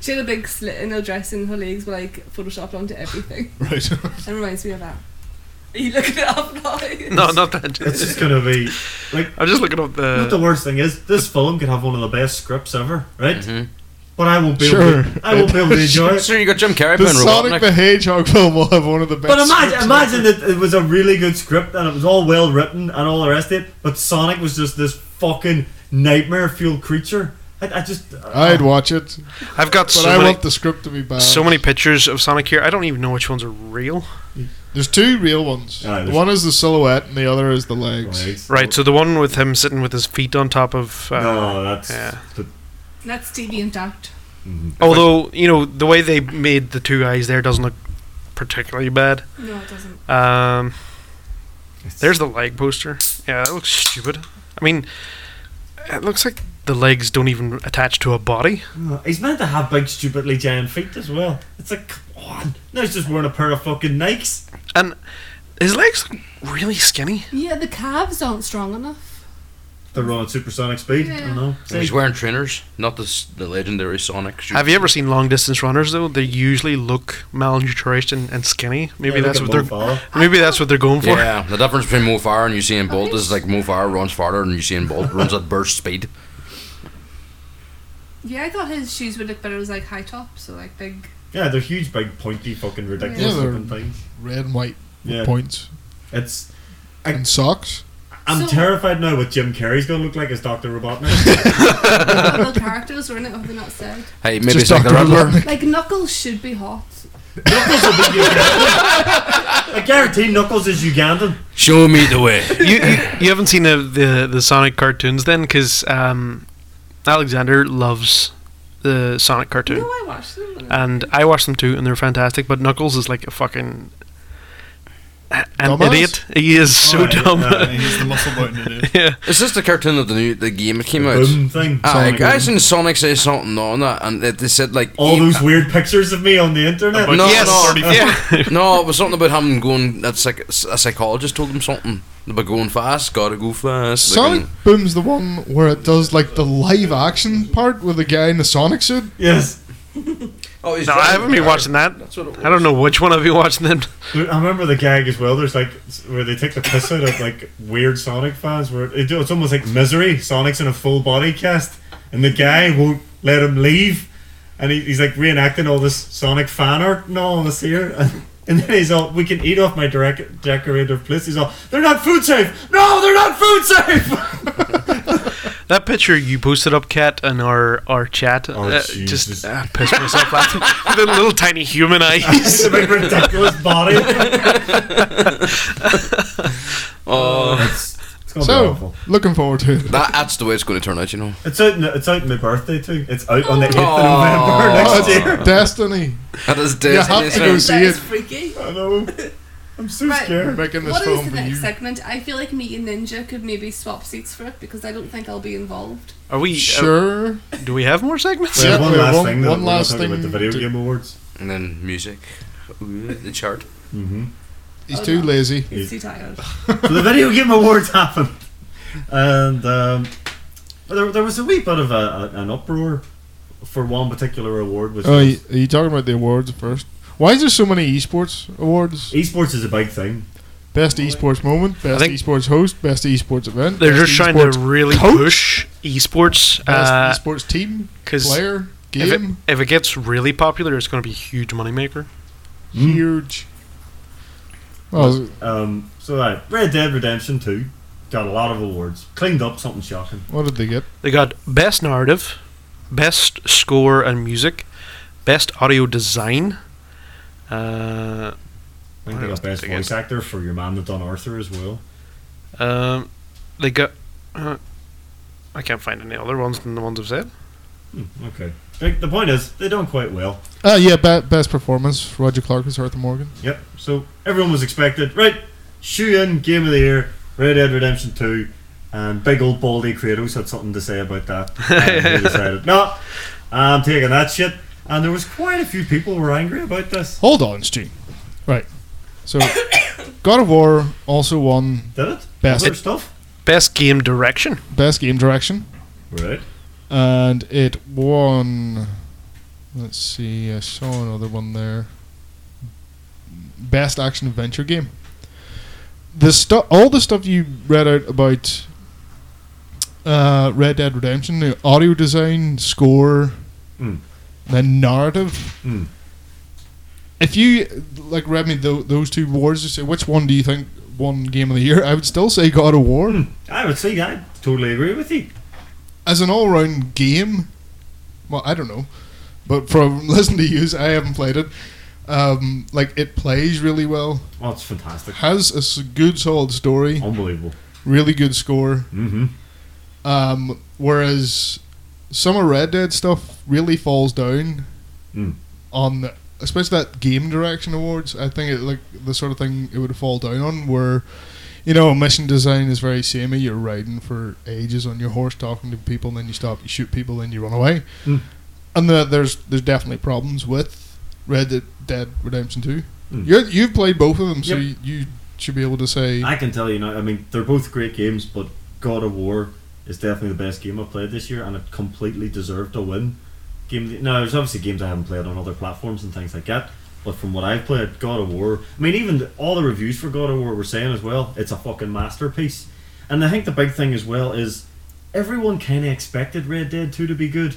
G: She had a big slit in her dress and her legs were like photoshopped onto everything.
C: Right.
G: It reminds me of that. Are you looking it up now?
B: No, not that.
A: It's just gonna be.
B: I'm just looking up
A: But the
B: the.
A: worst thing is, this film could have one of the best scripts ever, right?
B: Mm-hmm.
E: Mhm.
A: But I won't be
C: Sure.
A: able. To, I won't be able to enjoy it.
E: So you got Jim Carrey
C: The
E: playing
C: Sonic
E: Robotnik.
C: the Hedgehog film will have one of the best.
A: But imagine,
C: scripts
A: imagine that it was a really good script and it was all well written and all the rest of it. But Sonic was just this fucking nightmare fueled creature. I, I just. uh, oh,
C: I'd watch it,
B: I've got
C: but
B: so
C: I
B: many,
C: want the script to be bad.
B: so many pictures of Sonic here. I don't even know which ones are real.
C: There's two real ones.
A: Aye, there's-
C: one is the silhouette, and the other is the legs.
A: Legs.
B: Right. So the one with him sitting with his feet on top of. Uh,
A: no, that's.
B: yeah.
A: but-
G: That's TV and doubt.
B: Although you know the way they made the two eyes there doesn't look particularly bad.
G: No, it doesn't.
B: Um, there's the leg poster. Yeah, that looks stupid. I mean, it looks like the legs don't even attach to a body.
A: Uh, He's meant to have big, stupidly giant feet as well. It's like, come on. Now he's just wearing a pair of fucking Nikes.
B: And his legs look really skinny.
G: Yeah, the calves aren't strong enough.
A: They run at supersonic speed. I
G: Yeah.
A: don't know.
E: And he's wearing trainers, not the, s- the legendary Sonic. suit.
B: Have you ever seen long distance runners though? They usually look malnourished and, and skinny. Maybe that's what they're
A: they're.
B: maybe that's what they're going for.
E: Yeah, the difference between Mo Farah and Usain Bolt is like Mo Farah runs farther and Usain Bolt runs at burst speed.
G: Yeah, I thought his shoes would look better as like high top, so like big.
A: Yeah, they're huge, big, pointy, fucking ridiculous
C: Yeah, they're-
A: looking things.
C: Red and white
A: Yeah,
C: points
A: it's.
C: and socks.
A: I'm
G: So-
A: terrified now what Jim Carrey's gonna look like as Doctor Robotnik.
G: Knuckle characters were in it, what have they not said?
E: Hey, maybe
C: Just
E: it's like the
C: Dr.
E: Riddler.
G: Like Knuckles should be hot.
A: I guarantee Knuckles is Ugandan.
E: Show me the way.
B: you, you you haven't seen the the, the Sonic cartoons then, because um, Alexander loves the Sonic cartoon,
G: No, I watched them. when I-
B: and I watched them too, and they're fantastic. But Knuckles is like a fucking a- an
C: Dumbass?
B: idiot. He
E: Oh,
B: is so
A: Alright,
B: dumb.
A: uh,
I: He's the muscle bound to do.
B: yeah,
E: Is this the cartoon of the new the game that came out?
A: Boom thing.
E: Aye,
A: Sonic
E: Ah, I
A: Boom.
E: seen Sonic say something on that, and they, they said like
A: All
E: he-
A: those weird pictures of me on the internet.
E: No,
B: yes,
E: no.
B: yeah.
E: No, it was something about him going. That's like a psychologist told him something about going fast. Gotta go fast.
C: Sonic
E: Like,
C: Boom's the one where it does like the live action part with the guy in the Sonic suit.
A: Yes,
E: oh, he's
B: No, I
E: driving
B: haven't been
E: a car.
B: watching that.
E: That's what it was.
B: I don't know which one I've been watching then.
A: I remember the gag as well. There's like s- where they take the piss out of like weird Sonic fans. Where they do it's almost like misery. Sonic's in a full body cast, and the guy won't let him leave, and he, he's like reenacting all this Sonic fan art and all this here. And, and then he's all, "We can eat off my direct decorative place." He's all, "They're not food safe. No, they're not food safe."
B: That picture you posted up, Kat, in our our chat,
A: Oh,
B: uh,
A: Jesus.
B: just uh, pissed myself laughing. the little tiny human eyes.
A: it's a big ridiculous body.
E: Oh,
A: It's, it's gonna be
C: So
A: awful.
C: looking forward to it.
E: that, that's the way it's going to turn out. You know.
A: It's out. in- It's out my birthday too. It's out on the eighth of
E: Aww.
A: November next
C: Oh,
A: year.
C: it's Destiny
E: That is
C: You have to go
E: Destiny.
C: see
G: That is
C: it.
G: freaky.
A: I know. I'm so
G: Right.
A: scared.
C: making this
G: What is
C: film
G: the
C: for you.
G: next segment? I feel like me and Ninja could maybe swap seats for it because I don't think I'll be involved.
B: Are we? uh,
C: Sure.
B: do we have more segments?
C: Yeah,
A: Well, one
C: we have
A: last
C: one-
A: thing. Though,
C: one
A: we're not
C: last
A: talking about the
C: thing
A: video
C: to-
A: game awards.
E: And then music. Ooh, the chart.
A: Mm-hmm.
C: He's too lazy.
G: He's too tired.
A: so the video game awards happened, and um, there, there was a wee bit of a, a, an uproar for one particular award, which
C: Oh, are you,
A: was
C: are you talking about the awards first? Why is there so many esports awards?
A: esports is a big thing.
C: Best esports moment, best
B: think-
C: esports host, best esports event.
B: They're
C: best
B: just trying
C: esports
B: to really
C: coach,
B: push esports
C: Best
B: because
C: esports team, player,
B: if it,
C: game,
B: if it gets really popular, it's going to be a huge moneymaker.
C: Hmm. huge. Well,
A: Um, so uh, Red Dead Redemption Two got a lot of awards. Cleaned up something shocking.
C: what did they get?
B: They got best narrative, best score and music, best audio design. Uh,
A: I think
B: What
A: they
B: else
A: got best
B: did they get?
A: voice actor for your man that done Arthur as well.
B: um, they got. Uh, I can't find any other ones than the ones I've said.
A: Hmm, okay. Like, The point is, they done quite well.
C: Ah, yeah, be- best performance. Roger Clark as Arthur Morgan.
A: Yep. So everyone was expected, right? Shoe in game of the year, Red Dead Redemption Two, and big old baldy Kratos had something to say about that. And he decided, no, I'm taking that shit. And there was quite a few people were angry about this.
C: Hold on, Stu. Right. So, God of War also won
A: Did it?
C: Best.
A: Other stuff.
B: Best game direction.
C: best game direction,
A: Right.
C: and it won. Let's see. I saw another one there. Best action adventure game. The stuff, all the stuff you read out about uh, Red Dead Redemption, the audio design, score,
A: Mm.
C: then narrative.
A: Mm.
C: if you like read me tho- those two wars, you say which one do you think won game of the year? I would still say God of War
A: I would say I totally agree with you.
C: as an all-round game. Well, I don't know, but from listening to you, I haven't played it. Um, like it plays really well,
A: Oh, it's fantastic.
C: has a s- good solid story,
A: Unbelievable.
C: really good score.
A: Mm-hmm.
C: Um, whereas some of Red Dead stuff really falls down
A: Mm.
C: on the, especially that game direction awards. I think it like the sort of thing it would fall down on where you know mission design is very samey. You're riding for ages on your horse, talking to people, and then you stop, you shoot people, then you run away.
A: Mm.
C: And the, there's there's definitely problems with Red Dead- Dead Redemption Two.
A: Mm.
C: You're, you've played both of them, so you,
A: Yep.
C: you should be able to say
A: I can tell you now. I mean, they're both great games, but God of War is definitely the best game I've played this year, and it completely deserved a win. Game of the- now, there's obviously games I haven't played on other platforms and things like that, but from what I've played, God of War. I mean, even the, all the reviews for God of War were saying as well, it's a fucking masterpiece. And I think the big thing as well is everyone kind of expected Red Dead 2 to be good.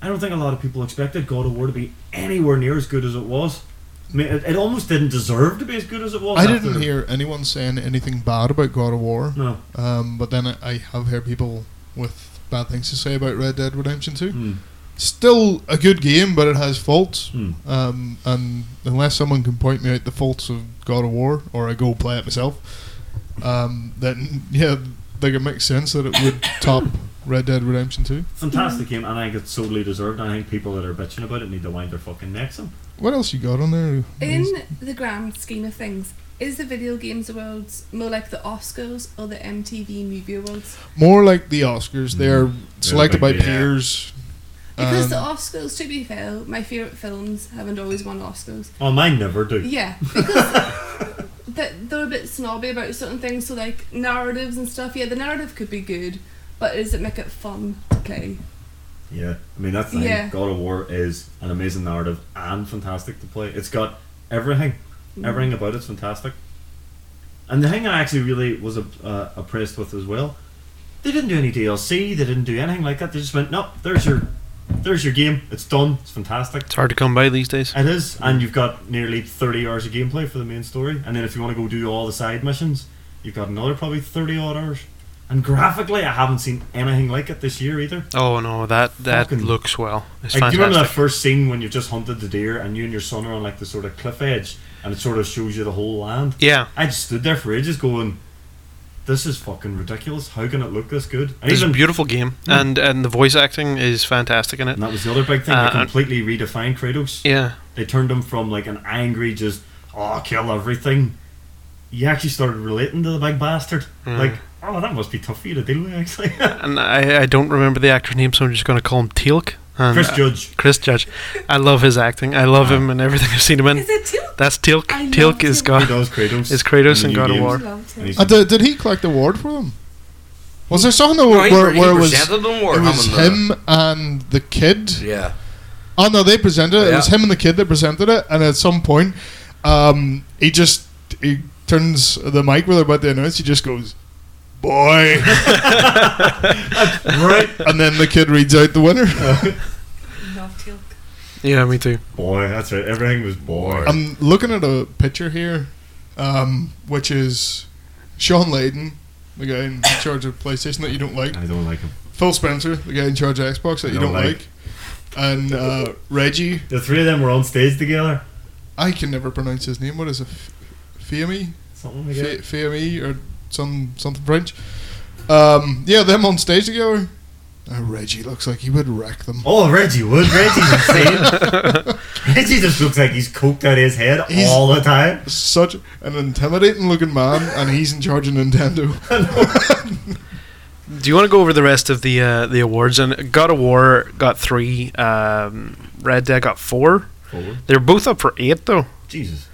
A: I don't think a lot of people expected God of War to be anywhere near as good as it was. I mean, it, it almost didn't deserve to be as good as it was.
C: I
A: after-
C: didn't hear anyone saying anything bad about God of War,
A: No.
C: um, but then I, I have heard people with bad things to say about Red Dead Redemption 2.
A: Hmm.
C: Still a good game, but it has faults.
A: Hmm.
C: Um, and unless someone can point me out the faults of God of War, or I go play it myself, um, then yeah, like it makes sense that it would top Red Dead Redemption 2.
A: Fantastic game, and I think it's totally deserved. and I think people that are bitching about it need to wind their fucking necks in.
C: What else you got on there?
G: In the grand scheme of things, is the Video Games Awards more like the Oscars or the MTV Movie Awards?
C: More like the Oscars,
A: Hmm.
C: they are selected by
J: big deal.
C: peers.
G: Because
C: Um,
G: the Oscars, to be fair, my favourite films haven't always won Oscars.
A: Oh, mine never do.
G: Yeah, because th- they're a bit snobby about certain things, so like narratives and stuff. Yeah, the narrative could be good, but does it make it fun to play?
A: Yeah, I mean that's the thing.
G: Yeah.
A: God of War is an amazing narrative and fantastic to play. It's got everything, everything about it's fantastic. And the thing I actually really was uh, impressed with as well, they didn't do any DLC. They didn't do anything like that. They just went, nope, there's your, there's your game. It's done. It's fantastic.
B: It's hard to come by these days.
A: It is, and you've got nearly 30 hours of gameplay for the main story, and then if you want to go do all the side missions, you've got another probably 30 odd hours. And graphically, I haven't seen anything like it this year either.
B: Oh no, that that
A: Fucking-
B: looks well. It's
A: Like, do you remember that
B: fantastic.
A: first scene when you've just hunted the deer and you and your son are on like the sort of cliff edge and it sort of shows you the whole land?
B: Yeah,
A: I just stood there for ages going, this is fucking ridiculous. How can it look this good? And,
B: it's a
A: even, Hmm.
B: beautiful game, and and the voice acting is fantastic in it.
A: and that was the other big thing.
B: Uh,
A: they completely redefined Kratos.
B: Yeah,
A: They turned him from like an angry, just oh kill everything. You actually started relating to the big bastard.
B: Mm.
A: Like, oh, that must be tough for you to deal with. Actually,
B: and I, I don't remember the actor's name, so I'm just going to call him Teal'c. And,
A: Chris
B: uh,
A: Judge. Ah.
B: Chris Judge. I love his acting. I love him and everything I've seen him
C: Mm.
B: in.
G: Is it too?
B: That's Teal'c.
G: I love
B: Teal'c is
A: He
G: him.
B: God.
A: does Kratos.
B: Is Kratos
A: in
B: in
A: the
B: God
A: new
B: of War?
A: games.
G: Loved
A: And
G: it.
A: he's
C: Uh, did, did he collect the award for them? Was there something that,
E: No, he,
C: where,
E: he
C: where it was, it
E: presented them uh, or
C: was him and the kid?
E: Yeah.
C: Oh no, they presented it. It was
E: Yeah.
C: him and the kid that presented it, and at some point, um, he just he turns the mic where they're about to announce. He just goes, "Boy," right? And then the kid reads out the winner.
G: Loved Teal'c.
B: Yeah, me too.
A: boy, that's right. Everything was boy.
C: I'm looking at a picture here, um, which is Sean Layden, the guy in charge of PlayStation that you don't like.
A: I don't like him.
C: Phil Spencer, the guy in charge of Xbox that you don't,
A: Don't
C: like. and uh, Reggie.
A: The three of them were on stage together.
C: I can never pronounce his name. What is it? F- Fiamme?
A: Something like
C: F-
A: that.
C: Fiamme or some something French? Um, yeah, them on stage together. Uh, Reggie looks like he would wreck them.
A: Oh, Reggie Wood. Reggie's insane. Reggie just looks like he's coked out of his head
C: He's-
A: all the time.
C: Such an intimidating looking man, and he's in charge of Nintendo.
B: Do you want to go over the rest of the uh, the awards? And God of War got three. Um, Red Dead got four. They're both up for eight though.
A: Jesus.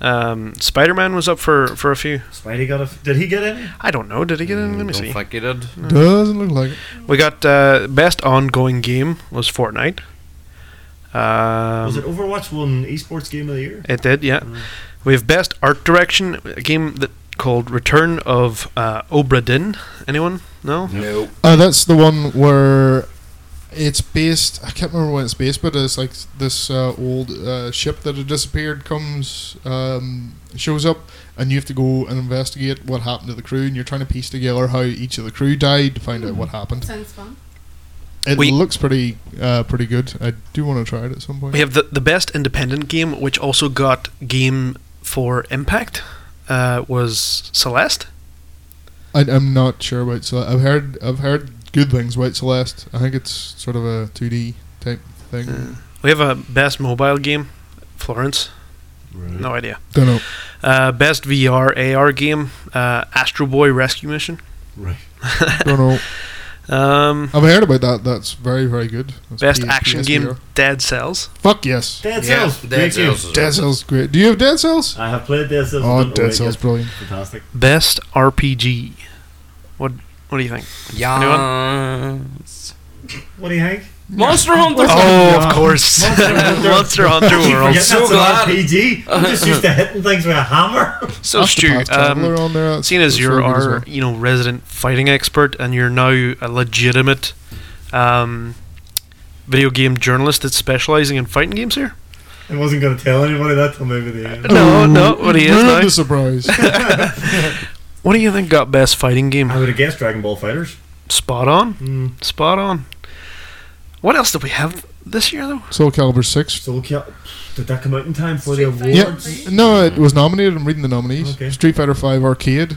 B: Um, Spider Man was up for, for a few.
A: Spidey got a. F- did he get any?
B: I don't know. Did he get
A: Mm,
B: in? Let me
E: don't
B: see.
E: think he did.
C: Doesn't look like it.
B: We got uh, best ongoing game was Fortnite. Um,
A: was it Mm. Overwatch one esports game of the year?
B: It did, yeah. We have best art direction, a game that called Return of uh, Obra Dinn. Anyone? No.
E: No.
C: Uh, that's the one where it's based. I can't remember when it's based, but it's like this uh, old uh, ship that had disappeared comes, um, shows up, and you have to go and investigate what happened to the crew, and you're trying to piece together how each of the crew died to find out what happened.
G: Sounds fun.
C: It
B: We-
C: looks pretty, uh, pretty good. I do want to try it at some point.
B: We have the the best independent game, which also got game for Impact. Uh, was Celeste?
C: I, I'm not sure about Celeste. I've heard, I've heard good things about Celeste. I think it's sort of a 2D type thing.
B: We have a best mobile game, Florence.
C: Mm-hmm.
A: Right.
B: No idea.
C: Don't know.
B: Uh, best VR AR game, uh, Astro Boy Rescue Mission.
A: Right.
C: Don't know.
B: Um,
C: I've heard about that. That's very, very good. That's
B: best
C: P-
B: action game,
C: PSVR.
B: Dead Cells.
C: Fuck yes.
A: Dead
E: Yeah,
A: Cells.
E: Dead
A: Great game.
E: Cells.
C: Dead Cells, great. Do you have Dead Cells?
A: I have played Dead Cells.
C: Oh,
A: and don't know
C: Dead
A: it
C: Cells,
A: yet.
C: brilliant.
A: Fantastic.
B: Best RPG. What What do you think?
E: Yeah.
A: What do you think?
E: Monster Hunter.
B: Oh, of course. Monster Hunter World.
A: Forget
E: so
A: that's
E: glad.
A: an RPG. I'm just used to hitting things with a hammer.
B: So, Stu,
C: Octopath Traveler
B: um,
C: on there, that's-
B: seeing as
C: that's
B: you're
C: really good as
B: our, you know, resident fighting expert and you're now a legitimate um, video game journalist that's specializing in fighting games here?
A: I wasn't going to tell anybody that till maybe the end.
B: No, no,
C: well.
B: what he is
C: Ruined
B: now.
C: the Oh, surprise.
B: What do you think got best fighting game?
A: I would have guessed Dragon Ball Fighters.
B: Spot on.
A: Mm.
B: Spot on. What else did we have this year, though?
C: Soul Calibur 6.
A: Soul Cal- Did that come out in time for the
G: Street Fighter.
A: award?
C: Yeah, no, it was nominated. I'm reading the nominees.
A: Okay.
C: Street Fighter 5 Arcade.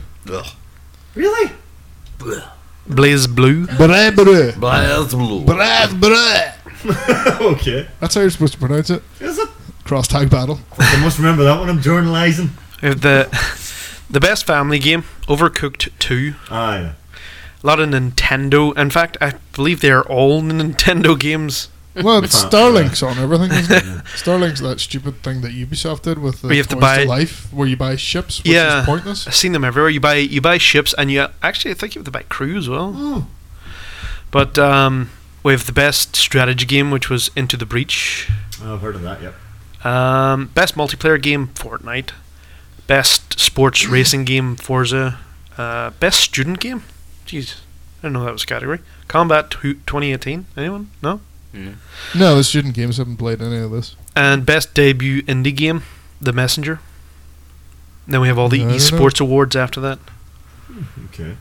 A: Really?
B: Blaze Blue.
C: Blah, blah,
E: Blazblue.
C: blah, blah.
A: okay.
C: That's how you're supposed to pronounce it.
A: Is it?
C: Cross tag battle.
A: I must remember that when I'm journalising.
B: Uh, The, the best family game, Overcooked 2.
A: Ah, yeah.
B: A lot of Nintendo. In fact, I believe they are all Nintendo games.
C: Well, it's
A: Huh.
C: Starlink's on everything. Isn't it? Starlink's that stupid thing that Ubisoft did with the
B: Where you have to
C: Toys
B: buy-
C: Life, where you buy ships, which
B: Yeah.
C: is pointless.
B: I've seen them everywhere. You buy you buy ships, and you actually I think you have to buy crew as well. But um, we have the best strategy game, which was Into the Breach.
A: I've heard of that, yep.
B: Um, best multiplayer game, Fortnite. Best sports racing game, Forza. Uh, best student game, jeez, I didn't know that was a category. Combat tw- 2018. Anyone? No.
C: No, the student games haven't played any of this.
B: And best debut indie game, The Messenger. Then we have all the
C: No, no, no.
B: esports awards after that.
A: Okay.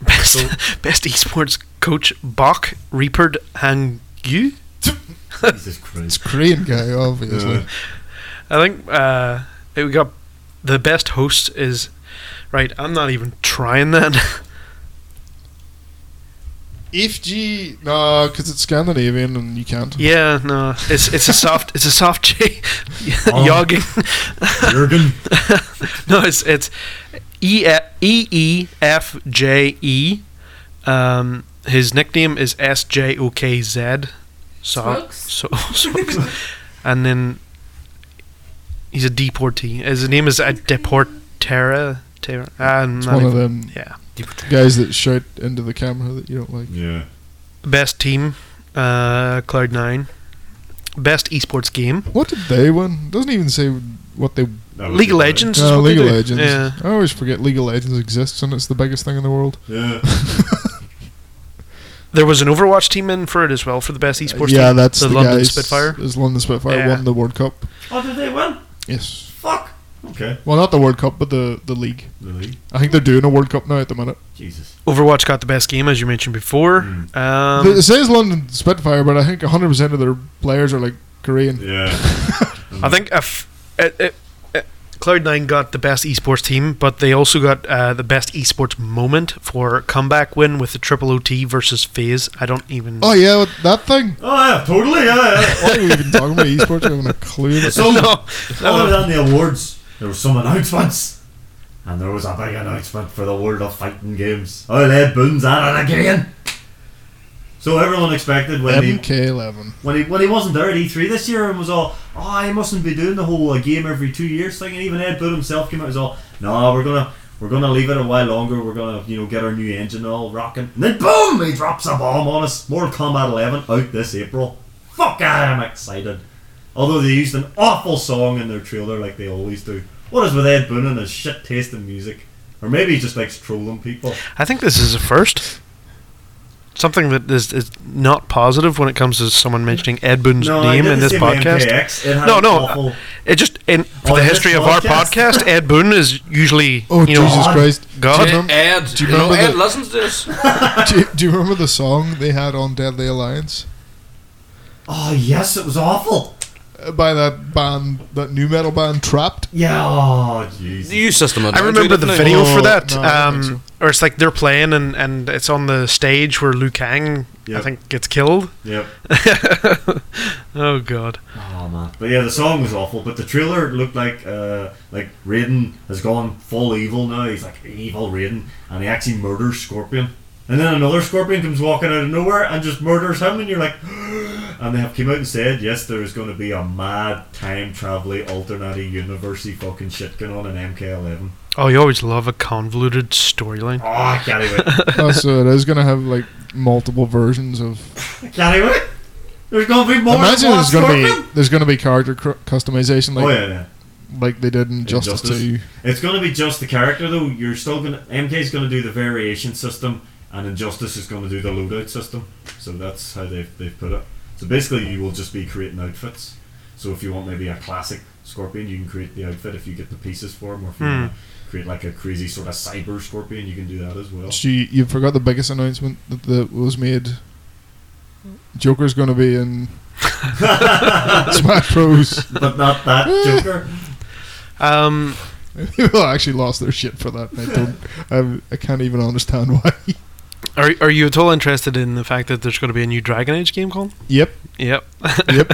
B: Best best esports coach Bach Reaperd Hang Yu.
A: Jesus
C: It's
A: Christ.
C: Korean guy, obviously.
A: Yeah.
B: I think uh, it got the best host is right. I'm not even trying that.
C: If G, no, because it's Scandinavian and you can't.
B: yeah, no, it's it's a soft it's a soft J.
A: Oh.
B: Yogging.
A: Jurgen.
B: No, it's it's E E E F J E. Um, his nickname is S J O K Z. So,
G: Smokes?
B: so, smokes. and then he's a deportee. His name is a deportera. Terra. uh, I'm
C: It's
B: not
C: one of
B: even,
C: them
B: yeah.
C: guys that shout into the camera that you don't like.
A: Yeah.
B: Best team, uh, Cloud Nine. Best esports game,
C: What did they win? Doesn't even say what they.
A: That would
B: League of
A: be-
B: Legends. is
C: Uh,
B: what they
C: League of
B: do.
C: Legends.
B: Yeah.
C: I always forget League of Legends exists and it's the biggest thing in the world.
A: Yeah.
B: There was an Overwatch team in for it as well for the best esports.
C: yeah,
B: team.
C: that's
B: the,
C: the,
B: London
C: guys-
B: Spitfire.
C: Is London Spitfire
B: Yeah.
C: won the World Cup?
A: Oh, did they win?
C: Yes.
A: Fuck. Okay.
C: Well, not the World Cup, but the the league.
A: The league.
C: I think they're doing a World Cup now at the minute.
A: Jesus.
B: Overwatch got the best game as you mentioned before.
A: Mm.
B: Um,
C: it says London Spitfire, but I think 100 percent of their players are like Korean.
A: Yeah.
B: I think uh, if it, it, it, Cloud9 uh, got the best esports team, but they also got uh, the best esports moment for comeback win with the triple OT versus Phase. I don't even.
C: Oh yeah, with that thing.
A: Oh, yeah, totally. Yeah, yeah.
C: What are we even talking about esports? I haven't a clue.
A: So,
B: no,
A: other than the awards, there were some announcements. And there was a big announcement for the world of fighting games. Oh, Ed Boon's at it again. So everyone expected when he,
C: MK11.
A: when he when he wasn't there at E3 this year and was all, oh, I mustn't be doing the whole uh, game every two years thing. And even Ed Boon himself came out and was all, no, we're gonna we're gonna leave it a while longer. We're gonna you know get our new engine all rocking. And then boom, he drops a bomb on us. Mortal Kombat 11 out this April. Fuck, I am excited. Although they used an awful song in their trailer, like they always do. What is with Ed Boon and his shit taste in music? Or maybe he just likes trolling people.
B: I think this is a first. Something that is, is not positive when it comes to someone mentioning Ed Boon's
A: No, I
B: name
A: did
B: in
A: the
B: this
A: same with
B: podcast.
A: MKX. It had
B: No,
A: an
B: no,
A: awful-
B: It just in for
A: Oh,
B: the
A: in this
B: history of our
A: podcast?
B: podcast, Ed Boon is usually
C: Oh
B: you know
C: Jesus
A: God.
C: Christ!
B: God.
C: Do you, remember,
E: Ed,
C: Do you
E: no,
C: remember
E: Ed
C: the-
E: listens to this.
C: do, you, do you remember the song they had on Deadly Alliance
A: Oh yes, it was awful.
C: Uh, by that band, that new metal band Trapped?
A: Yeah. Oh jeez.
E: You system. of
B: I
E: down,
B: remember the
E: didn't
B: video
C: Oh,
B: for that.
C: no, I don't
B: um,
C: think
B: Or it's like they're playing and, and it's on the stage where Liu Kang, I
A: Yep.
B: think, gets killed.
A: Yep.
B: Oh, God.
A: Oh man. But yeah, the song was awful. But the trailer looked like uh, like Raiden has gone full evil now. He's like evil Raiden, and he actually murders Scorpion. And then another Scorpion comes walking out of nowhere and just murders him, and you're like, and they have came out and said, yes, there is going to be a mad time travel alternate universe fucking shit going on in MK11.
B: Oh, you always love a convoluted storyline.
A: Oh, I can't even.
C: Uh, so it is going to have like multiple versions of.
A: I can't even. There's gonna be more. than
C: Imagine
A: one
C: there's going to
A: Scorpion.
C: be there's going to be character cr- customization like
A: oh yeah, yeah.
C: like they did in Justice,
A: Justice.
C: 2.
A: It's gonna be just the character though. You're still gonna MK's gonna do the variation system, and Injustice is gonna do the loadout system. So that's how they've they've put it. So basically, you will just be creating outfits. So if you want maybe a classic Scorpion, you can create the outfit if you get the pieces for him, or if you
B: Hmm.
A: want to create like a crazy sort of cyber Scorpion, you can do that as well.
C: So you, you forgot the biggest announcement that, that was made. Joker's going to be in Smash Bros.
A: but not that Joker.
B: Um,
C: People actually lost their shit for that. I don't. I, I can't even understand why.
B: are are you at all interested in the fact that there's going to be a new Dragon Age game called?
C: Yep.
B: Yep.
C: Yep.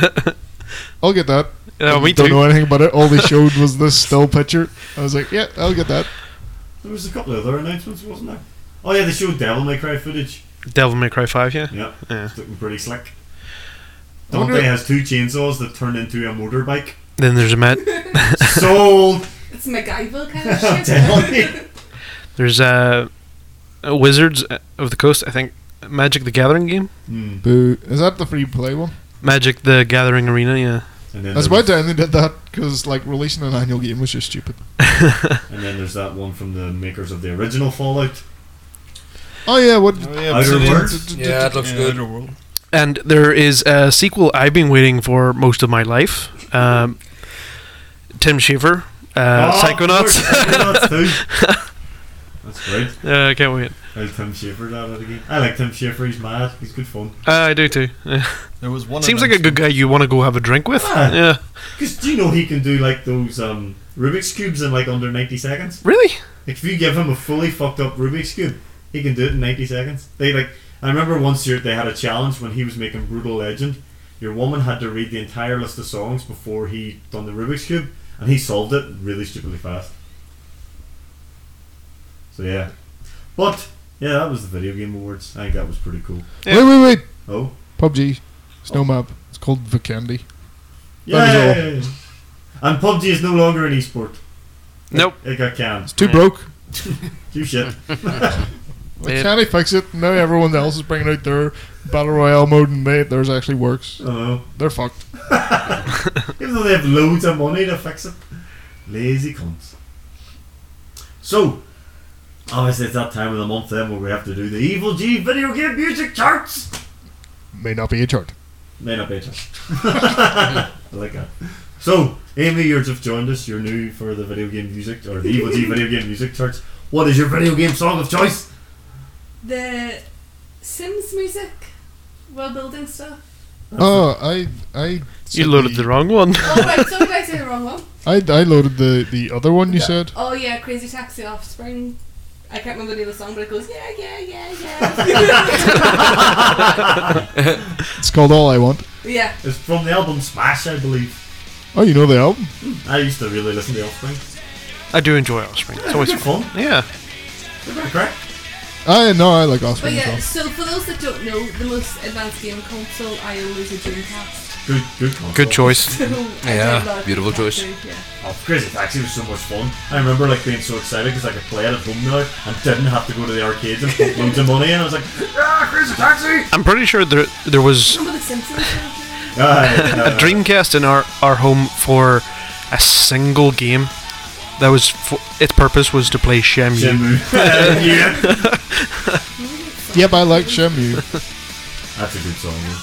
C: I'll get that.
B: Uh,
C: I
B: me
C: don't
B: too.
C: know anything about it. All they showed was this still picture. I was like, yeah, I'll get that.
A: There was a couple of other announcements, wasn't there? Oh yeah, they showed Devil May Cry footage.
B: Devil May Cry Five. Yeah.
A: Yeah,
B: Yeah.
A: it's looking pretty slick.
C: I wonder-
A: Dante has two chainsaws that turn into a motorbike.
B: Then there's a Met.
A: Sold.
G: It's MacGyver kind of
A: I'm
G: shit.
A: telling you.
B: There's uh, a Wizards uh, of the Coast. I think Magic the Gathering game.
A: Hmm.
C: Boo. Is that the free play one?
B: Magic the Gathering Arena. Yeah.
A: And then
C: That's
A: there was-
C: about time they did that because like releasing an annual game was just stupid.
A: And then there's that one from the makers of the original Fallout.
C: Oh yeah, what?
I: Oh, yeah,
A: Outer
I: Obsidian.
A: Worlds?
E: Yeah, it looks
I: Yeah,
E: good.
I: Outer World.
B: And there is a sequel I've been waiting for most of my life. Um, Tim Schafer, uh,
A: Oh,
B: Psychonauts.
A: Psychonauts too. That's great.
B: Uh, I can't wait.
A: I like Tim Schafer that out again. I like Tim Schafer. He's mad. He's good fun.
B: Uh, I do too. Yeah.
I: There was one.
B: Seems like a good guy you want to go have a drink with.
A: Ah.
B: Yeah.
A: Because do you know he can do like those um, Rubik's cubes in like under 90 seconds?
B: Really?
A: Like if you give him a fully fucked up Rubik's cube, he can do it in ninety seconds. They like I remember once year they had a challenge when he was making Brutal Legend. Your woman had to read the entire list of songs before he done the Rubik's cube, and he solved it really stupidly fast. So yeah, but yeah, that was the video game awards. I think that was pretty cool.
B: Yeah.
C: Wait, wait, wait.
A: Oh
C: PUBG, Snow Map. It's called Vikendi. That was all.
A: yeah, and PUBG is no longer an esport.
B: Nope.
A: It got canned.
C: It's too
B: Yeah.
C: broke.
A: Too shit.
C: Why
B: Yeah.
C: can't they fix it? Now everyone else is bringing out their battle royale mode, and they, theirs actually works.
A: I don't know.
C: They're fucked.
A: Even though they have loads of money to fix it. Lazy cunts. So, obviously it's that time of the month then where we have to do the Evil G video game music charts.
C: May not be a chart.
A: May not be a chart. I like that. So, Amy, you're just joined us. You're new for the video game music, or the Evil G video game music charts. What is your video game song of choice?
G: The Sims music. Well, building stuff.
C: Oh, I, I.
B: You loaded the wrong one.
G: Oh, right, so did I say the wrong one?
C: I, I loaded the the other one you said.
G: Oh, yeah, Crazy Taxi Offspring. I can't remember the name of the song, but it goes, yeah, yeah, yeah, yeah.
C: It's called All I Want.
G: yeah.
A: It's from the album Smash, I believe.
C: Oh, you know the album.
A: I used to really listen to Offspring.
B: I do enjoy Offspring. It's
A: It's always
B: always
A: fun.
B: yeah.
A: They're pretty crack.
C: I no, I like
G: But
C: Offspring as
G: yeah,
C: well.
G: so for those that don't know, the most advanced game console I own is a Dreamcast.
A: Good, good. Console.
B: Good choice.
G: So I played
E: Yeah,
G: a lot of
E: beautiful
G: Dreamcast
E: choice.
G: too, Yeah.
A: Oh, Crazy Taxi was so much fun. I remember like being so excited because I could play it at home now and didn't have to go to the arcades and put loads of money in. I was like, ah, Crazy Taxi!
B: I'm pretty sure there there was
G: Remember the Simpsons? yeah?
A: Ah,
B: a Dreamcast in our, our home for a single game that was for, its purpose was to play Shenmue.
A: yeah, yeah.
C: Yep, I like Shamu.
A: That's a good song. Yeah.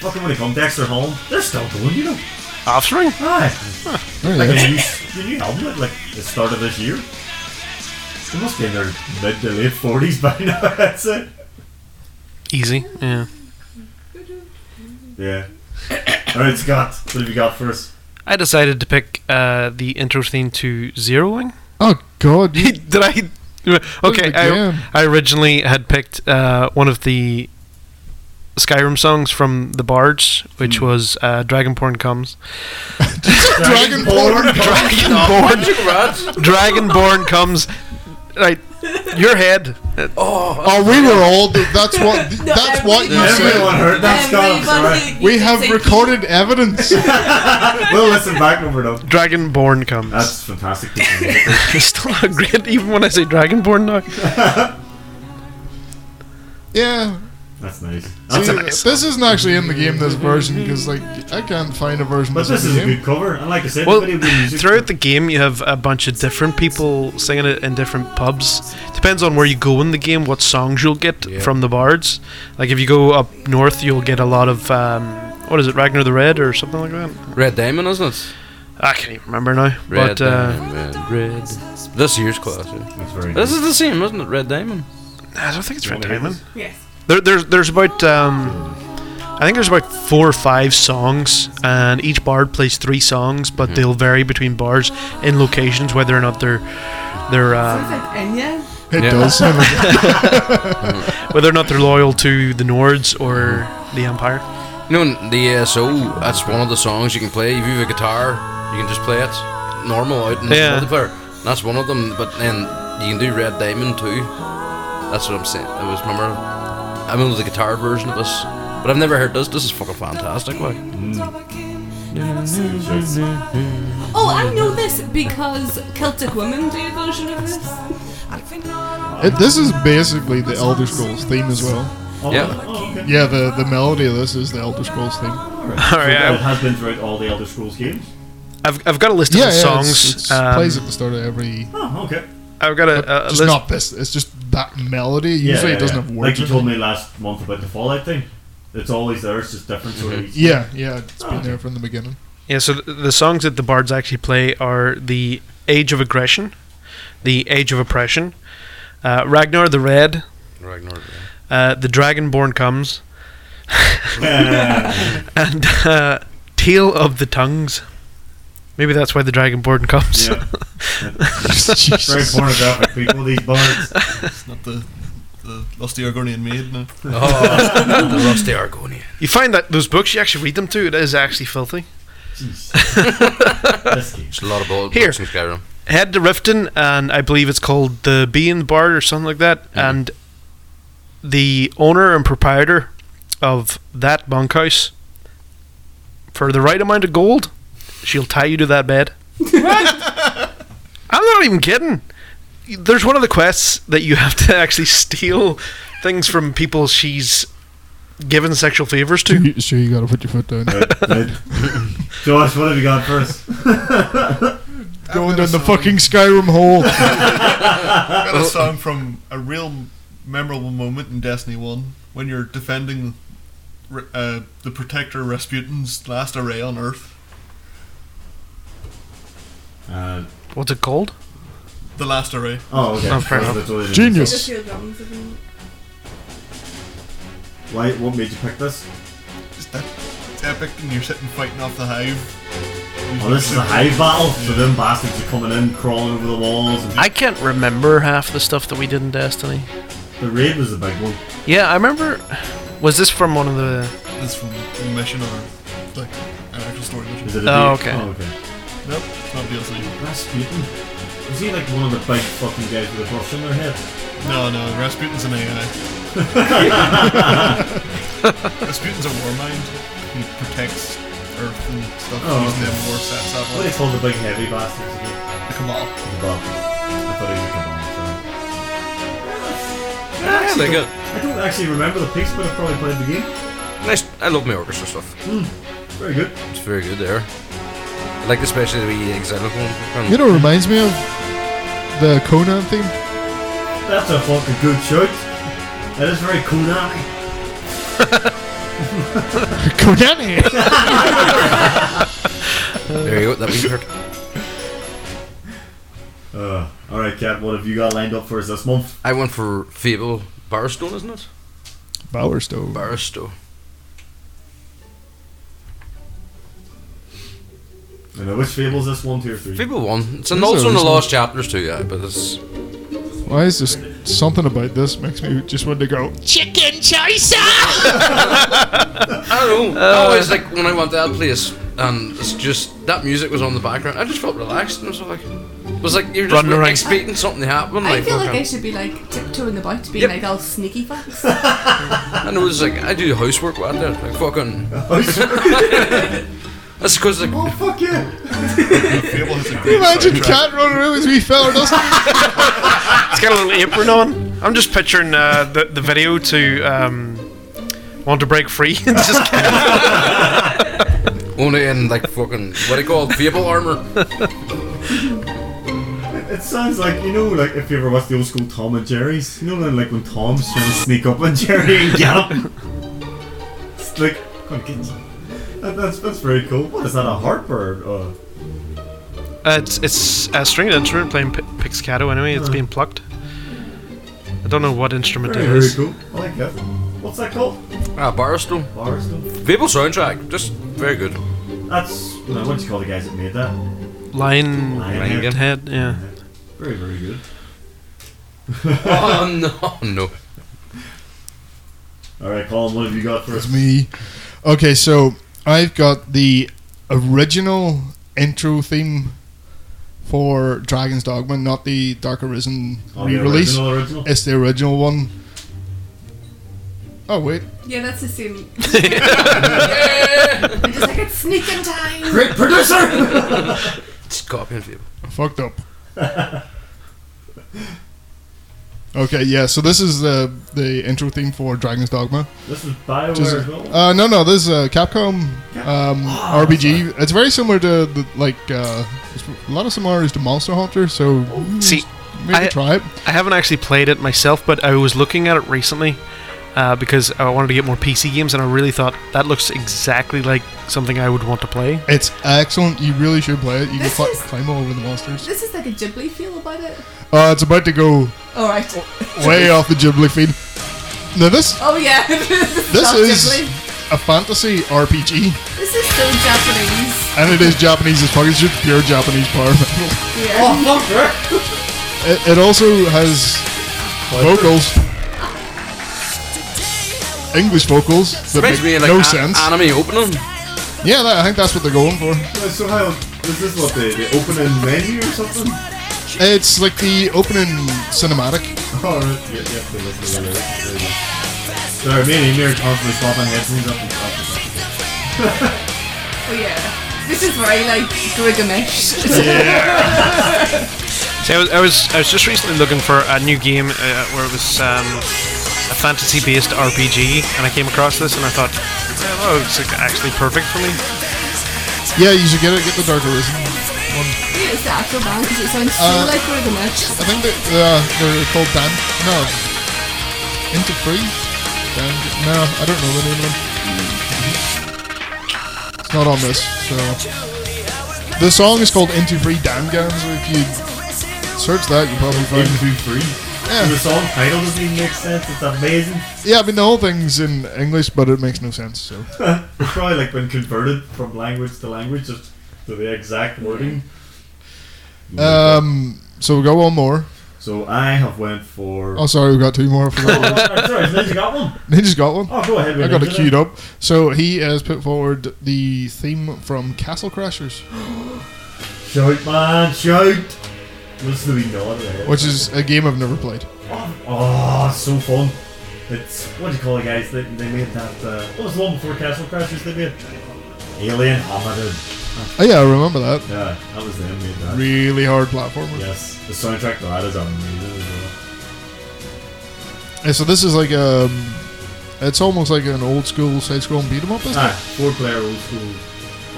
A: Fucking when they come, Dexter Home, they're still going, you know.
B: Offspring?
A: Aye.
C: Oh,
A: Like a
C: yeah.
A: new, the new album at like the start of this year. They must be in their mid to late 40s by now, that's it.
B: Easy. Yeah.
A: Yeah. Alright, Scott, what have you got for us?
B: I decided to pick uh, the intro theme to Zeroing.
C: Oh God, you
B: Did I? Okay,
C: again.
B: I, I originally had picked uh, one of the Skyrim songs from the Bards, which
A: Hmm.
B: was uh, Dragon Porn Comes.
C: Dragonborn.
B: Dragonborn. Dragonborn comes. Right, Your head.
E: Oh,
C: Oh, we were all. That's what. That's what you
E: everybody-
C: said.
A: Everyone heard that, Scott. I'm
G: Everybody
A: sorry.
G: you
C: We
G: can
C: have
G: say-
C: recorded evidence.
A: We'll listen back when we're done.
B: Dragonborn comes.
A: That's fantastic.
B: It's still not great, even when I say Dragonborn now.
C: yeah.
A: That's nice.
C: See,
A: That's a,
C: this isn't actually in the game. This version, because like I can't find a version.
A: but
C: of
A: this
C: this
A: is a
C: game.
A: good cover. And like I said,
B: Well,
A: video game music-
B: throughout the game, you have a bunch of different people singing it in different pubs. Depends on where you go in the game, what songs you'll get
E: Yeah.
B: from the bards. Like if you go up north, you'll get a lot of um, what is it, Ragnar the Red or something like that.
E: Red Diamond, isn't it?
B: I can't even remember now.
E: Red
B: but uh,
E: Diamond. Red. This year's class. yeah.
A: That's very
E: This
A: nice.
E: is the same, isn't it? Red Diamond.
B: I don't think it's Red
A: Wanna hear
B: Diamond.
A: this?
G: Yes.
B: There, there's there's about um, I think there's about four or five songs, and each bard plays three songs, but they'll vary between bards in locations whether or not they're they're um,
G: Sounds like Enya.
C: It
E: Yeah.
C: does. Sound like
B: whether or not they're loyal to the Nords or the Empire.
E: You know, the ASO, that's one of the songs you can play. If you have a guitar, you can just play it normal out in
B: Yeah.
E: the multiplayer. That's one of them, but then you can do Red Diamond too. That's what I'm saying. I was remember, I remember the guitar version of this, but I've never heard this. This is fucking fantastic, like.
G: Oh, I know this because Celtic women do a version of this.
C: it. This is basically the Elder Scrolls theme as well.
A: Oh,
E: Yeah.
A: oh, okay.
C: Yeah, the the melody of this is the Elder Scrolls theme.
B: All right,
A: That
B: I've,
A: has been throughout all the Elder Scrolls games.
B: I've, I've got a list of
C: Yeah,
B: the
C: yeah,
B: songs.
C: It's, it's
B: um,
C: plays at the start of every.
A: Oh, okay.
B: I've got a, a, a
C: just
B: list.
C: not this. It's just that melody. Usually it doesn't have
A: Like
C: words.
A: you
C: in it.
A: told me last month about the Fallout thing. It's always there. It's just different sort of.
C: Yeah, yeah, it's been
A: Ah.
C: there from the beginning.
B: Yeah, so th- the songs that the bards actually play are the Age of Aggression, the Age of Oppression, uh, Ragnar the Red,
E: Ragnar.
B: uh, the Dragonborn comes,
A: Yeah.
B: and uh, Tale of the Tongues. Maybe that's why the Dragonborn comes.
A: yeah. Very
C: Jesus.
A: pornographic people. These bards.
I: It's not the the lusty Argonian maid. No.
E: Oh, the Rusty Argonia.
B: You find that those books you actually read them to, it is actually filthy.
A: Jeez. This game.
E: There's a lot of bullets
B: Here.
E: in Skyrim.
B: Head to Riften, and I believe it's called the Bean Bard or something like that. And the owner and proprietor of that bunkhouse, for the right amount of gold, she'll tie you to that bed. I'm not even kidding. There's one of the quests that you have to actually steal things from people she's given sexual favors to.
C: You- Sure, you gotta put your foot down.
A: Right. Josh, what have you got for us?
C: Going down the fucking Skyrim hole.
I: I got a song from a real memorable moment in Destiny One when you're defending Re- uh, the Protector Rasputin's last array on Earth.
A: Uh,
B: What's it called?
I: The last array.
A: oh, okay.
B: Oh, fair
A: That's
B: enough.
A: literally the-
C: Genius.
A: Why? What made you pick this?
I: Just that it's epic, and you're sitting fighting off the hive.
A: Oh, this is a hive battle. So them bastards are coming in, crawling over the walls. And
B: I can't remember half the stuff that we did in Destiny.
A: the raid was the big one.
B: Yeah, I remember. Was this from one of the?
I: It's from a mission or like an actual story mission.
A: Is it a
B: Oh,
A: deep-
B: okay.
A: Oh, okay.
I: Nope, it's not DLC.
A: Rasputin. Was he like one of the big fucking guys with a brush in their head?
I: No, no, Rasputin's an AI. Rasputin's a war mind. He protects Earth and stuff
A: Oh,
I: using
A: okay.
I: them war sat
A: What do they
I: satellites.
A: call the big heavy bastards again?
I: The Cabal.
A: The Kabal. I thought he was a Kabal.
E: Yeah, I like it.
A: So. I don't actually remember the piece, but I probably played the game.
E: Nice. I love my orchestra stuff.
A: Very good.
E: It's very good there. I like especially the wee exilic one.
C: You know, what reminds me of the Conan theme.
A: That's a fucking good shoot. That is very cool now.
C: Conan.
E: There you go. That wee hurt.
A: Uh, Alright, Cat, what have you got lined up for us this month?
E: I went for Fable Barrowstone, isn't it?
C: Bowerstone.
E: Barrowstone.
A: I know which fables this one, two, or three.
E: Fable one. It's an
C: This is
E: also in the
C: original.
E: Lost Chapters too, yeah. But it's
C: Why is this something about this makes me just want to go?
E: I don't know. I always like when I went to that place, and it's just that music was on the background. I just felt relaxed, and I was like, was like you're just
B: Running around.
E: expecting something to happen.
G: I
E: Like,
G: feel like
B: okay.
G: I should be like tiptoeing about, being
E: Yep.
G: like all sneaky facts.
E: I know it's like I do housework right there. Like fucking. That's because like
A: Oh fuck yeah!
I: Fable has a
C: Can you
I: great
C: imagine
I: soundtrack.
C: cat running around with wee fella doesn't
B: It's got a little apron on. I'm just picturing uh, the the video to um, want to break free. It's just cat
E: only in like fucking what do you call it? fable armor.
A: It sounds like you know, like if you ever watched the old school Tom and Jerry's. You know, when, like when Tom's trying to sneak up on Jerry and get him. It's like, come on, get you. That, that's that's very cool. What is that? A harp or? Uh,
B: Uh, it's it's a stringed instrument playing pi pizzicato anyway. It's being plucked. I don't know what instrument
A: very
B: it
A: very
B: is.
A: cool. I like that. What's that called?
E: Ah, Barstool.
A: Barstone.
E: Fable soundtrack, just very good.
A: That's no, what do you call the guys that made that?
B: Lion,
A: Lionhead.
B: head. Yeah.
A: Very very good.
E: oh no, no.
A: All right, Colin, what have you got for us?
C: It's me. Okay, so I've got the original intro theme for Dragon's Dogma, not the Dark Arisen
A: Oh, yeah,
C: re-release.
A: Original, original.
C: It's the original one. Oh wait,
G: yeah, that's the same. I'm just like it's sneaking time.
A: Great producer.
E: It's copying Fable.
C: I fucked up. okay, yeah. So this is the the intro theme for Dragon's Dogma.
A: this is Bioware.
C: Just-
A: as well.
C: Uh, no, no, this is uh, Capcom um, RBG. It's very similar to the, like uh, it's a lot of similarities to Monster Hunter. So
G: Oh.
B: See,
C: maybe
B: I-
C: try it.
B: I haven't actually played it myself, but I was looking at it recently uh, because I wanted to get more PC games, and I really thought that looks exactly like something I would want to play.
C: It's excellent. You really should play it. You can
G: This
C: cl-
G: is-
C: climb all over the monsters.
G: This is like a Ghibli feel about it.
C: Uh, it's about to go
G: All right.
C: way off the Ghibli feed. Now this
G: Oh yeah. this is,
C: this
G: not
C: is
G: Ghibli.
C: a fantasy RPG,
G: This is so Japanese.
C: and it is Japanese as fuck. It's just pure Japanese power metal.
G: Yeah.
C: It, it also has vocals, English vocals that
E: Reminds
C: make
E: me of, like
C: no
E: a-
C: sense.
E: anime opening.
C: Yeah, that, I think that's what they're going for.
A: Uh, So how is this what the, the opening menu or something?
C: It's like the opening cinematic.
A: Alright, Oh, yeah, yeah, they listen to the lyrics. There you go. Sorry, me and Amy are constantly swapping headphones up and stuff.
G: Oh yeah. This is very like Gilgamesh.
B: See, I was, I was I was just recently looking for a new game uh, where it was um, a fantasy-based RPG, and I came across this, and I thought, oh, it's like, actually perfect for me.
C: Yeah, you should get it. Get the Dark Arisen one.
G: Yeah, it's the actual man because it sounds so
C: Uh,
G: like Gilgamesh.
C: I think that uh, they're called Dan. No, Into Free. Dan. No, I don't know the name of them. It's not on this. So the song is called Into Free Dan Gans. So if you search that, you probably find.
A: Into free.
C: Yeah.
A: The song title doesn't even make sense. It's amazing.
C: Yeah, I mean the whole thing's in English, but it makes no sense. So
A: It's probably like been converted from language to language just to the exact wording.
C: um, so we'll go one more.
A: So I have went for.
C: Oh, sorry, we've got two more. I forgot.
A: Oh, I'm sorry, then you got one.
C: Ninja's got one.
A: Oh, go ahead.
C: I got it
A: Ninja.
C: queued up. So he has put forward the theme from Castle Crashers,
A: Shout, man, shout. Listen to me nod there.
C: which is a game I've never played.
A: Oh, oh, it's so fun. It's what do you call it, guys? They, they made that. Uh, what was the one before Castle Crashers? They made Alien Hamadon.
C: Oh yeah, I remember that.
A: Yeah, that was them made that.
C: Really hard platformer.
A: Yes, the soundtrack to that is amazing as well.
C: Yeah, so this is like um, it's almost like an old school side scrolling beat 'em up, isn't it?
A: Ah, four-player old school.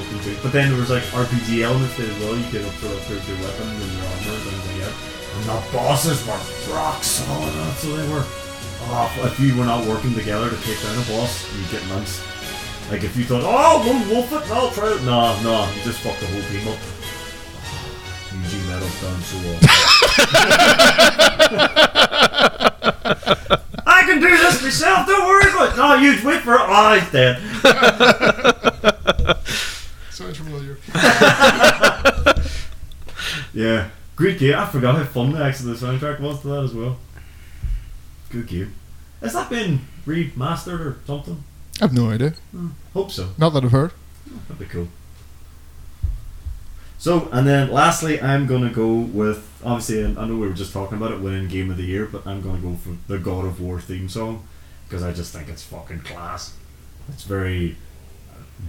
A: open field. But then there was like RPG elements there as well. You could up sort of upgrade your weapons and your armor and things like that. And the bosses were rock solid. That's what they were. Oh, if you were not working together to take down a boss, you'd get nuts. Like if you thought, oh, we'll wolf it, I'll try it. Nah, nah, you just fucked the whole team up. Eugene Metal's done so well. I can do this myself, don't worry about it. No, you wait for it. Oh, he's dead. Ah.
C: Sounds familiar.
A: Yeah. Great game. I forgot how fun the actually the soundtrack was to that as well. Good game. Has that been remastered or something?
C: I've no idea.
A: Hope so.
C: Not that I've heard.
A: That'd be cool. So, and then lastly, I'm going to go with. Obviously, I I know we were just talking about it winning Game of the Year, but I'm going to go for the God of War theme song because I just think it's fucking class. It's very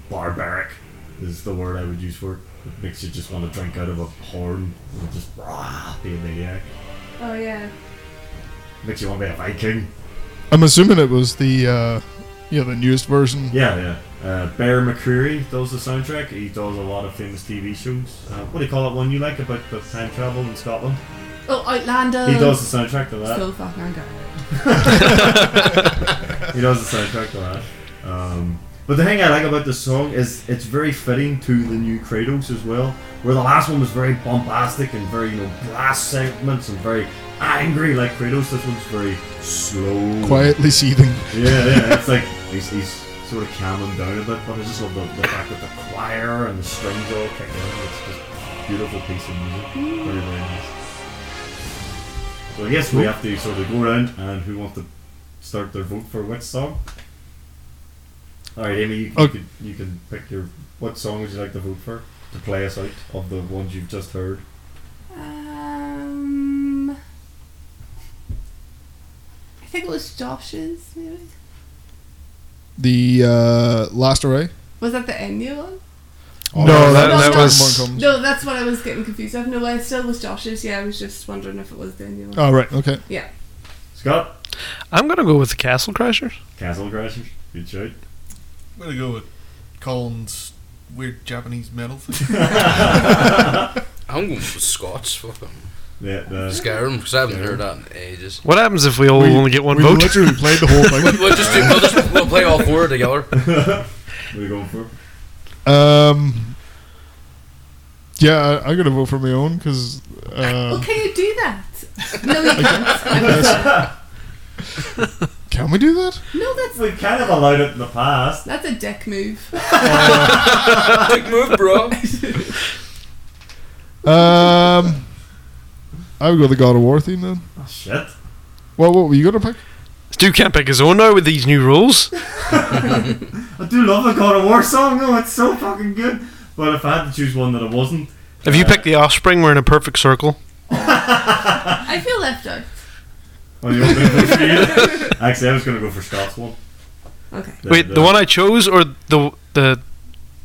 A: barbaric, is the word I would use for it. It makes you just want to drink out of a horn and just rah, be a maniac.
G: Oh yeah.
A: Makes you want to be a Viking.
C: I'm assuming it was the uh, yeah the newest version.
A: Yeah, yeah. Uh, Bear McCreary does the soundtrack. He does a lot of famous TV shows. Uh, what do you call that one you like about the time travel in Scotland?
G: Oh, Outlander.
A: He does the soundtrack to that.
G: Still fucking Outlander.
A: He does the soundtrack to that. Um, but the thing I like about this song is it's very fitting to the new Kratos as well, where the last one was very bombastic and very, you know, brass segments and very angry like Kratos. This one's very slow.
C: Quietly seething.
A: Yeah, yeah. It's like he's, he's sort of calming down a bit, but I just love the, the fact that the choir and the strings all kick in. It's just a beautiful piece of music. Very, very nice. So I guess we have to sort of go around and who wants to start their vote for which song? All right, Amy, you can,
C: Okay.
A: you, can, you can pick your what song would you like to vote for to play us out of the ones you've just heard.
G: Um, I think it was Josh's maybe.
C: The uh, last array. Oh,
G: Was that the Enya one?
B: No, that-
G: that
B: was-
C: Um,
G: No, that's what I was getting confused of. No, I still was Josh's. Yeah, I was just wondering if it was the Enya one.
C: Oh right, okay.
G: Yeah.
A: Scott,
B: I'm gonna go with the Castle Crashers.
A: Castle Crashers, good shout.
I: I'm gonna go with Colin's weird Japanese metal thing.
E: I'm going with Scots. Fuck 'em.
A: The, the,
E: Scare because I haven't heard that in ages.
B: What happens if we all only get one
C: we
B: vote?
C: literally played the whole thing.
E: We'll just, do, we'll just we'll play all four together.
A: what are you going for?
C: Um, yeah, I, I'm gonna vote for my own because uh,
G: well, can you do that? No, you can't.
C: can we do that?
G: no, that's
A: We've kind of allowed it in the past.
G: that's a dick move.
E: Big move, bro.
C: Um, I would go the God of War theme then.
A: Oh, shit.
C: Well, what were you gonna pick?
B: Stu can't pick his own now with these new rules.
A: I do love the God of War song though, it's so fucking good. But if I had to choose one that I wasn't,
B: If you pick the Offspring, we're in a perfect circle.
G: I feel left out.
A: oh, you want me to vote for you? Actually, I was going to go for Scott's one.
G: Okay.
B: Wait, the one I chose or the the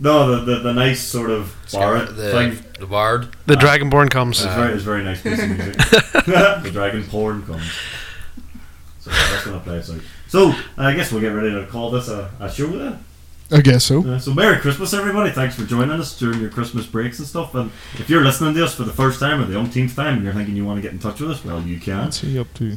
A: No, the, the, the nice sort of bar thing.
E: The, the bard.
B: the Dragonborn comes?
A: It's very, it's very nice piece of music. the dragon porn comes. So that's gonna play us out. So I guess we'll get ready to call this a, a show then.
C: I guess so.
A: Uh, so Merry Christmas, everybody! Thanks for joining us during your Christmas breaks and stuff. And if you're listening to us for the first time or the umpteenth time, and you're thinking you want to get in touch with us, well, you can.
C: What's he up to?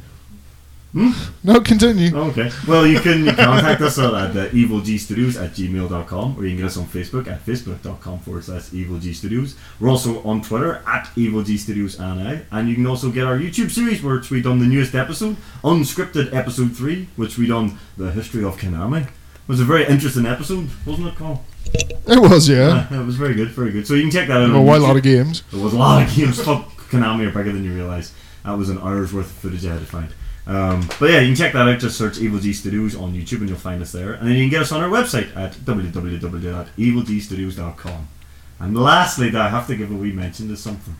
C: Hmm? No, continue.
A: Oh, Okay. Well, you can contact us at uh, the evilgstudios at gmail.com or you can get us on Facebook at facebook.com forward slash evilgstudios. We're also on Twitter at evilgstudios and I. And you can also get our YouTube series where we done the newest episode, Unscripted Episode 3, which we done the history of Konami. It was a very interesting episode, wasn't it, Carl?
C: It was yeah.
A: it was very good, very good. So you can check that out.
C: Well,
A: on
C: why a
A: YouTube.
C: lot of games?
A: There was a lot of games. Fuck, Konami are bigger than you realise. That was an hour's worth of footage I had to find. Um, but yeah, you can check that out. Just search Evil G Studios on YouTube and you'll find us there. And then you can get us on our website at www.evilgstudios.com. And lastly, that I have to give a wee mention to something.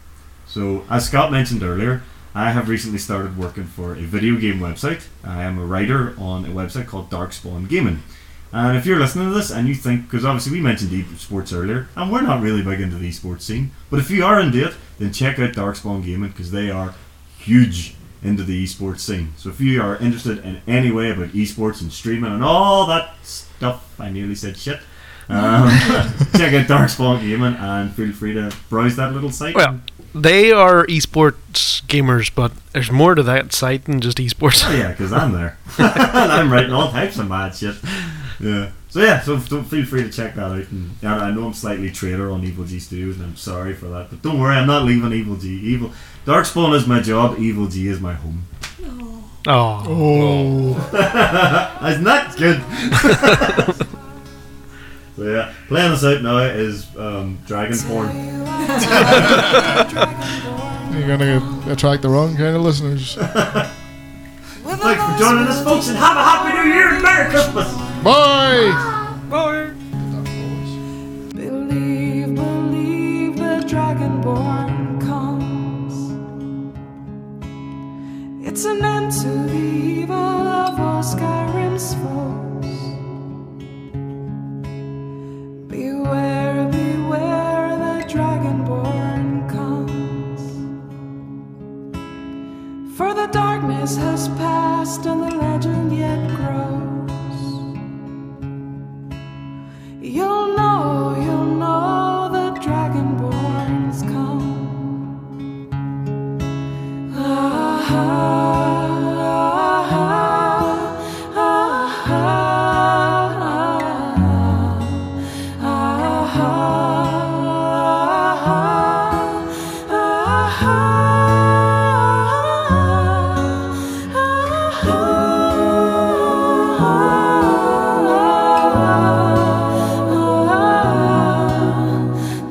A: So, as Scott mentioned earlier, I have recently started working for a video game website. I am a writer on a website called Darkspawn Gaming. And if you're listening to this and you think, because obviously we mentioned esports earlier, and we're not really big into the esports scene, but if you are into it, then check out Darkspawn Gaming because they are huge into the esports scene. So if you are interested in any way about esports and streaming and all that stuff, I nearly said shit. Um, check out Darkspawn Gaming and feel free to browse that little site.
B: Well, they are esports gamers, but there's more to that site than just esports.
A: Oh yeah, because I'm there. and I'm writing all types of mad shit. Yeah. So yeah, so f- don't feel free to check that out. And, and I know I'm slightly traitor on Evil G Studios, and I'm sorry for that. But don't worry, I'm not leaving Evil G. Evil Darkspawn is my job. Evil G is my home.
B: Oh,
C: Oh,
A: That's not good. so yeah, playing us out now is um, Dragonborn.
C: you're gonna attract the wrong kind of listeners.
A: Thanks for joining us, folks, and have a happy New Year and Merry Christmas.
C: Bye.
E: Bard.
O: Believe, believe the dragon. You'll know, you'll know the dragonborn's come. Ah, ah, ah, ah, ah, ah, ah,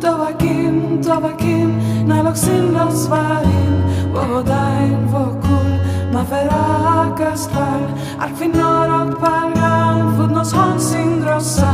O: Dovakin, Dovakin, naloxin los varin, vovodain, vokul, ma ferakas tal, al finor og palgan, fudnos honsin grossa,